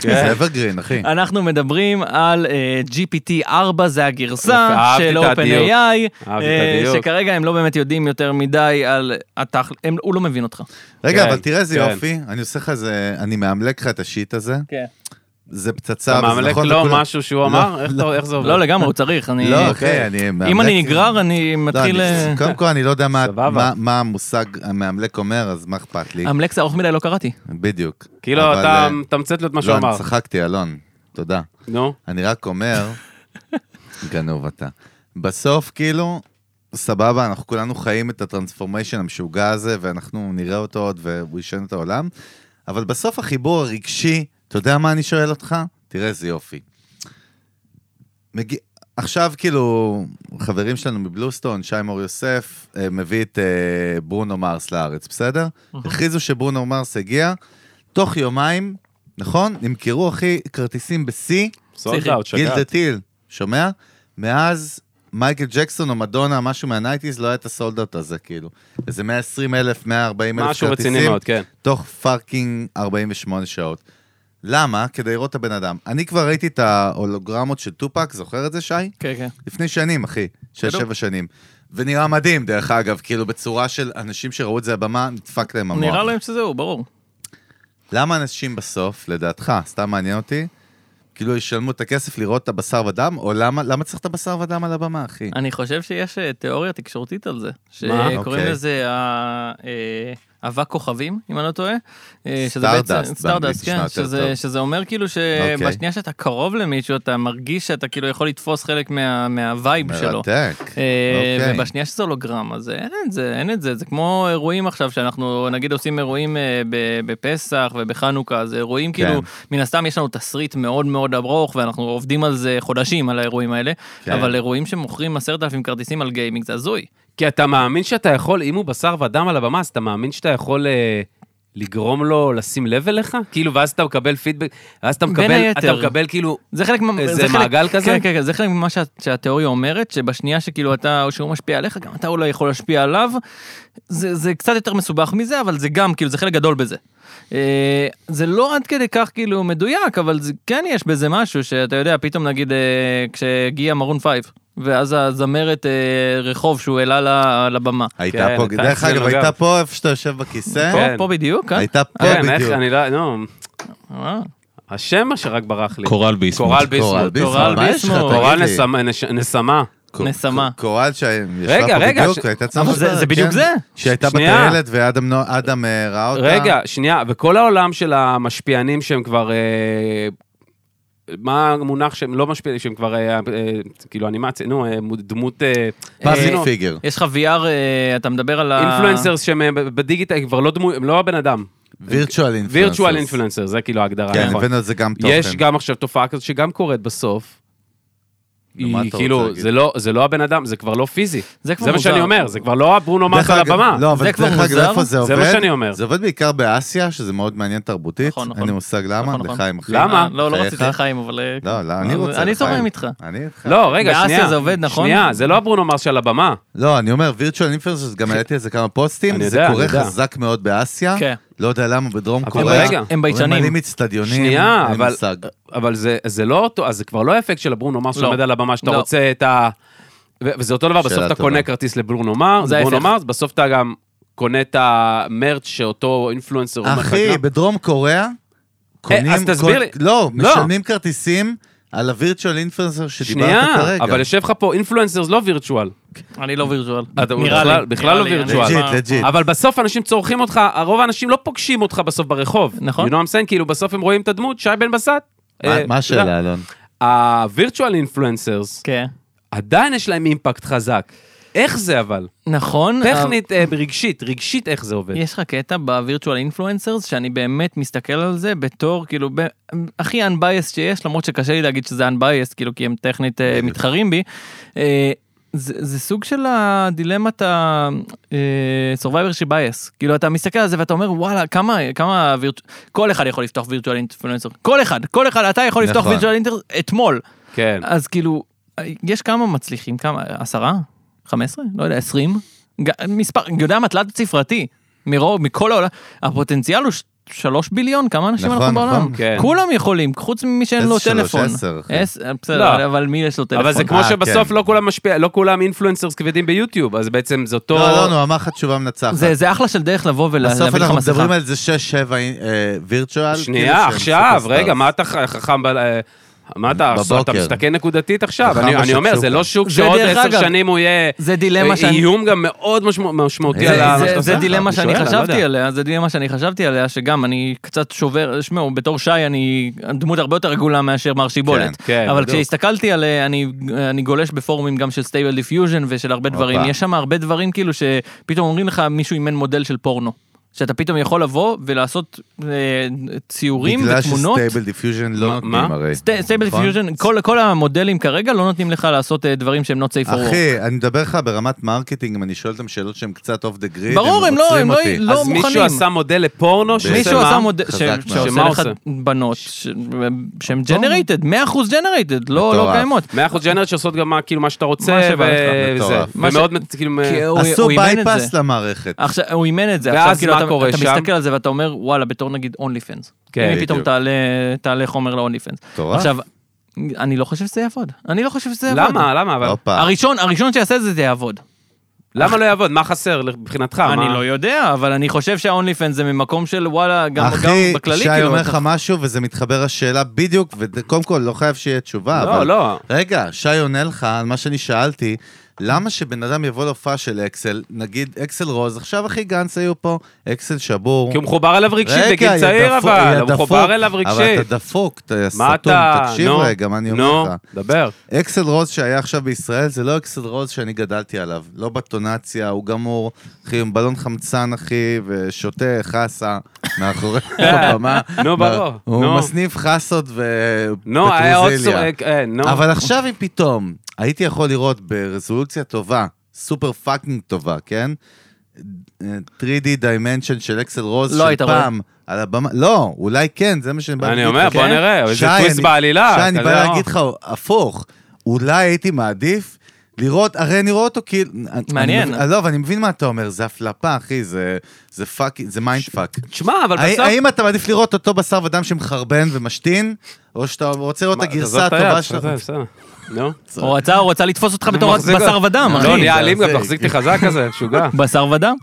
A: כן.
B: זה evergreen, אחי.
C: אה, (laughs) אנחנו מדברים על uh, GPT-4, זה
A: יפה,
C: הגרסה
A: אהבתי
C: של
A: את הדיוק.
C: OpenAI,
A: אהבתי את
C: אה,
A: הדיוק.
C: שכרגע הם לא באמת יודעים יותר מדי על התכל'ס, הוא לא מבין אותך.
B: רגע,
A: כן,
B: אבל תראה איזה
A: כן.
B: יופי, אני עושה לך איזה, אני מאמלק לך את השיט הזה,
C: כן.
B: זה פצצה,
A: אתה
B: וזה
A: מאמלק לא,
B: נכון
A: לו
B: לכולם.
A: משהו שהוא אמר? איך אתה- איך זה עובד?
C: לא לגמרי, הוא צריך, אני...
B: לא,
A: כן. אוקיי.
B: אחי, אני מאמלק.
C: אם אני נגרר, אני
B: לא,
C: מתחיל...
B: אני-
C: אה,
B: קודם כל, אני לא יודע מה-
A: סבבה.
B: מה- מה המושג המאמלק אומר, אז מה אכפת לי?
C: אמלקס ארוך מדי לא קראתי.
B: בדיוק.
A: כאילו,
B: אבל,
A: אתה
B: אה,
A: מתמצת לו את מה שהוא
B: לא, אני
A: אמר.
B: צחקתי, אלון, תודה.
A: נו.
B: אני רק אומר, גנוב אתה. בסוף, כאילו, סבבה, אנחנו כולנו חיים את הטרנספורמיישן המשוגע הזה, ואנחנו נראה אותו עוד והוא ישן את העולם, אבל בסוף החיבור הרגשי, אתה יודע מה אני שואל אותך? תראה איזה יופי. מגיע... עכשיו כאילו, חברים שלנו מבלוסטון, שי מור יוסף, אה, מביא את אה, ברונו מרס לארץ, בסדר? הכריזו שברונו מרס הגיע, תוך יומיים, נכון? נמכרו, אחי, כרטיסים בשיא,
A: סולד
C: צריך-
A: אאוט,
B: גיל דה
A: שגעת.
B: טיל, שומע? מאז מייקל ג'קסון או מדונה, משהו מהנייטיז, לא היה את הסולדאוט הזה, כאילו. איזה 120 אלף, 140 אלף
A: משהו רציני
B: כרטיסים,
A: מאוד, כן.
B: תוך פאקינג 48 שעות. למה? כדי לראות את הבן אדם. אני כבר ראיתי את ההולוגרמות של טופק, זוכר את זה, שי?
C: כן, כן.
B: לפני שנים, אחי. שש,
C: בדיוק.
B: שבע שנים. ונראה מדהים, דרך אגב, כאילו, בצורה של אנשים שראו את זה הבמה, נדפק להם המוח.
C: נראה להם שזהו, ברור.
B: למה אנשים בסוף, לדעתך, סתם מעניין אותי, כאילו ישלמו את הכסף לראות את הבשר ודם, או למה, למה צריך את הבשר ודם על הבמה, אחי?
C: אני חושב שיש אה, תיאוריה תקשורתית על זה.
A: מה?
C: שקוראים
B: אוקיי.
C: לזה ה- אה, אבק כוכבים, אם אני לא טועה. אה, שזה
B: סטארדסט,
C: בעצם-
B: באנגלית
C: סטארדסט,
B: נשמע
C: כן.
B: יותר
C: שזה-
B: טוב. אוקיי.
C: שזה אומר כאילו שבשנייה שאתה קרוב למישהו, אתה מרגיש שאתה כאילו יכול לתפוס חלק מה- מהווייב שלו.
B: מרתק.
A: כן,
C: אה,
B: אוקיי.
C: ובשנייה שזה הולוגרמה זה אין את זה אין את זה זה כמו אירועים עכשיו שאנחנו נגיד
B: כן.
C: עושים אירועים אה, ב- בפסח ובחנוכה זה אירועים כאילו מן הסתם יש לנו תסריט מאוד מאוד מאוד ארוך, ואנחנו עובדים על זה חודשים, על האירועים האלה,
B: כן.
C: אבל אירועים שמוכרים 10,000 כרטיסים על גיימינג, זה הזוי.
A: כי אתה מאמין שאתה יכול, אם הוא בשר ודם על הבמה, אז אתה מאמין שאתה יכול אה, לגרום לו לשים לב אליך? כאילו, ואז אתה מקבל פידבק, ואז אתה
C: בין
A: מקבל, אתה
C: היתר.
A: מקבל כאילו,
C: זה חלק מה...
A: איזה
C: חלק-
A: מעגל כזה?
C: כן, כן, כן, זה חלק ממה שה, שהתיאוריה אומרת, שבשנייה שכאילו אתה, או שהוא משפיע עליך, גם אתה אולי יכול להשפיע עליו. זה, זה קצת יותר מסובך מזה, אבל זה גם, כאילו, זה חלק גדול בזה. אה, זה לא עד כדי כך כאילו מדויק, אבל זה, כן יש בזה משהו שאתה יודע, פתאום נגיד אה, כשהגיע מרון פייב, ואז הזמרת אה, רחוב שהוא העלה ל- לבמה.
B: הייתה
A: כן,
B: פה,
A: אתה
B: דרך
A: אצלנו
B: אגב,
A: גם.
B: הייתה פה איפה שאתה יושב בכיסא,
A: כן.
C: פה, פה בדיוק, אה?
B: הייתה פה
A: כן, איך,
B: בדיוק.
A: אני לא, נו,
C: אה,
A: השם מה שרק ברח לי.
D: קורל ביסמוט.
A: קורל
B: קורל
A: ביסמוט.
B: ביסמוט,
C: קורל
B: מה יש לך?
C: ביסמוט.
B: תגיד
A: קורל
B: לי.
A: נשמה- נש- נשמה.
B: קור-
C: נשמה.
B: קור- קורל שישבה
A: רגע,
B: פה
A: רגע,
B: בדיוק,
A: ש-
B: הייתה צריכה...
C: אבל זה-
B: לדבר,
C: זה בדיוק
B: כן.
C: זה.
B: שהייתה
A: שנייה.
B: בטיילת ואדם נו- אדם, אה, ראה אותה.
A: רגע, שנייה, וכל העולם של המשפיענים שהם כבר... אה, מה המונח שהם לא משפיעים, שהם כבר, אה, אה, כאילו אנימציה, נו, אה, מו- דמות... אה,
B: פאזיק
A: אה,
B: פיגר.
C: יש לך VR, אה, אתה מדבר על ה...
A: אינפלואנסרס שהם אה, ב- בדיגיטל, הם כבר לא דמות, הם לא הבן אדם.
B: וירטואל אינפלנסס.
A: וירטואל אינפלואנסר, זה כאילו ההגדרה,
B: כן,
A: נכון.
B: הבאנו את זה גם תוכן.
A: יש גם עכשיו תופעה כזאת שגם קורית בסוף.
B: נו, מה
A: היא
B: אתה רוצה
A: כאילו,
B: להגיד?
A: זה לא, זה לא הבן אדם, זה כבר לא פיזי.
C: זה כבר
A: זה מה
C: מוזר.
A: שאני אומר, זה כבר לא הברונו
B: דרך
A: מרס על
B: אגב-
A: הבמה.
B: לא, אבל
C: זה כבר
B: דרך אגב,
C: מוזר.
B: איפה זה
A: זה
B: עובד?
A: מה שאני אומר.
B: זה עובד בעיקר באסיה, שזה מאוד מעניין תרבותית.
C: נכון, נכון.
B: אין לי מושג למה,
C: נכון, נכון.
B: לחיים אחי.
A: למה?
C: אה, לא, לא
B: חייך?
C: רציתי לחיים, אבל... אה,
B: לא, לא, אני רוצה
C: אני
B: לחיים.
C: זורם איתך.
B: אני איתך.
A: לא, רגע,
C: באסיה
A: שנייה.
C: זה עובד, נכון?
A: שנייה, זה לא הברונו מרס על הבמה.
B: לא, אני אומר, וירטואל אינפרנס, גם העליתי על זה כמה
A: אני
B: פוסטים, זה
A: יודע, כן. אני
B: קורה
A: יודע.
B: חזק מאוד באסיה.
C: כן.
B: לא יודע למה, בדרום
A: אבל
B: קוריאה.
A: רגע.
C: הם ביישנים.
B: הם מלאים אצטדיונים.
A: שנייה,
B: אין לי
A: אבל, אה,
B: מושג.
A: אבל זה, זה לא אותו, אז זה כבר לא האפקט של הברונו מרס
C: לא.
A: שעומד על הבמה, שאתה
C: לא.
A: רוצה את ה... ו- וזה אותו דבר,
B: שאלה
A: בסוף אתה
B: טובה.
A: קונה כרטיס לברונו מרס,
C: זה
A: לברונו
C: ההפך.
A: מרס, בסוף אתה גם קונה את המרץ' שאותו אינפלואנסר
C: אה,
A: אומר לך
B: אחי,
A: לקנות.
B: בדרום קוריאה, קונים...
A: אה, אז תסביר
B: כל-
A: לי.
B: לא,
A: לא.
B: משלמים כרטיסים על הווירטואל אינפרנסר שדיברת
A: שנייה,
B: כרגע.
A: אבל יושב לך פה אינפלואנסרס לא וירטואל.
C: אני לא וירטואל.
A: אתה- הוא
C: נראה
A: בכלל-
C: לי.
A: בכלל לא
C: נראה לי, אני-
A: וירטואל.
B: לג'יט, לג'יט.
A: אבל בסוף אנשים צורכים אותך, הרוב האנשים לא פוגשים אותך בסוף ברחוב.
C: נכון.
A: You know what I'm saying? כאילו בסוף הם רואים את הדמות, שי בן בסט.
B: מה-
A: אה, לא,
B: מה השאלה, אלון?
A: הווירטואל אינפלואנסרס,
C: כן.
A: עדיין יש להם אימפקט חזק. איך זה אבל?
C: נכון.
A: טכנית, אה, רגשית, רגשית איך זה עובד.
C: אבל יש לך קטע בווירטואל אינפלואנסרס, שאני באמת מסתכל על זה בתור, כאילו, ב- הכי unbiased שיש, למרות שקשה לי להגיד שזה unbiased, כאילו, כי הם טכנית אה, מתחרים בי. אה, זה, זה סוג של הדילמת ה-survivor שבייס. כאילו, אתה מסתכל על זה ואתה אומר, וואלה, כמה, כמה וירט... כל אחד יכול לפתוח וירטואל אינפלואנסר. כל אחד, כל אחד, אתה יכול לפתוח
B: נכון.
C: וירטואל אינטר אתמול.
A: כן.
C: אז כאילו, יש כמה מצליחים, כמה, עשרה? חמש עשרה? לא יודע, עשרים? ג- מספר, יודע מה, תלת ספרתי, מרוב, מכל העולם, הפוטנציאל הוא ש- שלוש ביליון, כמה אנשים
B: נכון,
C: אנחנו בעולם?
B: נכון.
A: כן.
C: כולם יכולים, חוץ ממי שאין
B: איזה
C: לו
B: שלוש?
C: טלפון.
B: עשר, אחי.
C: עשר,
A: לא.
C: בסדר, אבל מי יש לו טלפון?
A: אבל זה כמו
B: אה,
A: שבסוף
B: כן.
A: לא כולם משפיע, לא כולם אינפלואנסרס כבדים ביוטיוב, אז בעצם זה אותו...
B: לא, אלון, הוא אמר לך תשובה מנצחת.
C: זה, זה אחלה של דרך לבוא ולהביא
B: בסוף
C: לך
B: אנחנו
C: מסכה.
B: מדברים על זה 6-7 אה, וירטואל. כאילו
A: שנייה,
B: שהם
A: עכשיו,
B: סופרסטארס.
A: רגע, מה אתה ח- חכם ב... אה, מה אתה, עכשיו אתה
B: בבוקר.
A: מסתכל נקודתית עכשיו?
B: חכם
A: אני אני אומר, זה
B: בשקשוקה.
A: לא שוק
C: זה
A: שעוד
C: דרך
A: עשר
C: אגב.
A: שנים הוא יהיה...
C: זה דילמה
A: אה,
C: שאני-
A: איום גם מאוד משמע- משמעותי
B: זה-
A: על ה...
C: זה-
A: מה שאתה
C: זה- זה
A: עושה.
C: דילמה
A: אני
C: שאני
A: שואל, אני לא
C: חשבתי
A: יודע.
C: עליה, זה דילמה שאני חשבתי עליה, שגם אני קצת שובר, שמעו, בתור שי אני דמות הרבה יותר עגולה מאשר מר שיבולת.
A: כן,
C: אבל
A: בדיוק.
C: כשהסתכלתי על, אה, אני אני גולש בפורומים גם של סטייבל דיפיוז'ן ושל הרבה דברים, יש שם הרבה דברים כאילו שפתאום אומרים לך מישהו אימן מודל של פורנו. שאתה פתאום יכול לבוא ולעשות אה, ציורים ותמונות.
B: בגלל שסטייבל דיפיוז'ן לא
A: מה-
B: נותנים
A: מה?
B: הרי.
C: סטי- סטייבל
B: נכון?
C: דיפיוז'ן, כל- כל המודלים כרגע לא נותנים לך לעשות אה, דברים שהם not safe for work.
B: אחי, אני מדבר לך ברמת מרקטינג, אם אני שואל אותם שאלות שהן קצת אוף דה גריד,
C: ברור, הם לא-
B: עוצרים
C: הם לא-
B: אותי.
C: לא-
A: אז מישהו
C: מוכנים.
A: עשה מודל לפורנו שעושה
C: מישהו
A: מה?
C: עשה מודל
B: חזק מאוד.
C: ש-
A: שמה
C: שעושה לך
A: עושה?
C: בנות ש- שהן ג'נרייטד, 100% ג'נרייטד, לא לא
B: מטורף.
C: קיימות.
A: מאה אחוז ג'נרל שעושות גם מה, כאילו, מה שאתה רוצה,
C: מה שבא לך.
A: ו- וזה.
B: מטורף.
C: מה ש-
A: ומאוד, מצ- כאילו, מ-
C: כי הוא-
B: עשו
C: הוא אימן את
B: בייפס
C: זה. אה,
B: למערכת.
C: עכשיו, הוא אימן את זה,
A: ואז
C: עכשיו כאילו
A: מה
C: אתה,
A: קורה
C: אתה
A: שם?
C: מסתכל על זה ואתה אומר וואלה בתור נגיד אונלי פנס.
A: כן,
C: כן, הנה פתאום
B: בדיוק.
C: תעלה, תעלה חומר לאונלי פנס.
B: מטורף.
C: עכשיו, אני לא חושב שזה יעבוד, אני לא חושב שזה יעבוד.
A: למה, למה, אבל?
B: הופה.
C: הראשון, הראשון שיעשה את זה זה יעבוד.
A: למה לא יעבוד? מה חסר מבחינתך?
C: אני
A: מה-
C: לא יודע, אבל אני חושב שהאונלי פנס זה ממקום של וואלה, גם, גם
B: אחי,
C: בכללי,
B: שי
C: כאילו,
B: אומר
C: אתה-
B: לך משהו וזה מתחבר לשאלה בדיוק, וקודם כל לא חייב שיהיה תשובה,
A: לא,
B: אבל...
A: לא.
B: רגע, שי עונה לך על מה שאני שאלתי, למה שבן אדם יבוא להופעה של אקסל, נגיד אקסל רוז, עכשיו אחי גנץ היו פה, אקסל שבור.
A: כי הוא מחובר אליו רגשית
B: רגע,
A: בגיל
B: יא
A: צעיר,
B: דפוק, יא
A: אבל. הוא
B: דפוק.
A: מחובר אליו
B: אבל
A: רגשית.
B: אתה דפוק, אתה
A: מה
B: סתום,
A: אתה?
B: תקשיב
A: נו,
B: רגע, מה אני אומר לך.
A: נו, דבר.
B: אקסל רוז שהיה עכשיו בישראל, זה לא אקסל רוז שאני גדלתי עליו. לא בטונציה, הוא גמור, אחי, עם בלון חמצן, אחי, ושותה חסה. מאחורי הבמה.
A: אה, נו, ברור.
B: הוא
A: נו.
B: מסניף חסות
A: נו, היה עוד
B: ופטרוזיליה.
A: צועק, אה, נו.
B: אבל עכשיו אם פתאום הייתי יכול לראות ברזולוציה טובה, סופר פאקינג טובה, כן? אה, 3D dimension של אקסל רוז
C: לא
B: של
C: היית
B: פעם, על הבמה, לא, אולי כן, זה מה שאני בא
A: אני
B: להגיד
A: אומר,
B: לך.
A: בוא נראה, איזה
B: שי,
A: טוויסט
B: אני-
A: בעלילה,
B: שי, אני
A: כזה,
B: בא
A: אה.
B: להגיד לך, הפוך, אולי הייתי מעדיף לראות, הרי אני רואה אותו כאילו... אני-
C: מעניין.
B: אני מבין- לא, אבל אני מבין מה אתה אומר, זה הפלפה, אחי, זה- זה פאקינג, זה מיינד פאק.
A: תשמע, אבל
B: האם-
A: בסוף...
B: האם אתה מעדיף לראות אותו בשר ודם שמחרבן ומשתין, או שאתה רוצה לראות את
A: מה,
B: הגרסה
A: תעזוב את היד,
B: הטובה
A: בסדר,
B: שלו?
A: בסדר. נו.
C: הוא רצה, הוא רצה לתפוס אותך בתור
A: מחזיק
C: בשר
A: אותך.
C: ודם,
A: לא,
C: אחי.
A: נהיה אלים גם,
B: זה- (laughs)
A: תחזיק אותי חזק כזה, משוגע.
C: בשר ודם?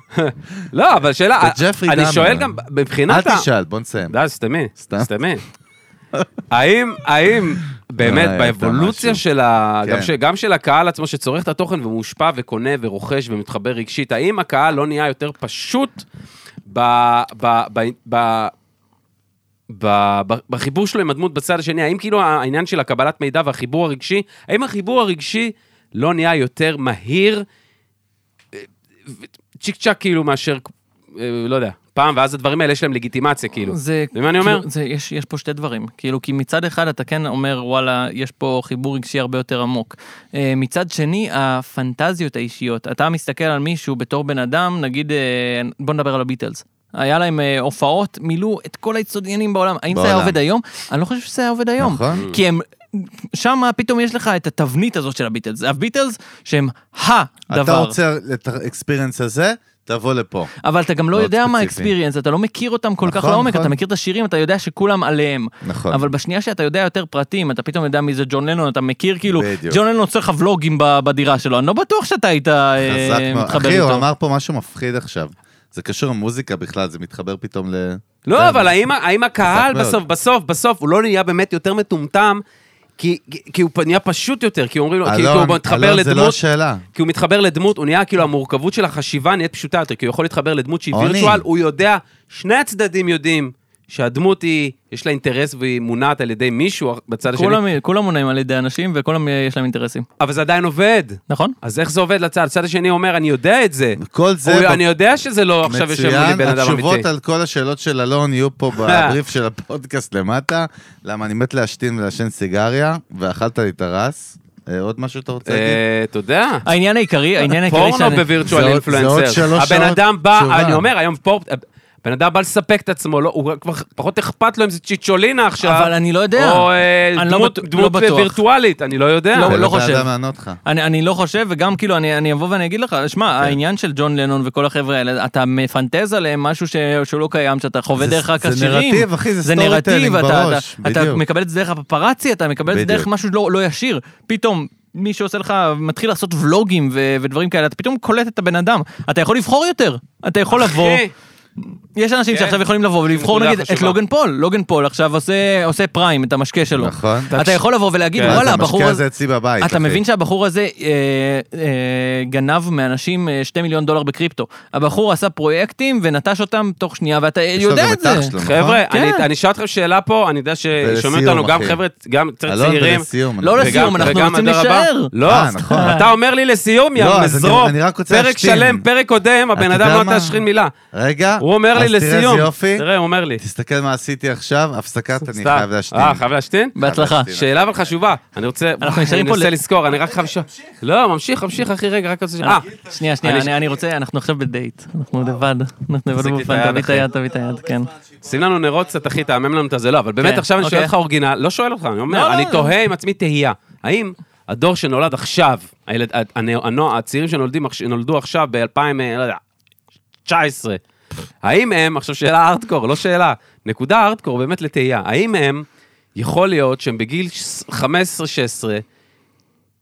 A: לא, אבל שאלה,
B: וג'פרי
A: אני
B: דאמר.
A: שואל גם, מבחינת ה...
B: אל תשאל, בוא נסיים.
A: די, סתמי,
B: כן. סתם.
A: סתמי. האם, האם באמת
B: אה, הייתה
A: באבולוציה
B: משהו.
A: של ה...
B: כן.
A: גם ש- גם של הקהל עצמו שצורך את התוכן ומושפע וקונה ורוכש ומתחבר רגשית, האם הקהל לא נהיה יותר פשוט ב... ב- ב- ב- ב- ב- בחיבור שלו עם הדמות בצד השני, האם כאילו העניין של הקבלת מידע והחיבור הרגשי, האם החיבור הרגשי לא נהיה יותר מהיר, אה, ו- צ'יק צ'אק כאילו מאשר, אה, לא יודע, פעם, ואז הדברים האלה יש להם לגיטימציה כאילו.
C: זה...
A: זה מה אני אומר?
C: זה, יש, יש פה שתי דברים, כאילו, כי מצד אחד אתה כן אומר, וואלה, יש פה חיבור רגשי הרבה יותר עמוק. אה, מצד שני, הפנטזיות האישיות, אתה מסתכל על מישהו בתור בן אדם, נגיד, אה, בוא נדבר על הביטלס. היה להם אה, הופעות, מילאו את כל האצטודיינים בעולם. האם זה היה
B: בעולם.
C: עובד היום? אני לא חושב שזה היה עובד היום.
B: נכון.
C: כי הם, שם פתאום יש לך את התבנית הזאת של הביטלס. הביטלס שהם הדבר.
B: אתה רוצה את האקספיריאנס הזה, תבוא לפה.
C: אבל אתה גם לא
B: מאוד
C: יודע מה
B: ספציפי.
C: האקספיריאנס, אתה לא מכיר אותם כל כך
B: נכון,
C: לעומק,
B: נכון.
C: אתה מכיר את השירים, אתה יודע שכולם עליהם.
B: נכון.
C: אבל בשנייה שאתה יודע יותר פרטים, אתה פתאום יודע מי זה ג'ון לנון, אתה מכיר כאילו,
B: בדיוק.
C: ג'ון לנון עושה לך ולוגים ב- בדירה שלו, אני לא בטוח שאתה היית אה,
B: חזק מאוד.
C: מתחבר
B: אחי, הוא
C: איתו.
B: אמר פה משהו מפחיד עכשיו. זה קשור למוזיקה בכלל, זה מתחבר פתאום ל...
A: לא, אבל האם, האם הקהל
B: מאוד.
A: בסוף, בסוף, בסוף, הוא לא נהיה באמת יותר מטומטם, כי, כי הוא נהיה פשוט יותר, כי אומרים לו, כי
B: אלון,
A: אוקיי, כאילו, הוא מתחבר
B: אלון, זה לא
A: לדמות,
B: השאלה.
A: כי הוא מתחבר לדמות, הוא נהיה כאילו המורכבות של החשיבה נהיית פשוטה יותר, כי הוא יכול להתחבר לדמות שהיא
B: עוני.
A: וירטואל, הוא יודע, שני הצדדים יודעים שהדמות היא, יש לה אינטרס והיא מונעת על ידי מישהו בצד השני,
C: כולם- כולם מונעים על ידי אנשים וכולם אה, יש להם אינטרסים,
A: אבל זה עדיין עובד.
C: נכון?
B: אה,
A: אז איך זה עובד לצד? הצד השני אומר, אני יודע את זה.
B: כל זה
A: הוא,
B: ב-
A: אני יודע שזה לא עכשיו יושב מולי
B: מצוין,
A: בן אדם אמיתי.
B: התשובות על כל השאלות של אלון יהיו
A: (laughs)
B: פה בבריף של הפודקאסט למטה. למה אני מת להשתין ולעשן סיגריה, ואכלת לי את הרס. אה, עוד משהו אתה רוצה להגיד?
A: אה, אתה יודע.
C: העניין העיקרי, העניין העיקרי
A: פורנו
C: שאני...
A: בווירטואל
B: זה עוד- זה עוד
A: אינפלואנסר.
B: שלוש
A: הבן
B: שעות
A: אדם בא,
B: תשובה.
A: אני אומר, היום פורט... הבן אדם בא לספק את עצמו, לא, הוא כבר פחות אכפת לו אם זה צ'יצ'ולינה עכשיו.
C: אבל אני לא יודע.
A: או אה,
C: אני לא
A: דמות,
C: בטוח-
A: דמות
C: לא בטוח.
A: וירטואלית, אני לא יודע.
C: לא,
B: תן
C: לא
B: לבן
C: חושב.
B: אדם לענות לך.
C: אני, אני לא חושב, וגם כאילו, אני, אני אבוא ואני אגיד לך, שמע,
B: כן.
C: העניין של ג'ון לנון וכל החבר'ה האלה, אתה מפנטז עליהם משהו ש, שהוא לא קיים, שאתה חווה
B: זה-
C: דרך רק
B: זה
C: השירים.
B: נרטיב, אחי, זה storytelling
C: נרטיב, אתה-
B: בראש,
C: אתה, אתה
B: בדיוק.
C: מקבל את זה דרך הפפרצי, אתה מקבל את זה
B: בדיוק.
C: דרך משהו לא, לא ישיר. פתאום... מי שעושה לך, מתחיל לעשות ולוגים ו- ודברים כאלה, אתה פתאום קולט את הבן אדם. אתה יכול לבחור יותר. אתה יכול לבוא,
A: אחי,
C: יש אנשים
A: כן.
C: שעכשיו יכולים לבוא ולבחור
A: נקודה
C: נגיד את
A: חשובה.
C: לוגן פול. לוגן פול עכשיו עושה- עושה פריים, את המשקה שלו.
B: נכון.
C: אתה יכול לבוא ולהגיד,
A: כן,
B: מה זה,
C: וואלה, הבחור
B: המשקיע
C: הזה...
B: הזה אצלי בבית.
C: אתה
B: אחי.
C: מבין שהבחור הזה אה, אה, גנב מאנשים אה, שתי מיליון דולר בקריפטו. הבחור עשה פרויקטים ונטש אותם תוך שנייה, ואתה
B: יש לו
C: יודע
B: גם
C: את זה.
B: את אח שלו, נכון?
A: חבר'ה,
C: כן.
A: אני- אני אשאל אתכם שאלה פה, אני יודע ששומעים אותנו
B: ולסיום,
A: גם
B: אחי.
A: חבר'ה, גם יותר
B: אלון,
A: צעירים.
B: ולסיום,
C: לא
B: אנחנו-
C: לסיום,
A: וגם-
C: אנחנו
A: וגם
C: רוצים
A: הדור הבא.
C: להישאר.
A: לא,
B: אה, נכון.
A: אתה אומר לי לסיום, יא
B: לא, אז אני-
A: מזרוק.
B: אני רק רוצה
A: פרק
B: להשתין.
A: שלם, פרק קודם, הבן
B: אתה
A: אדם
B: יודע
A: לא
B: מה?
A: תשכין מילה.
B: רגע,
A: הוא אומר לי
B: אז תראה
A: לסיום.
B: איזה יופי.
A: תראה, הוא אומר לי.
B: תסתכל מה עשיתי עכשיו, הפסקת, אני
A: סתם.
B: חייב להשתין.
A: אה, חייב להשתין?
C: בהצלחה.
B: להשתין.
A: שאלה אבל חשובה, אני רוצה,
C: אנחנו נשארים
A: אני
C: פה
A: מנסה
C: ל-
A: לזכור, אני רק חייב לשאול. לא, ממשיך, ממשיך, אחי, רגע, רק רוצה ש... אה,
C: אה, שנייה, שנייה,
A: אני- אה.
C: אני- אני רוצה, אנחנו עכשיו בדייט. אנחנו לבד. אנחנו לבד
A: תחזיק לי את
C: באופן,
A: היד,
C: תביא את
A: אחי.
C: היד, תביא את היד, כן.
A: שים לנו נרות קצת, אחי, תעמם לנו את הזה, לא, אבל באמת
C: כן,
A: עכשיו אני שואל
C: אוקיי.
A: אותך אורגינל, לא שואל אותך, אני
C: לא,
A: אומר,
C: לא,
A: אני
C: לא.
A: תוהה עם עצמי תהייה. האם הדור שנולד עכשיו, הילד- ה- הנ- הנוע- הצעירים שנולדים עכש- שנולדו עכשיו אה, לא ב-2019, האם הם, עכשיו שאלה הארדקור, לא שאלה, נקודה הארדקור באמת לתהייה, האם הם, יכול להיות שהם בגיל 15-16,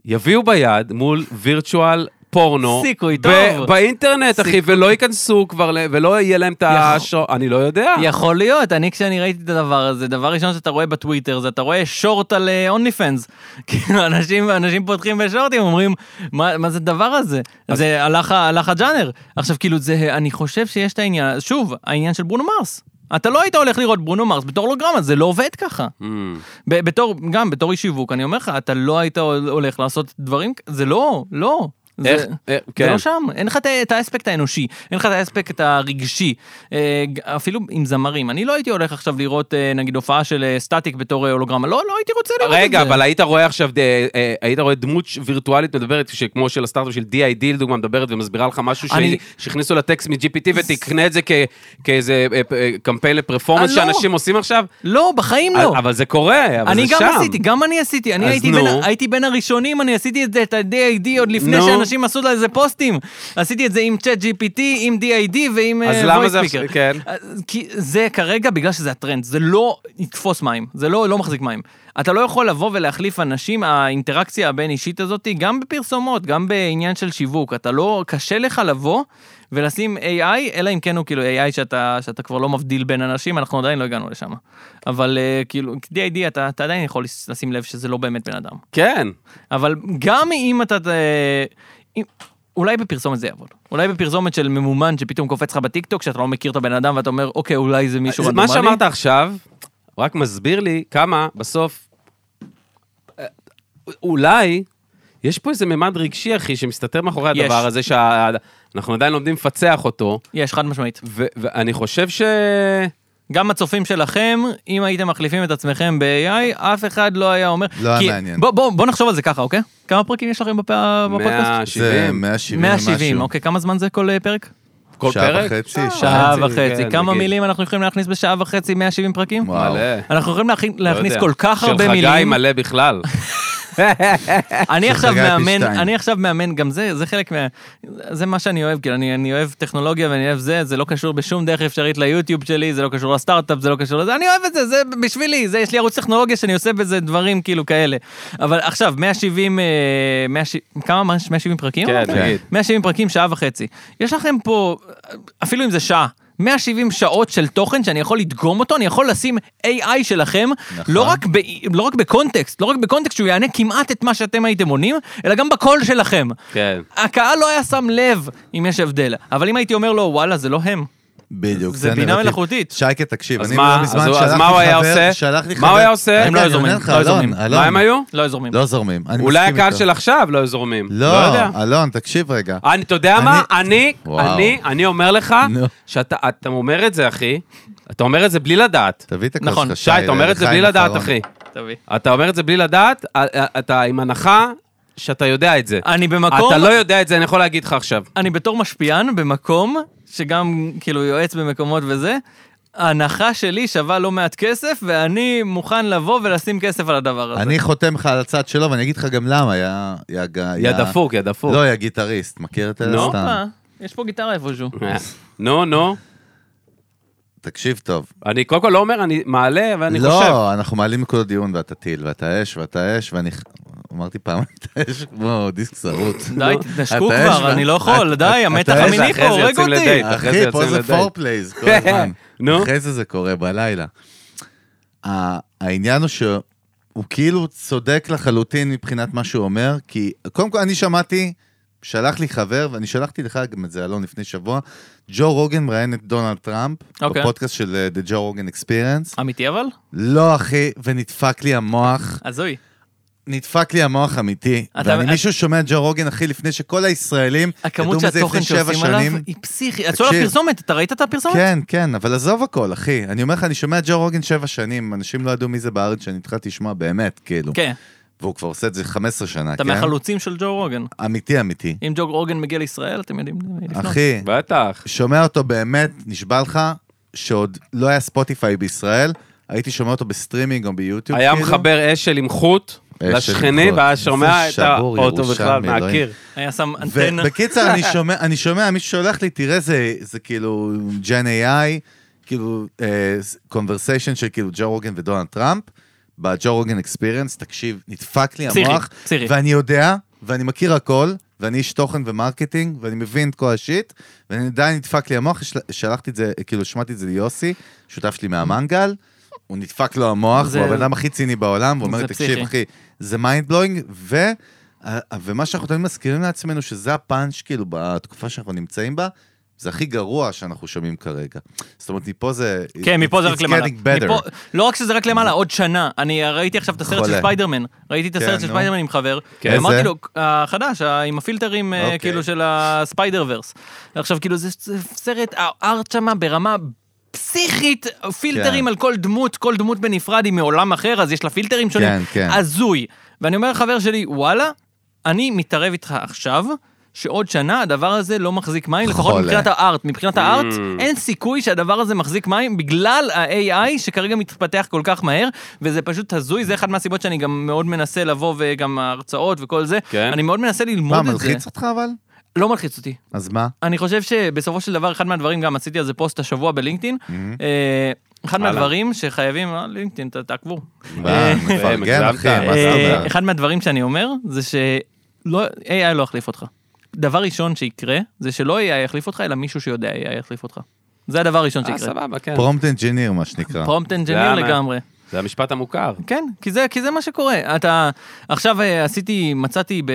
A: יביאו ביד מול וירטואל פורנו,
C: סיכוי
A: ב-
C: טוב.
A: באינטרנט, אחי, ולא ייכנסו כבר, ל- ולא יהיה להם את השור, אני לא יודע.
C: יכול להיות, אני כשאני ראיתי את הדבר הזה, דבר ראשון שאתה רואה בטוויטר זה אתה רואה שורט על אונלי פנס. (laughs) כאילו אנשים, אנשים פותחים בשורטים, אומרים, מה, מה זה הדבר הזה? זה הלך, ה- הלך הג'אנר. עכשיו כאילו זה, אני חושב שיש את העניין, שוב, העניין של ברונו מרס. אתה לא היית הולך לראות ברונו מרס בתור הולוגרמה, זה לא עובד ככה.
A: Mm.
C: ב- בתור, גם בתור איש שיווק, אני אומר לך, אתה לא היית הולך לעשות דברים, כ- זה לא, לא. זה-
A: איך- אה,
C: זה
A: כן.
C: לא שם, אין לך את- את האספקט האנושי, אין לך את האספקט הרגשי, אה, ג- אפילו עם זמרים. אני לא הייתי הולך עכשיו לראות אה, נגיד הופעה של אה, סטטיק בתור אה, הולוגרמה, לא, לא הייתי רוצה לראות את זה.
A: רגע, אבל היית רואה עכשיו, אה, אה, היית רואה דמות ש- וירטואלית מדברת, ש- כמו של הסטארט-אפ של DID לדוגמה, מדברת ומסבירה לך משהו ש-
C: אני-
A: שהכניסו לטקסט מ-GPT ותקנה את זה כ- כאיזה אה, אה, קמפיין לפרפורמנס
C: אה, לא.
A: שאנשים עושים עכשיו?
C: לא, בחיים לא.
A: אבל זה קורה, אבל זה
C: אני
A: שם.
C: גם עשיתי, גם אני עשיתי, אני
A: אז
C: הייתי
A: נו.
C: בין, ה- הייתי בין הראשונים, אני עשיתי את זה, את ה-DID עוד לפני
A: נו.
C: שאנשים עשו לזה פוסטים. עשיתי את זה עם צ'אט GPT, עם DID ועם
A: אז
C: אה,
A: למה
C: voice
A: זה
C: speaker.
A: עכשיו- כן.
C: אז- כי זה כרגע בגלל שזה הטרנד, זה לא יתפוס מים, זה לא, לא מחזיק מים. אתה לא יכול לבוא ולהחליף אנשים, האינטראקציה הבין אישית הזאת, גם בפרסומות, גם בעניין של שיווק, אתה לא, קשה לך לבוא ולשים AI, אלא אם כן הוא כאילו AI שאתה, שאתה כבר לא מבדיל בין אנשים, אנחנו עדיין לא הגענו לשם. אבל אה, כאילו, DID אתה, אתה עדיין יכול לשים לב שזה לא באמת בן אדם.
A: כן.
C: אבל גם אם אתה... ת- אם- אולי בפרסומת זה יעבוד. אולי בפרסומת של ממומן שפתאום קופץ לך בטיקטוק, שאתה לא מכיר את הבן אדם ואתה אומר, אוקיי, אולי זה מישהו
A: אז מה שאמרת עכשיו, רק מסביר לי כמה בסוף, אה, אולי, יש פה איזה ממד רגשי, אחי, שמסתתר מאחורי
C: יש.
A: הדבר הזה, שאנחנו עדיין לומדים לפצח אותו,
C: יש, חד משמעית.
A: ו- ואני חושב ש...
C: גם הצופים שלכם, אם הייתם מחליפים את עצמכם ב-AI, אף אחד לא היה אומר...
B: לא היה
C: כי-
B: מעניין.
C: בוא, בוא, בוא נחשוב על זה ככה, אוקיי? כמה פרקים יש לכם בפ... בפודקאסט?
A: 170,
B: 170
C: 170, אוקיי, כמה זמן זה כל אה, פרק?
A: כל
B: שעה
A: פרק? אה,
B: וחצי,
C: שעה
A: וחצי,
C: וחצי.
A: כן,
C: כמה
A: נגיד.
C: מילים אנחנו יכולים להכניס בשעה וחצי 170 פרקים?
B: וואו.
A: מלא.
C: אנחנו יכולים להכין- להכניס
A: לא יודע.
C: כל כך הרבה מילים.
A: של חגי מלא בכלל.
C: אני עכשיו
B: חגי פי
C: מאמן,
B: שתיים.
C: אני עכשיו מאמן גם זה, זה חלק מה... זה מה שאני אוהב, כאילו, אני, אני אוהב טכנולוגיה ואני אוהב זה, זה לא קשור בשום דרך אפשרית ליוטיוב שלי, זה לא קשור לסטארט-אפ, זה לא קשור לזה, אני אוהב את זה, זה בשבילי, זה, יש לי ערוץ טכנולוגיה שאני עושה בזה דברים כאילו כאלה. אבל עכשיו, 170, אה, 170 כמה? ממש? 170 פרקים?
A: כן,
C: אמרת?
A: נגיד.
C: 170 פרקים, שעה וחצי. יש לכם פה, אפילו אם זה שעה. 170 שעות של תוכן שאני יכול לדגום אותו, אני יכול לשים AI שלכם,
B: נכון.
C: לא רק, ב, לא רק בקונטקסט, לא רק בקונטקסט שהוא יענה כמעט את מה שאתם הייתם עונים, אלא גם בקול שלכם.
A: כן.
C: הקהל לא היה שם לב אם יש הבדל, אבל אם הייתי אומר לו, וואלה, זה לא הם.
B: בדיוק.
C: זה בינה
B: נרטיב.
C: מלאכותית.
B: שייקה, תקשיב,
A: אז
B: אני
A: מה-
B: לא מזמן
A: אז הוא- אז
B: שלחתי
A: מה הוא היה
B: חבר-
A: עושה?
B: שלח לי
A: מה
B: חבר-
A: הוא היה עושה?
B: רגע,
C: הם לא
B: אני
C: זורמים,
B: עונה לך,
C: לא
B: אלון,
C: זורמים.
B: אלון.
A: מה הם היו?
C: לא היו זורמים.
B: לא זורמים. אני
A: אולי
B: מסכים
A: הקהל
B: איתו.
A: של עכשיו לא היו זורמים. לא
B: לא,
A: יודע. אה,
B: אלון, תקשיב רגע.
A: אני, אתה יודע מה? אני,
B: וואו.
A: אני, אני אומר לך,
B: נו.
A: שאתה אתה אומר את זה, אחי, אתה אומר את זה בלי לדעת.
B: תביא את הכוס
C: נכון,
B: שלך,
A: שי, אתה אומר את זה בלי
B: לחיים
A: לדעת,
B: אחרון.
A: אחי.
C: תביא.
A: אתה אומר את זה בלי לדעת, אה, אה, אתה עם הנחה שאתה יודע את זה.
C: אני במקום...
A: אתה לא יודע את זה, אני יכול להגיד לך עכשיו.
C: אני בתור משפיען במקום שגם כאילו יועץ במקומות וזה, ההנחה שלי שווה לא מעט כסף, ואני מוכן לבוא ולשים כסף על הדבר הזה.
B: אני חותם לך על הצד שלו, ואני אגיד לך גם למה, יא... יא ג-
A: יא דפוק, יא דפוק.
B: לא, יא גיטריסט, מכיר את
A: נו.
B: אלה?
C: הופה,
B: סתם.
C: יש פה גיטרה
B: (laughs)
C: איפשהו.
A: אה. נו, נו.
B: תקשיב טוב.
A: אני קודם כל לא אומר, אני מעלה, אבל אני חושב.
B: לא, אנחנו מעלים נקודות דיון, ואתה טיל, ואתה אש, ואתה אש, ואני... אמרתי פעם, (laughs) אתה אש כמו דיסק שרוט.
C: די, תתנשקו
B: לא. אתה
C: לא, כבר,
B: אש,
C: אני
B: מה?
C: לא יכול, די, המתח
B: אתה אש,
C: המיני
A: אחרי
C: פה
A: זה
C: הורג
A: יוצאים
C: אותי.
A: לדייט. אחרי זה
B: אחי, פה
A: יוצאים
B: זה
A: לדייט.
B: פורפלייז כל
C: (laughs)
B: הזמן.
A: נו.
B: אחרי זה זה קורה בלילה. ה- העניין הוא שהוא כאילו צודק לחלוטין מבחינת מה שהוא אומר, כי קודם כל אני שמעתי, שלח לי חבר, ואני שלחתי לך גם את זה, אלון, לפני שבוע, ג'ו רוגן מראיין את דונלד טראמפ,
C: אוקיי.
B: בפודקאסט של uh, The Joe Rogan Experience.
C: אמיתי אבל?
B: לא, אחי, ונדפק לי המוח,
C: הזוי.
B: נדפק לי המוח אמיתי.
C: אתה-
B: ואני
C: אתה-
B: מישהו שומע את ג'ו רוגן, אחי, לפני שכל הישראלים ידעו
C: הכמות
B: מזה
C: שהתוכן
B: לפני שבע
C: שעושים עליו
B: שנים.
C: היא פסיכית. עשו עליו
B: תקשיב.
C: פרסומת, אתה ראית את הפרסומת?
B: כן, כן, אבל עזוב הכל, אחי. אני אומר לך, אני שומע את ג'ו רוגן שבע שנים, אנשים לא ידעו מי זה בארץ שאני התחלתי לשמוע באמת, כאילו.
C: כן.
B: והוא כבר עושה את זה 15 שנה,
C: אתה
B: כן?
C: מהחלוצים של ג'ו רוגן.
B: אמיתי, אמיתי.
C: אם ג'ו רוגן מגיע לישראל, אתם יודעים לפנות.
B: אחי,
A: בטח.
B: שומע אותו באמת, נשבע לך, שעוד לא היה ספוטיפיי בישראל, הייתי שומע אותו בסטרימינג או ביוטיוב,
A: היה
B: כאילו.
A: מחבר אשל עם חוט
B: אשל עם
A: לשכני,
B: חוט.
A: והיה
B: איזה
A: שומע את
B: שבור
A: האוטו
B: ירושלמי,
A: בכלל מהקיר.
B: אלוהים.
C: היה שם אנטנה.
B: ובקיצר,
C: (laughs)
B: אני שומע, אני שומע מישהו שולח לי, תראה, זה, זה כאילו ג'ן AI, כאילו קונברסיישן של כאילו ג'ו רוגן ודונלד טראמפ, בג'ו רוגן אקספיריאנס, תקשיב, נדפק לי
C: פסיכי,
B: המוח,
C: פסיכי.
B: ואני יודע, ואני מכיר הכל, ואני איש תוכן ומרקטינג, ואני מבין את כל השיט, ועדיין נדפק לי המוח, של- שלחתי את זה, כאילו, שמעתי את זה ליוסי, שותף שלי מהמנגל, הוא נדפק לו המוח,
C: זה-
B: הוא הבן אדם הכי ציני בעולם, הוא אומר,
C: זה
B: תקשיב,
C: פסיכי."
B: אחי, זה מיינד בלואינג, ו... אה, ומה שאנחנו תמיד מזכירים לעצמנו, שזה הפאנץ', כאילו, בתקופה שאנחנו נמצאים בה, זה הכי גרוע שאנחנו שומעים כרגע. זאת אומרת, מפה זה...
C: כן, מפה זה
B: it's
C: רק למעלה.
B: getting better.
C: מפה- לא רק שזה רק למעלה, עוד שנה. אני ראיתי עכשיו את הסרט של
B: חולה.
C: ספיידרמן. ראיתי את
B: כן,
C: הסרט של
B: נו.
C: ספיידרמן עם חבר.
A: כן.
C: אמרתי
B: איזה?
C: לו, החדש, ה- עם הפילטרים, אה,
B: אוקיי.
C: כאילו, של הספיידר ורס. עכשיו, כאילו, זה זה סרט, הארט שמה ברמה... פסיכית, פילטרים
B: כן.
C: על כל דמות, כל דמות בנפרד היא מעולם אחר, אז יש לה פילטרים שונים.
B: כן, כן.
C: הזוי. ואני אומר לחבר שלי, וואלה, אני מתערב איתך עכשיו, שעוד שנה הדבר הזה לא מחזיק מים, לפחות
B: חולה.
C: מבחינת הארט. מבחינת הארט,
A: Mm.
C: אין סיכוי שהדבר הזה מחזיק מים בגלל ה-AI שכרגע מתפתח כל כך מהר, וזה פשוט הזוי, זה אחד מהסיבות שאני גם מאוד מנסה לבוא, וגם ההרצאות וכל זה.
A: כן.
C: אני מאוד מנסה
B: מה,
C: ללמוד את זה.
B: מלחיץ אותך אבל?
C: לא מלחיץ אותי.
B: אז מה?
C: אני חושב שבסופו של דבר, אחד מהדברים, גם עשיתי על זה פוסט השבוע בלינקדאין,
B: Mhm.
C: אה, אחד
A: אהלן.
C: מהדברים שחייבים, אה, לינקדאין, ת- תעקבו.
B: מה, מפרגן,
A: הגזמת.
B: אחי, מה
A: אה,
B: זאת
C: אה,
B: אומרת?
C: אחד מהדברים שאני אומר זה שלא, AI לא יחליף אותך. דבר ראשון שיקרה זה שלא AI יחליף אותך, אלא מישהו שיודע AI יחליף אותך. זה הדבר הראשון
A: אה,
C: שיקרה.
A: סבבה, כן.
B: פרומפט אנג'יניר, מה שנקרא.
C: פרומפט אנג'יניר
A: למה?
C: לגמרי.
A: זה המשפט המוכר.
C: כן, כי זה, כי זה מה שקורה. אתה, עכשיו אה, עשיתי, מצאתי, ב,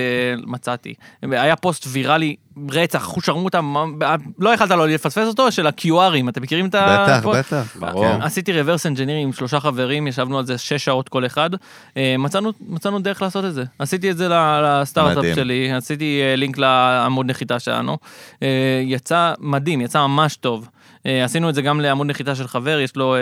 C: מצאתי, היה פוסט ויראלי, רצח, חושרמוטה, מה- לא יכלת לא לפספס אותו, של ה-QRים, אתם מכירים את ה...
B: בטח,
C: פה?
B: בטח.
A: ברור.
B: כן.
C: עשיתי רוורס אנג'ינירי עם שלושה חברים, ישבנו על זה שש שעות כל אחד. אה, מצאנו, מצאנו דרך לעשות את זה. עשיתי את זה ל- לסטארט-אפ
B: מדהים.
C: שלי, עשיתי אה, לינק לעמוד נחיתה שלנו. אה, יצא מדהים, יצא ממש טוב. אה, עשינו את זה גם לעמוד נחיתה של חבר, יש לו, אה,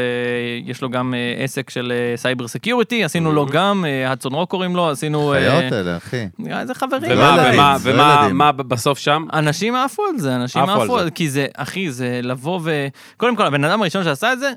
C: יש לו גם אה, עסק של סייבר סקיוריטי, עשינו לו גם, אה, האדסון רוק קוראים לו, עשינו... אה,
B: אוקיי. חיות האלה, אחי.
C: נראה איזה חברים.
A: ומה,
B: לא
A: ומה,
B: ילדים, לא
A: ומה
B: ילדים.
A: מה בסוף שם?
C: אנשים עפו על זה, אנשים
A: עפו על
C: עפו
A: זה.
C: על זה, כי זה, אחי, זה לבוא ו... קודם כל, הבן אדם הראשון שעשה את זה,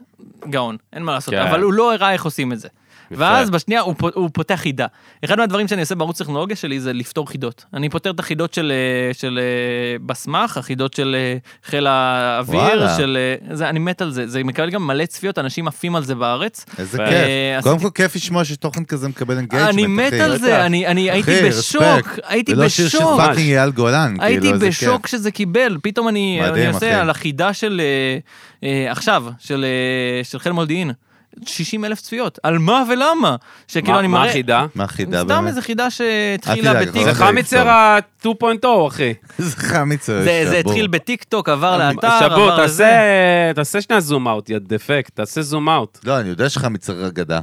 C: גאון, אין מה לעשות,
A: כן.
C: אבל הוא לא הראה איך עושים את זה. ואז בשנייה הוא, פו- הוא פותח חידה. אחד מהדברים שאני עושה בערוץ טכנולוגיה שלי זה לפתור חידות. אני פותר את החידות של, אה, של אה, בסמך, החידות של אה, חיל האוויר,
B: וואלה.
C: של... אה, זה, אני מת על זה, זה מקבל גם מלא צפיות, אנשים עפים על זה בארץ.
B: איזה
A: ו-
B: כיף.
C: עשיתי-
B: קודם כל כיף לשמוע שתוכן כזה מקבל אינגייג'מנט, אחי.
C: אה, אני מת על
B: בטח.
C: זה, אני, אני הייתי
B: אחי,
C: בשוק,
B: רספקט.
C: הייתי
B: ולא שיר של
C: בשוק.
B: פאקינג אייל גולן,
C: הייתי
B: כאילו, איזה כיף.
C: בשוק שזה קיבל, פתאום אני,
B: מדהים,
C: אני עושה
B: אחי.
C: על החידה של אה, אה, עכשיו, של, אה, של חיל מודיעין, 60 אלף צפיות, על מה ולמה? שכאילו
A: מה-
C: כאילו אני
A: מה
C: מראה,
A: החידה?
B: מה חידה
C: סתם
B: באמת?
C: איזה חידה שהתחילה
B: אל תדאג,
C: בטיק
A: זה
B: זה
A: חמיצר
B: טוב.
A: ה-2.0, אחי. (laughs)
B: איזה חמיץ.
C: זה, זה התחיל בטיק טוק, עבר לאתר,
A: שבו,
C: עבר
A: תעשה,
C: לזה.
A: תעשה שנייה זום אאוט, יא דפקט, תעשה זום אאוט.
B: לא, אני יודע שחמיצר אגדה.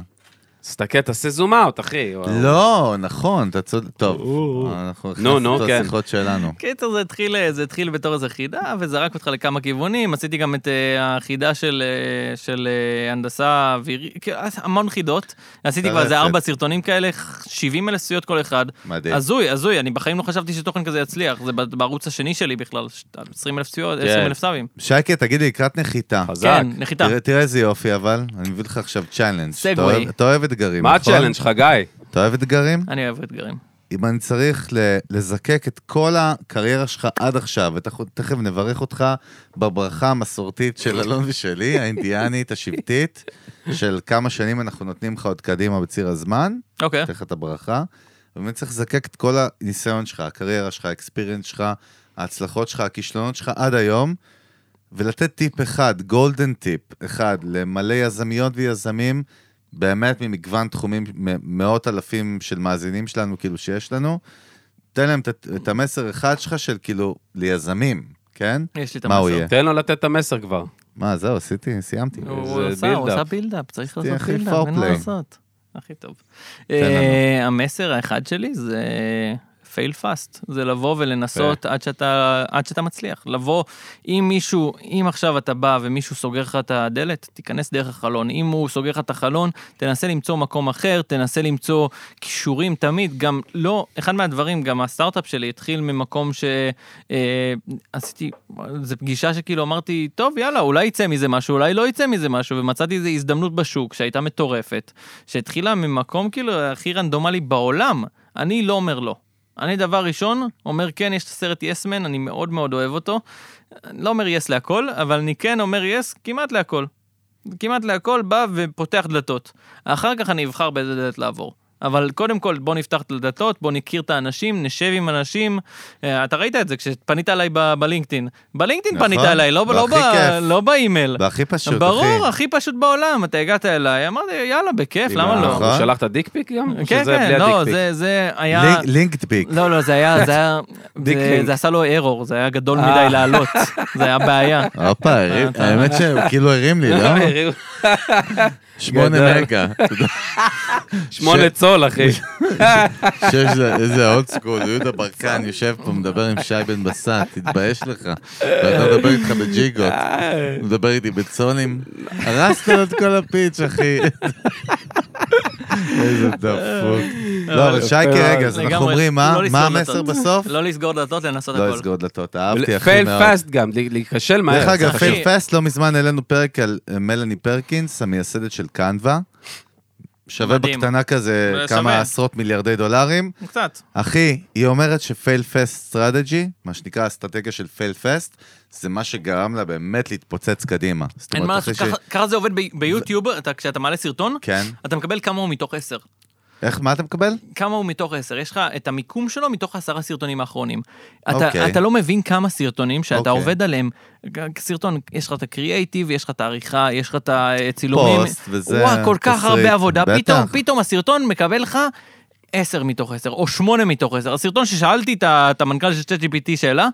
A: תסתכל, תעשה זום אאוט, אחי.
B: לא, נכון, אתה צודק. טוב,
A: או.
B: אנחנו
A: נו, נו,
B: נכנסנו
A: כן.
B: לשיחות שלנו.
C: קיצר זה התחיל, אה, זה התחיל בתור איזה חידה וזרק אותך לכמה כיוונים, עשיתי גם את אה, החידה של, אה, של אה, הנדסה אווירית, כאילו, המון חידות, עשיתי כבר איזה
B: טרפת.
C: ארבע סרטונים כאלה, 70 אלף צפיות כל אחד,
B: מדהים.
C: הזוי, הזוי, אני בחיים לא חשבתי שתוכן כזה יצליח, זה ב- בערוץ השני שלי בכלל, 20 אלף צפיות,
A: כן.
C: 20 אלף סאבים.
B: שייקה, תגיד לי, לקראת נחיתה.
A: חזק.
C: כן, נחיתה.
B: תראה- תראה איזה יופי, אבל אני מביא לך עכשיו צ'אלנג'.
C: סגווי.
B: אתה אוהב- אתה אוהב אתגרים,
A: מה
B: נכון?
A: הצ'אלנג' שלך, גיא?
B: אתה אוהב אתגרים?
C: אני אוהב אתגרים.
B: אם אני צריך ל- לזקק את כל הקריירה שלך עד עכשיו, ותכף נברך אותך בברכה המסורתית של אלון ושלי, האינדיאנית, השבטית, של כמה שנים אנחנו נותנים לך עוד קדימה בציר הזמן, (laughs)
C: אוקיי,
B: אתן לך את הברכה. באמת צריך לזקק את כל הניסיון שלך, הקריירה שלך, האקספיריאנס שלך, ההצלחות שלך, הכישלונות שלך עד היום, ולתת טיפ אחד, גולדן טיפ אחד, למלא יזמיות ויזמים, באמת ממגוון תחומים, מ- מאות אלפים של מאזינים שלנו, כאילו שיש לנו, תן להם את, ה- את המסר אחד שלך של כאילו ליזמים, כן?
C: יש לי את
B: מה הוא
C: המסר.
B: יהיה?
A: תן לו לתת את המסר כבר.
B: מה, זהו, עשיתי, סיימתי.
C: הוא
A: זה
C: עשה, הוא
A: build-up.
C: עשה בילדאפ, צריך
B: עשיתי
C: לעשות
B: הכי
C: בילדאפ, אין מה
B: foreplay.
C: לעשות. הכי טוב.
B: לנו.
C: אה, המסר האחד שלי זה fail fast, זה לבוא ולנסות עד שאתה, עד שאתה מצליח. לבוא, אם מישהו, אם עכשיו אתה בא ומישהו סוגר לך את הדלת, תיכנס דרך החלון. אם הוא סוגר לך את החלון, תנסה למצוא מקום אחר, תנסה למצוא כישורים תמיד. גם לא, אחד מהדברים, גם הסטארט-אפ שלי התחיל ממקום ש... אה, עשיתי, זו פגישה שכאילו אמרתי, טוב, יאללה, אולי יצא מזה משהו, אולי לא יצא מזה משהו, ומצאתי איזו הזדמנות בשוק שהייתה מטורפת, שהתחילה ממקום כאילו הכי רנדומלי בעולם. אני לא אומר לא. אני דבר ראשון, אומר כן, יש את הסרט יסמן, אני מאוד מאוד אוהב אותו. אני לא אומר יס להכל, אבל אני כן אומר יס כמעט להכל. כמעט להכל בא ופותח דלתות. אחר כך אני אבחר באיזה דלת לעבור. אבל קודם כל, בוא נפתח את הדלתות, בוא נכיר את האנשים, נשב עם אנשים. אה, אתה ראית את זה כשפנית אליי ב- בלינקדאין. בלינקדאין
B: נכון,
C: פנית אליי, לא, ב- לא,
B: והכי
C: ב-
B: כיף.
C: לא באימייל.
B: והכי פשוט, אחי.
C: ברור, הכי פשוט בעולם. אתה הגעת אליי, אמרתי, יאללה, בכיף, למה לא?
B: נכון.
A: הוא שלח את הדיקפיק גם? או
C: כן,
A: שזה בלי
C: כן, לא,
A: הדיקפיק?
C: זה- זה היה...
B: לינק- (laughs) לינקדביק.
C: לא, לא, זה היה, זה
B: (laughs)
C: היה,
A: דיק
C: זה-
A: לינק.
C: זה עשה לו ארור, זה היה גדול
A: אה.
C: מדי לעלות, זה היה בעיה.
B: הופה, הרים- האמת שהוא כאילו הרים לי, לא?
A: (laughs)
B: שמונה
A: גדול.
B: מגה. אתה יודע,
A: שמונה צול, אחי.
B: שיש לה- איזה אולד סקול, יהודה ברקן יושב פה, מדבר עם שי בן בסט, תתבייש לך. ואתה מדבר איתך בג'יגות, הוא מדבר איתי בצונים. הרסת לו את כל הפיץ', אחי. איזה דפוק. לא, אבל שייקה, רגע, (laughs) אז אנחנו
C: לגמרי,
B: אומרים, מה
C: לא לסגור
B: מה
C: דלתות.
B: המסר בסוף?
C: לא לסגור דלתות, לנסות
B: לא
C: הכל.
B: אסגור דלתות, אהבתי הכי
A: פייל
B: מאוד.
A: פאסט גם, לה- להיכשל מהר.
B: דרך אגב,
A: זה
C: אחי.
B: פייל פסט, לא מזמן העלינו פרק על אה, מלאני פרקינס, המייסדת של קנווה. שווה
C: מדהים.
B: בקטנה כזה
C: זה
B: כמה
C: שווה.
B: עשרות מיליארדי דולרים.
C: קצת.
B: אחי, היא אומרת שפייל פסט סטרטג'י, מה שנקרא אסטרטגיה של פייל פסט, זה מה שגרם לה באמת להתפוצץ קדימה. זאת
C: אין מה
B: אומרת,
C: לעשות,
B: אחרי ש...
C: ככה- ככה זה עובד ב- ביוטיוב, אתה- כשאתה מעלה סרטון,
B: כן.
C: אתה מקבל כמה הוא מתוך עשר.
B: איך, מה אתה מקבל?
C: כמה הוא מתוך עשר, יש לך את המיקום שלו מתוך עשרה סרטונים האחרונים. אתה,
B: אוקיי.
C: okay. אתה לא מבין כמה סרטונים שאתה okay.
B: אוקיי.
C: עובד עליהם. ג- סרטון, יש לך את הקריאייטיב, יש לך את העריכה, יש לך את הצילומים.
B: פוסט וזה,
C: וואה, כל כך
B: תסריט.
C: הרבה עבודה.
B: בטח.
C: פתאום, פתאום הסרטון מקבל לך עשר מתוך עשר, או שמונה מתוך עשר. הסרטון ששאלתי את ה- את המנכ"ל של ChatGPT שאלה,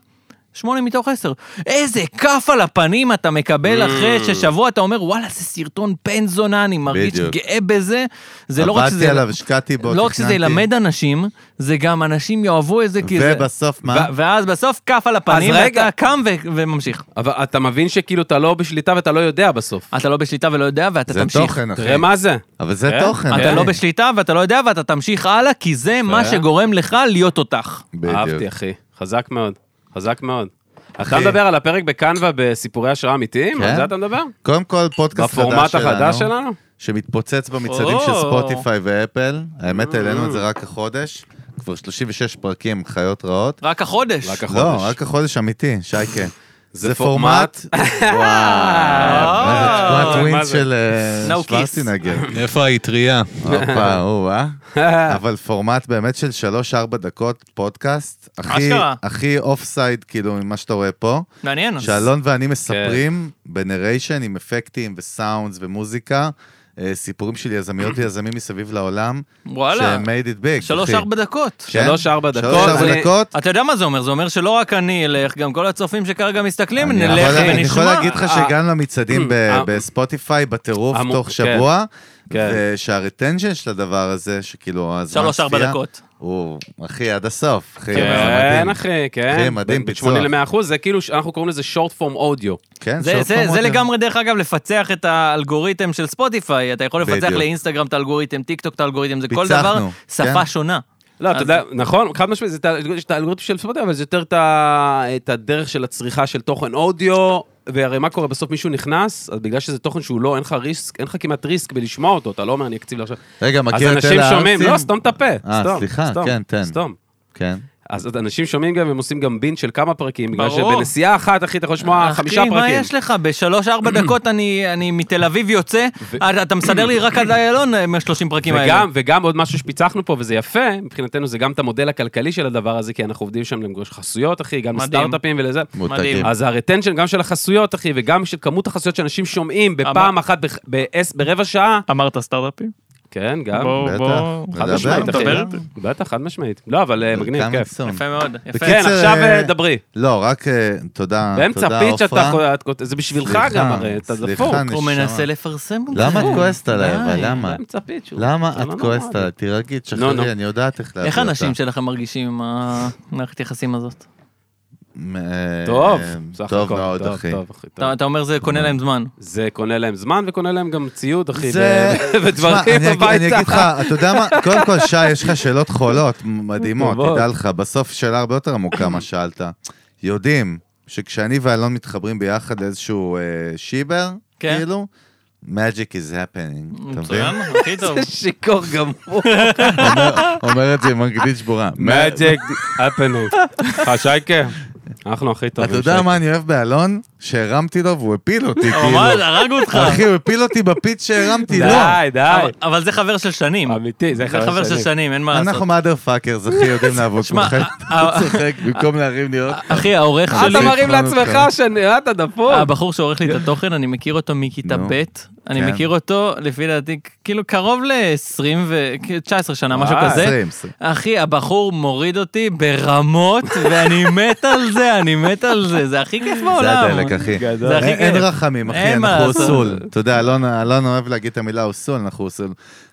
C: שמונה מתוך עשר. איזה כף על הפנים אתה מקבל
B: Mm.
C: אחרי ששבוע אתה אומר, וואלה, זה סרטון בן זונה, אני מרגיש
B: בדיוק.
C: גאה בזה. זה לא רק שזה...
B: עבדתי עליו, השקעתי בו,
C: לא רק שזה
B: תכננתי.
C: ילמד אנשים, זה גם אנשים יאהבו את זה, כי זה...
B: ובסוף מה?
C: ו- ואז בסוף כף על הפנים,
A: אז רגע.
C: ואתה קם ו- וממשיך.
A: אבל אתה מבין שכאילו אתה לא בשליטה ואתה לא יודע בסוף.
C: אתה לא בשליטה ולא יודע, ואתה
B: זה
C: תמשיך.
B: תוכן, אה, אחי.
A: תראה מה זה.
B: אבל זה
A: כן?
B: תוכן.
C: אתה
B: אחי.
C: לא בשליטה ואתה לא יודע, ואתה תמשיך הלאה, כי זה מה שגורם לך להיות אותך.
B: בדיוק.
A: אהבתי, אחי. חזק מאוד. חזק מאוד. אתה מדבר על הפרק בקנווה בסיפורי השראה אמיתיים?
B: כן.
A: על זה אתה מדבר?
B: קודם כל, פודקאסט חדש שלנו.
A: בפורמט החדש שלנו?
B: שמתפוצץ במצעדים
C: או.
B: של ספוטיפיי ואפל. האמת, העלינו את זה רק החודש. כבר 36 פרקים, חיות רעות.
C: רק החודש.
A: רק החודש.
B: לא, רק החודש אמיתי, שייקה.
A: זה פורמט.
C: (laughs)
B: וואו. איזה פורמט
A: מה
B: ווינס
A: זה?
B: של אה,
C: No kiss. (laughs)
B: שוורצינגר.
D: איפה האטריה?
B: הופה, הוא, אה? אבל פורמט באמת של שלוש-ארבע דקות פודקאסט. הכי-
C: אשכרה.
B: הכי אוף סייד, כאילו, ממה שאתה רואה פה.
C: מעניין.
B: שאלון ואני מספרים
A: כן.
B: בנריישן עם אפקטים וסאונדס ומוזיקה, אה, סיפורים של
C: (laughs)
B: יזמיות ויזמים מסביב לעולם,
C: וואלה.
B: ש-made it big. אחי.
C: שלוש-ארבע דקות.
B: כן?
A: שלוש-ארבע דקות,
B: שלוש-ארבע
A: אני-
B: דקות.
C: אתה יודע מה זה אומר? זה אומר שלא רק אני אלך, גם כל הצופים שכרגע מסתכלים,
B: אני
C: נלך
B: יכול- אני יכול
C: ונשמע.
B: להגיד לך שהגענו למצעדים ב-
A: אה,
B: בספוטיפיי בטירוף
A: המו-
B: תוך
A: כן,
B: שבוע,
A: כן.
B: ושהרטנשן של הדבר הזה, שכאילו הזמן
C: שלוש-ארבע
B: צפייה,
C: דקות.
B: הוא, אחי, עד הסוף. אחי, זה
A: כן,
B: מדהים.
A: אחי, כן.
B: אחי, מדהים,
A: בין
B: ביצוע.
A: 80 ל-100 אחוז, זה כאילו, ש- אנחנו קוראים לזה short form audio.
B: כן,
C: זה,
B: שעות
C: זה,
B: פרומוטר.
C: זה לגמרי, דרך אגב, לפצח את האלגוריתם של ספוטיפיי. אתה יכול לפצח
B: בדיוק.
C: לאינסטגרם את האלגוריתם, טיק טוק את האלגוריתם, זה כל
B: פיצחנו,
C: דבר שפה
B: כן.
C: שונה.
A: לא, אתה יודע, נכון, חד משמעית, זה את ה- יש את האלגוריתם של ספוטיפיי, אבל זה יותר את ה- את הדרך של הצריכה של תוכן אודיו, והרי מה קורה, בסוף מישהו נכנס, אז בגלל שזה תוכן שהוא לא, אין לך ריסק, אין לך כמעט ריסק בלשמוע אותו, אתה לא אומר, אני אקציב לו עכשיו.
B: רגע,
A: אז
B: מכיר את
A: אנשים
B: אלה
A: שומעים,
B: הארצים?
A: לא, סתום את הפה,
B: אה,
A: סתום,
B: סליחה,
A: סתום,
B: כן, תן.
A: סתום.
B: כן.
A: אז אז אנשים שומעים גם, הם עושים גם בין של כמה פרקים, בגלל
C: ברור.
A: שבנסיעה אחת, אחי, אתה יכול לשמוע חמישה
C: אחי, אה, מה
A: פרקים.
C: יש לך?
B: (clears throat)
C: בשלוש-ארבע דקות אני, אני מתל אביב יוצא, אה, אתה- אתה מסדר לי רק עד איילון אה, מהשלושים פרקים האלה.
A: וגם, וגם עוד משהו שפיצחנו פה, וזה יפה, מבחינתנו זה גם את המודל הכלכלי של הדבר הזה, כי אנחנו עובדים שם למגוש חסויות, אחי, גם
C: מדהים.
A: לסטארט-אפים ולזה.
B: מותגים.
A: אז הרטנשן גם של החסויות, אחי, וגם של כמות החסויות שאנשים שומעים בפעם
C: אמר-
A: אחת, בח- בעש- ברבע שעה.
C: אמרת סטארט-אפים?
A: כן, גם.
C: בואו,
B: בטח.
C: בואו.
B: מדבר,
A: חד משמעית, אחי.
C: מדבר.
A: בטח, חד משמעית. לא, אבל אה, מגניב,
B: Coming
A: כיף.
B: soon.
C: יפה מאוד, יפה.
A: כן,
B: קיצר,
A: עכשיו אה,
B: אה,
A: דברי.
B: לא, רק אה, תודה,
A: באמצע
B: תודה,
A: פיץ' אתה...
B: עופרה.
A: חו- את כות- זה בשבילך
B: סליחה,
A: גם הרי, אתה
B: סליחה,
A: דפוק.
B: נשמה.
C: הוא מנסה לפרסם אותך.
B: למה את כועסת עליי?
C: די.
B: אבל למה?
A: באמצע פיץ'. הוא-
B: למה
A: זה לא
B: את כועסת
A: נורמלי.
B: עליי? תירגעי,
A: לא, לא.
B: תשחררי, אני יודעת איך להביא
C: איך
B: אותה.
C: האנשים שלכם מרגישים עם המערכת יחסים הזאת?
B: מ- אה,
A: טוב, סך
B: טוב
A: הכל,
B: מאוד, אחי.
A: טוב, אחי. טוב.
C: אתה אתה אומר זה קונה להם זמן.
A: זה קונה להם זמן וקונה להם גם ציוד, אחי,
B: (laughs)
C: אה,
B: זה-
A: ו- (laughs)
B: תשמע,
A: ודברים
B: אני אגיד- אני
A: הביתה.
B: אגיד לך, אתה יודע מה? קודם כל, שי, יש לך שאלות חולות, מדהימות,
A: טובות.
B: תדע לך, בסוף שאלה הרבה יותר עמוקה מה שאלת. יודעים שכשאני ואלון מתחברים ביחד לאיזשהו אה, שיבר,
C: כן.
B: כאילו, magic is happening, אתה מבין? (laughs)
C: מצוין, הכי טוב.
A: שיכור גמור.
C: (laughs)
B: אומר את זה עם אנגלית שבורה.
A: Magic happening. אה, שייקה? אנחנו הכי טובים.
B: אתה יודע
A: שי.
B: מה אני אוהב באלון? שהרמתי לו והוא הפיל
C: (laughs)
B: אותי,
C: הוא ממש
B: כאילו.
C: הרג אותך.
B: אחי, הוא הפיל אותי בפיץ שהרמתי לא. לו.
A: די, די.
C: אבל- אבל זה חבר של שנים.
A: אמיתי, זה
C: זה חבר של שנים, אין מה
B: אה, אנחנו
C: לעשות.
B: מאדר פאקרס, אחי, יודעים לעבוד
C: שמע, אה,
B: כולכם.
C: ה-
B: הוא (laughs) צוחק במקום להרים לי עוד.
C: אחי, העורך
A: אה, אתה
C: שלי, אה,
B: מראה-
A: מרים לעצמך שאני, אה, אתה דפוק.
C: הבחור שעורך לי את התוכן, אני מכיר אותו מכיתה
B: כן. נו.
C: ב', אני
B: כן.
C: מכיר אותו, לפי דעתי, כאילו קרוב ל-20 ו... 19 שנה, משהו
A: וואי.
C: כזה.
B: 20, 20.
C: אחי, הבחור מוריד אותי
B: (laughs)
C: ברמות, ואני מת על זה, אני מת על זה, זה הכי כיף
B: זה
C: בעולם.
B: הדלק, אחי.
A: גדול.
C: זה הכי
B: אין
C: כיף.
B: רחמים, אחי,
C: אין מה
B: אנחנו
C: לעשות.
B: אוסול. אתה יודע, אלון אלון אוהב להגיד את המילה אוסול, אנחנו אוסול.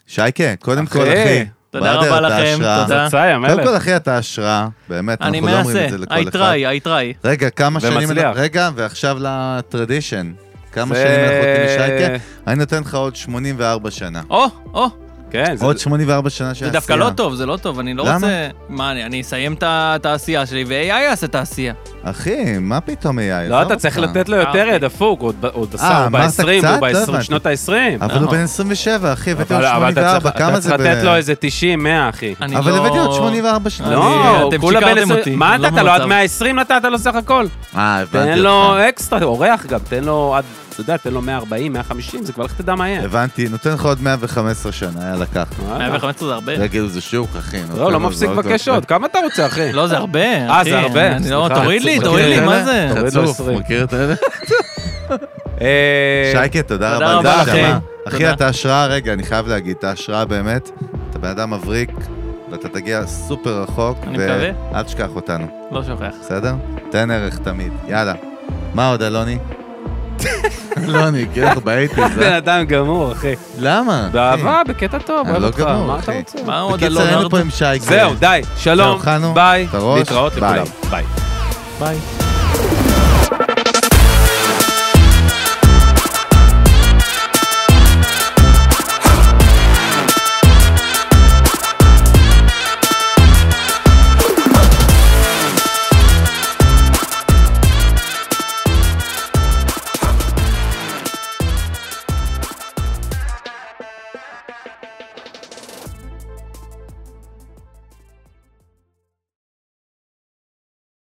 B: שייקה, קודם כל,
A: אחי,
B: אחי.
C: תודה
B: באדר,
C: רבה
B: אתה
C: לכם,
B: השראה.
C: תודה.
A: צאי
B: קודם
A: המלך.
B: כל, אחי, אתה השראה, באמת,
C: אני
B: אנחנו לא אומרים
C: מנסה,
B: את זה לכל
C: I
B: אחד.
C: try, I try.
B: רגע, כמה שנים...
A: ומצליח.
B: רגע, ועכשיו לטרדישן. כמה
A: זה-
B: שנים אנחנו נותנים לשייקה? אני נותן לך עוד 84 שנה.
C: או, או,
A: כן, זה-
B: עוד 84 שנה של
C: זה
B: עשייה.
C: דווקא לא טוב, זה לא טוב, אני לא
B: כן, למה?
C: רוצה... מה, אני אני אסיים את ה- את העשייה שלי, ו-AI יעשה את העשייה.
B: אחי, מה פתאום AI?
A: לא,
B: עזוב
A: אתה צריך
B: אותך.
A: לתת לו יותר, יא דפוק, הוא עוד- עוד עשר, הוא
B: אמרת
A: ב-20,
B: אה, קצת?
A: הוא
B: לא
A: ב-20,
B: הבנתי.
A: שנות ה-20.
B: אבל הוא
C: אה.
B: בן 27, אחי, הבאתי עוד
A: אבל אתה
B: 84,
A: צריך-
B: כמה
A: אתה
B: זה
A: צריך
B: ב...
A: לתת לו איזה 90, 100, אחי.
C: אני
B: אבל
C: לא-
B: הבאתי עוד 84 שנה.
A: לא,
C: אתם
A: כולה
C: שיקרתם
A: בן 20.
C: אותי,
A: מה
C: אני לא
A: נתת לו? עד
C: במצב.
A: 120 נתת לו סך הכל?
B: אה, הבנתי
A: תן
B: אותך.
A: לו אקסטרה, אורח גם, תן לו עד, אתה יודע, תן לו 140, 150, זה כבר לך תדע מה יהיה.
B: הבנתי, נותן לך עוד 115 שנה, יאללה, קח.
C: 115 זה הרבה.
B: יגידו, זה שוק, אחי. נותן
A: לא,
B: לו אוקיי.
A: לא מפסיק
B: עוד-
A: לבקש עוד, כמה אתה רוצה, אחי?
C: לא, זה הרבה,
A: אה,
C: אחי.
A: זה הרבה,
C: אני לא-
A: סליחה.
C: תוריד לי,
A: מכיר
C: תוריד
A: את
C: לי,
A: אלה?
C: מה זה? כן.
A: תוריד לו
B: חצוף,
A: 20.
B: מכיר את אלה?
A: אה,
B: שייקה, תודה
C: תודה
B: רבה.
C: רבה
B: על זה,
C: לכם.
B: נשמה.
C: תודה.
B: אחי, אתה השראה, רגע, אני חייב להגיד, אתה השראה באמת. אתה בן אדם מבריק, ואתה תגיע סופר רחוק.
C: אני
B: ו-
C: מקווה.
B: אל תשכח אותנו.
C: לא שוכח.
B: בסדר? תן ערך תמיד, יאללה. מה עוד, אלוני? (laughs) אלוני, כאילו אנחנו באייטיז,
C: (laughs)
A: בן אדם גמור, אחי.
B: למה?
A: באהבה, בקטע טוב,
B: אני
A: אוהב
B: לא
A: אותך,
B: גמור,
A: מה אתה
B: אחי.
A: רוצה?
C: מה עוד
B: בקיצר,
C: אלון
B: היינו
C: ארטר?
B: פה עם שייקה.
A: זהו, די, שלום,
B: זהו, חנו,
A: ביי,
B: תרוש,
A: להתראות
B: ביי.
A: לכולם, ביי.
C: ביי.